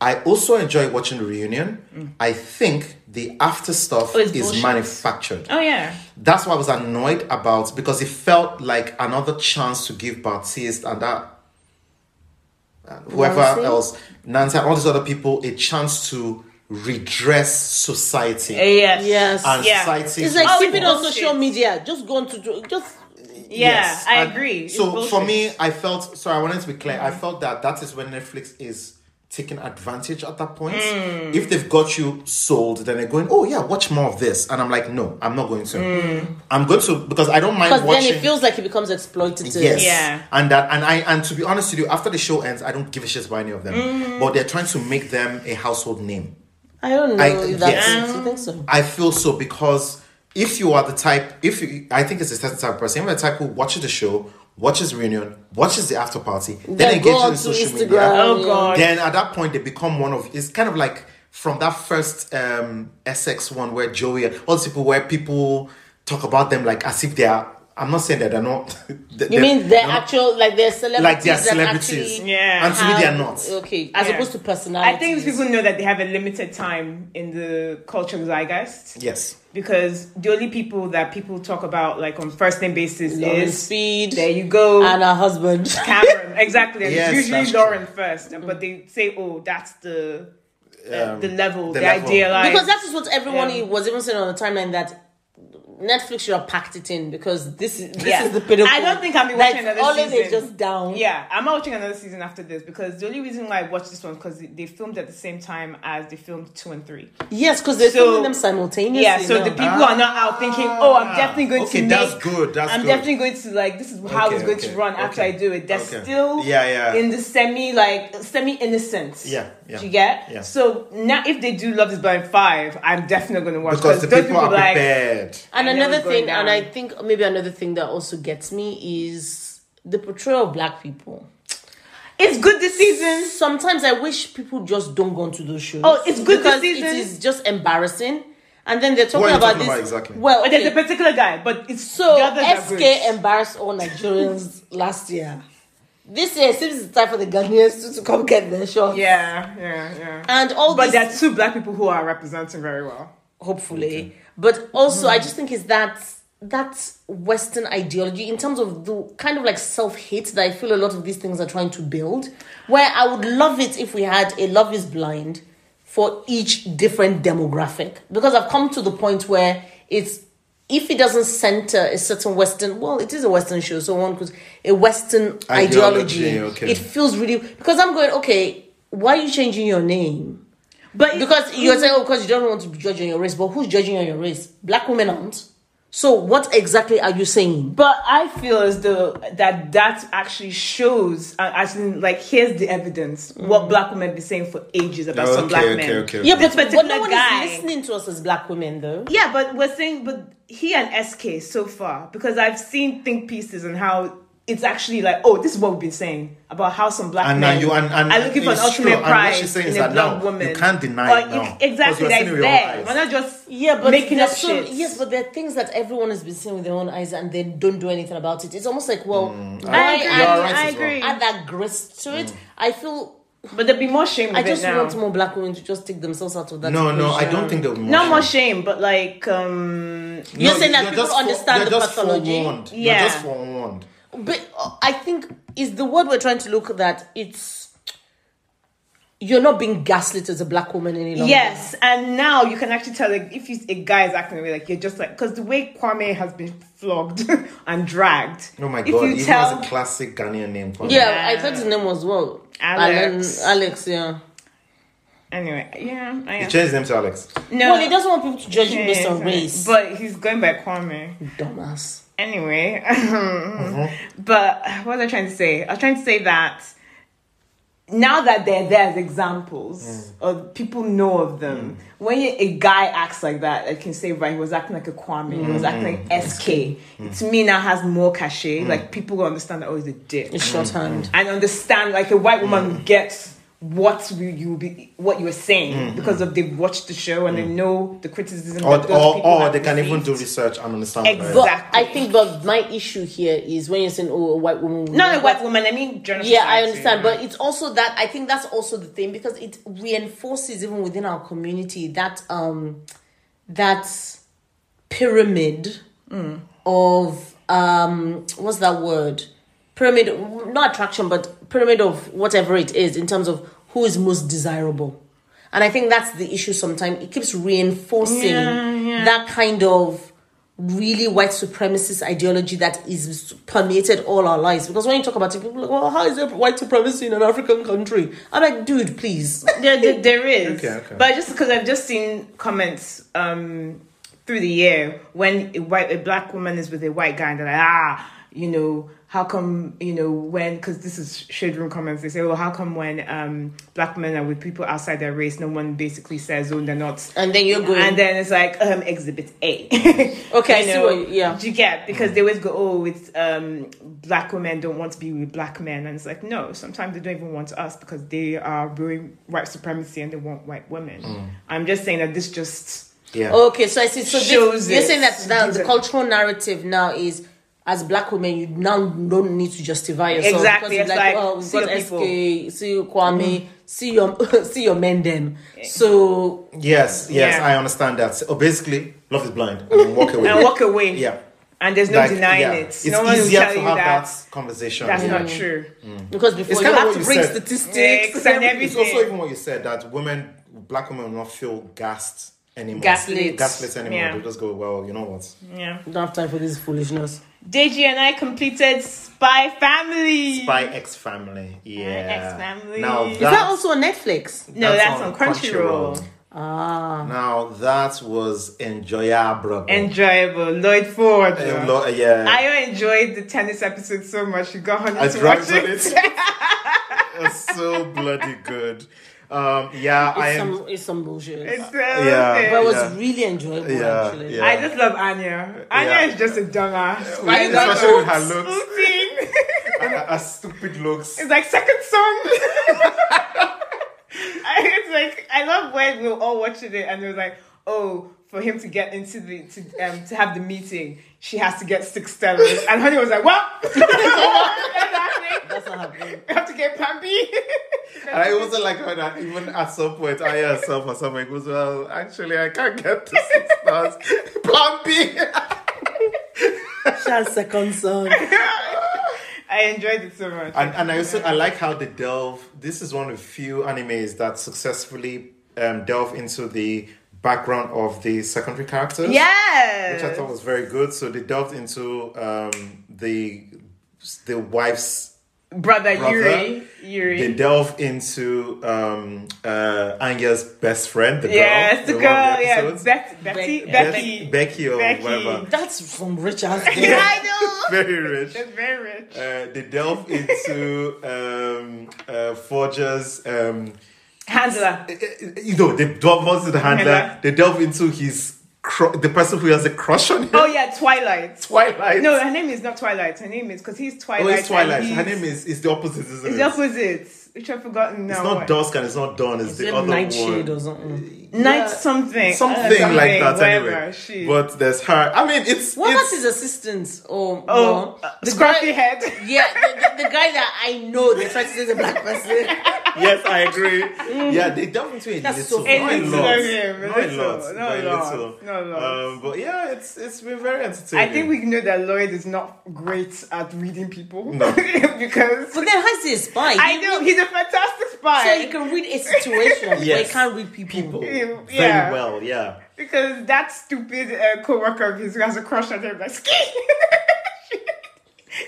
I also enjoy watching the reunion. Mm. I think the after stuff Oh, it's is bullshit. manufactured. Oh yeah. That's what I was annoyed about because it felt like another chance to give Baptiste and that whoever Nancy? else, Nancy, and all these other people, a chance to redress society Yes. Yes. and Yeah. society. It's like Oh, keeping on bullshit. social media. Just go on to just Yeah, I And agree. It's So for bullshit. me, I felt sorry. I wanted to be clear. I felt that that is when Netflix is taking advantage at that point. If they've got you sold, then they're going, "Oh yeah, watch more of this," and I'm like, "No, I'm not going to. I'm going to because I don't mind because then watching." it feels like it becomes exploitative. Yes, Yeah. and that, and I, and to be honest with you, after the show ends, I don't give a shit about any of them. Mm. But they're trying to make them a household name. I don't know I- if that's yes. it. You think so? I feel so because if you are the type, if you, I think it's a certain type of person, if you're the type who watches the show, watches reunion, watches the after party, then, engages in social media, Oh, God. then at that point they become one of. It's kind of like from that first um Essex one where Joey, and all these people where people talk about them like as if they are. I'm not saying that they're not. [laughs] they- You mean they're not- actual like they're celebrities? like they're that celebrities? actually Yeah. and to me they're have- not. Okay, as Yeah. opposed to personality. I think it's people know that they have a limited time in the cultural zeitgeist. Yes. because the only people that people talk about like on first name basis Lauren is Speed there you go and her husband. [laughs] Cameron exactly and Yes, it's usually that's true. Lauren first but they say oh that's the uh, the level Um, the the, level. idealized because that is what everyone Yeah. was even saying on the timeline that Netflix should have packed it in because this is this Yeah. is the pinnacle. I don't think I'll be Like, watching another all of it season. just down. yeah I'm not watching another season after this because the only reason why I watched this one because they filmed at the same time as they filmed two and three Yes, because they're So- filming them simultaneously. yeah so the now. people are not out thinking oh I'm definitely going Ah. Okay, to that's make- good, that's I'm good. definitely going to like this is how Okay, it's going okay, to run after okay, I do it they're okay. still Yeah, yeah. in the semi like semi innocence Yeah, yeah. Do you get Yeah. so now if they do Love Is Blind five I'm definitely going to watch because the those people, are like prepared. And I know another it's going thing, and I down. think maybe another thing that also gets me is the portrayal of black people. it's good this season Sometimes I wish people just don't go into those shows. Oh, it's good because this season. it is just embarrassing. And then they're talking What are you about talking this. about exactly? Well, but oh, there's a okay, particular guy but it's so the others are good. SK embarrassed all Nigerians [laughs] last year. This year it seems it's time for the Ghanaians to, to come get their shots. yeah yeah yeah And all but this there are two black people who are representing very well hopefully. But also, Hmm. I just think is that that Western ideology in terms of the kind of like self hate that I feel a lot of these things are trying to build. Where I would love it if we had a Love Is Blind for each different demographic because I've come to the point where it's. If it doesn't center a certain Western, well, it is a Western show, so one could a Western ideology. Ideology, okay. It feels really because I'm going okay. Why are you changing your name? but Because you're saying, oh, because you don't want to be judged on your race, but who's judging you on your race? Black women aren't. So what exactly are you saying? But I feel as though that that actually shows, uh, as in, like, here's the evidence Mm-hmm. what black women have been saying for ages about Oh, some black men. Yeah, but, but, particular no one guy- is listening to us as black women, though. Yeah, but we're saying, but he and SK so far, because I've seen think pieces and how it's actually like, oh, this is what we've been saying about how some black And now men you and, and are looking for an it's true. ultimate And prize what she's saying in is a that black now woman. you can't deny Or it you- now exactly, because that's you're seeing it with your there. own We're eyes. not just Yeah, but making up there's some- shit. Yes, but there are things that everyone has been saying with their own eyes, and they don't do anything about it. It's almost like, well, I Mm. why agree. You are add, I right as well. agree. add that grace to Mm. it? I feel But there'd be more shame. I with it just now. want more black women to just take themselves out of that. No, no, I equation. don't think they'll be more Not sure. more shame, but like, um, No, You're saying that people just fore- understand you're the just pathology? Forewarned. Yeah. You're just forewarned. But uh, I think is the word we're trying to look that it's you're not being gaslit as a black woman any longer. Yes, and now you can actually tell like, if you, a guy is acting the way like you're just like because the way Kwame has been flogged [laughs] and dragged. Oh my if god, you even tell as a classic Ghanaian name for Yeah, me. I thought his name was well. Alex. Alan, Alex, yeah. anyway, yeah, I am. He changed his name to Alex. no, Well, he doesn't want people to judge him based on Yeah, race. but he's going by Kwame. Dumbass. anyway [laughs] Mm-hmm. but what was i trying to say i was trying to say that now that they're there as Mm. examples or people know of them when you- a guy acts like that i can say right he was acting like a kwame he Mm-hmm. was acting like sk to me now has more Mm. cachet like people will understand that oh he's a dick It's Mm-hmm. shorthand. and understand like a white woman Mm. gets what you, you be what you were saying because of they've watched the show and they know the criticism Mm-hmm. Mm. Or, that those or, people or have they can even received. do research and understand. what it is. Exactly. But I think but my issue here is when you're saying oh a white woman would not a never- white woman i mean general Yeah, I society. understand. But it's also that I think that's also the thing because it reinforces even within our community that um that pyramid of um what's that word? pyramid, not attraction, but pyramid of whatever it is in terms of who is most desirable. And I think that's the issue sometimes. It keeps reinforcing that kind of really white supremacist ideology that is permeated all our lives. Because when you talk about it, people are like, well, how is there white supremacy in an African country? I'm like, dude, please. There, there, there is. Okay, okay. But just because I've just seen comments um, through the year when a white a black woman is with a white guy and they're like, ah, you know, how come, you know, when, because this is shade room comments, they say, well, how come when um, black men are with people outside their race, no one basically says, oh, they're not. [laughs] And then you're going. And then it's like um, exhibit A. [laughs] Okay, I You see know, what you- yeah. Do you get because they always go, oh, it's um, black women don't want to be with black men, and it's like no, sometimes they don't even want us because they are doing white supremacy and they want white women. Mm. I'm just saying that this just Yeah. Okay, so I see. So this- Shows you're it. saying that now the Gives it. cultural narrative now is as black women, you now don't need to justify yourself Exactly, because it's you're like, oh, we've see got your Mm-hmm. SK, see your Kwame, see your [laughs] see your men them. So Yes, yes, Yeah. I understand that. So basically, love is blind. And then walk [laughs] away. and walk away. yeah. and there's no Like, denying yeah. it. It's no one will easier tell to you have that. that, conversation. That's yeah. not true. Mm. because before It's you kinda have what to you bring said. statistics Eggs and It's everything. also even what you said that women, black women, will not feel gassed anymore. Gaslit. Gaslit anymore. Yeah. They just go, well, you know what? yeah. We [laughs] don't have time for this foolishness. Deji and I completed Spy Family. Spy X Family. Yeah. Family. Now Is that, that Is that also on Netflix? No, that's, on, Crunchyroll. Ah, Now that was enjoyable. Enjoyable. Lloyd Ford. Uh, lo- yeah. I enjoyed the tennis episode so much. She got I honey to watch dragged on it. it. it's so bloody good. Um, yeah, I it's am. some it's some bullshit. [laughs] It's so Yeah. good. but it was yeah. really enjoyable Yeah, actually. yeah. I just love Anya. Anya Yeah. is just a dumbass. Like, Like, especially with her oops, looks. oopsing. her, her stupid [laughs] looks. it's like second song. [laughs] I- it's like I love when we were all watching it and it was like, oh, for him to get into the to um to have the meeting, she has to get six stellars. [laughs] And Honey was like, Well That's not happening. We have to get Pampy. And I also like her that even at some point, I herself or something goes, Well, actually, I can't get to six stars. [laughs] Plan B. Shah's second son. [laughs] [laughs] I enjoyed it so much. And, and I also I like how they delve. This is one of the few animes that successfully um, delve into the background of the secondary characters. yes. which I thought was very good. So they delved into um, the the wife's brother, brother. Yuri. Yuri. They delve into um, uh, Anya's best friend, the girl. Yes, the in girl, one of the yeah. episodes. Bet- Betty, Be- Becky. Be- Becky or Becky. whatever. That's some rich ass. Yeah, I know. [laughs] Very rich. That's very rich. Uh, they delve into um, uh, Forger's. Um, Handler. eh, eh, you know, they delve into the handler. Handler. They delve into his cru- the person who has a crush on him. Oh yeah, [laughs] Twilight. Twilight. No, her name is not Twilight. Her name is because he's Twilight. oh, it's and Twilight. he's- Her name is is the opposite, isn't It's it? the opposite, which I've forgotten now. It's not What? dusk and it's not dawn. It's, [laughs] the other Nightshade or one. something. Night Yeah. something. Something, uh, like that, whatever, anyway. She. But there's her. I mean, it's What it's uh, about his assistants? Or oh, or- the scruffy head. [laughs] Yeah, the, the, the guy that I know they try to say the [laughs] black person. yes, I agree. Mm. Yeah, they delve into it. That's little, so not a funny. lot, Yeah, yeah, not a little, lot, not a very lot, little. not a lot. Um, but yeah, it's it's been very entertaining. I think we know that Lloyd is not great at reading people [laughs] No. because [laughs] But then how's he a spy? I know he's a fantastic spy. So you can read a situation, but Yes. you can't read people. people Yeah. very well. Yeah, Because that stupid uh, co-worker of his who has a crush on him, like, [laughs] ski!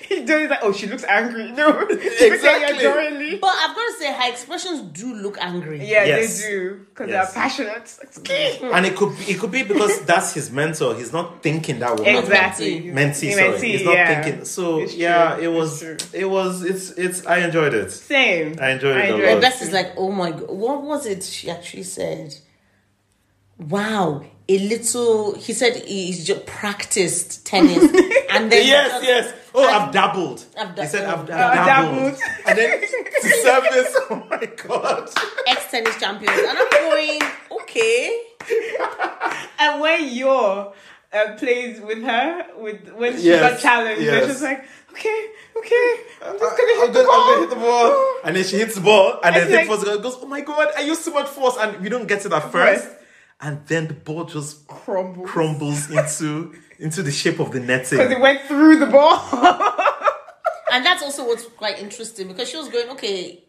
He's doing like, oh, she looks angry. [laughs] No, she looks at you Exactly. adoringly. But I've got to say, her expressions do look angry. Yeah, Yes. they do. Because Yes. they're passionate. Ski! and it could be, it could be because that's his mentor. He's not thinking that way. Exactly. Mentee, sorry, he's not yeah. thinking. So It's true, yeah, it it's was true. it was it's it's. I enjoyed it. Same. I enjoyed it a enjoyed lot. And Bess is like, oh my god, what was it she actually said? Wow, a little. He said he's just [laughs] practiced tennis, and then Yes, yes. Oh, I've dabbled. I've He said, I've, I've dabbled. I've dabbled. dabbled. And then to serve this, [laughs] oh my god. ex tennis champions, and I'm going, okay. And when Yor uh, plays with her, with when she Yes, got challenged, yes. they're just like, okay, okay, I'm just gonna I'm hit the gonna- I'm gonna ball. hit [laughs] the ball. And then she hits the ball, and then It's the like- first girl goes, oh my god, I used so much force, and we don't get it at first. Right. And then the ball just Crumbles. [laughs] crumbles into into the shape of the Because it netting. went through the ball. [laughs] and that's also what's quite interesting because she was going, okay,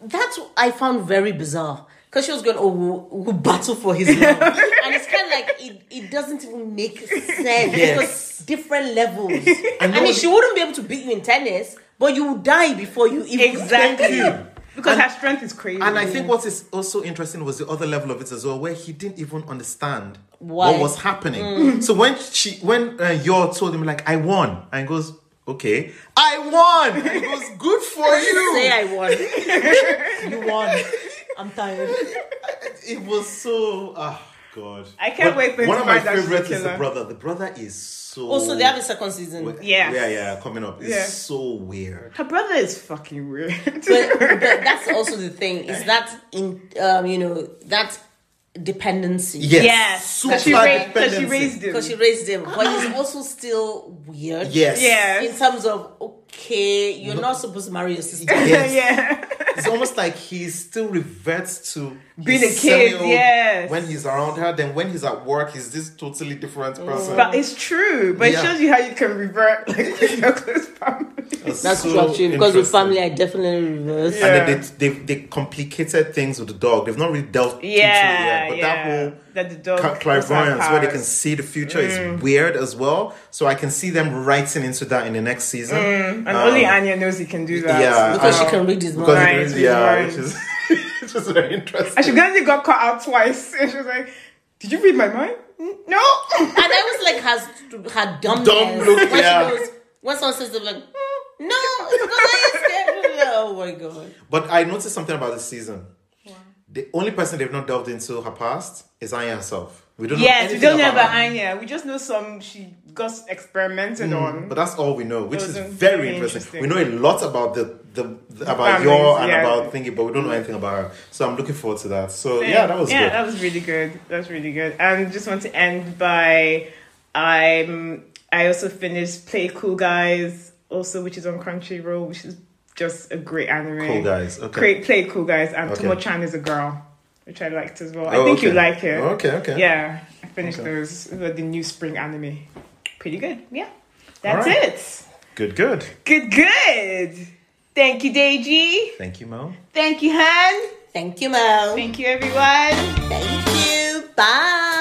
that's what I found very bizarre because she was going, oh, we'll, we'll battle for his [laughs] love, and it's kind of like it, it doesn't even make sense because different levels. [laughs] I mean, she wouldn't be able to beat you in tennis, but you will die before you even Exactly. [laughs] you. Because And- her strength is crazy. And I think what is also interesting was the other level of it as well, where he didn't even understand Why? what was happening. Mm. [laughs] So when she, when uh, Yor told him like, "I won," and he goes, "Okay, I won," and he goes, [laughs] "Good for Say you." I won. [laughs] you won. I'm tired. It was so. Ah, God. I can't But wait for him One to of my find out she's a favorites is the killer. brother. The brother is so. Oh, so they have a second season. But, Yes. Yeah, yeah, coming up. It's Yeah. so weird. her brother is fucking weird. [laughs] but that's also the thing is that in um you know that dependency. Yes. yes. Super Because she, raised, because she dependency. raised him. Because she raised him, but he's also still weird. Yes. Yeah. In terms of okay, you're not supposed to marry your sister. [laughs] Yes. yeah. it's almost like he still reverts to Being his a kid, Samuel yes. When he's around her, then when he's at work, he's this totally different person. Mm. But it's true. But Yeah. it shows you how you can revert like [laughs] with your close family. That's true actually, because with family, I definitely reverse. Yeah. And then they, they they complicated things with the dog. They've not really delved Yeah, into it yet. But yeah. that whole that the dog cla- clairvoyance where they can see the future Mm. is weird as well. So I can see them writing into that in the next season. Mm. And only Anya knows he can do that. um, yeah. Because Um, she can read his Because mind. Right, it is- it's yeah, right. which is [laughs] it's just very interesting. And she Gandhi got caught out twice. [laughs] And she was like, Did you read my mind? "Mm, No. And I was like, has her dumb, Dumb look, when she yeah. goes- when someone says something like, "Mm, no, it's because I scared. of you." Oh my god. But I noticed something about this season. The only person they've not delved into her past is Anya herself. We don't [laughs] know yes, we anything don't know about about her. Mm. Anya. We just know some she got experimented on. But that's all we know, which Those is are very very interesting. interesting. We know a lot about the, the, the- about families, your and yeah. about Thingy, but we don't know anything about her. So I'm looking forward to that. So yeah, that was yeah, good. that was really good. That was really good. And just want to end by I'm I also finished Play Cool Guys, also which is on Crunchyroll, which is just a great anime. cool guys. Okay. Great Play Cool Guys, and Okay. Tomo Chan is a girl, which I liked as well. Oh, I think you okay. like it. Okay, okay. Yeah, I finished Okay. those. Those were the new spring anime. Pretty good. Yeah, that's Alright. it. Good, good. Good, good. Thank you, Deji. Thank you, Mo. Thank you, Han. Thank you, Mel. Thank you, everyone. Thank you. Bye.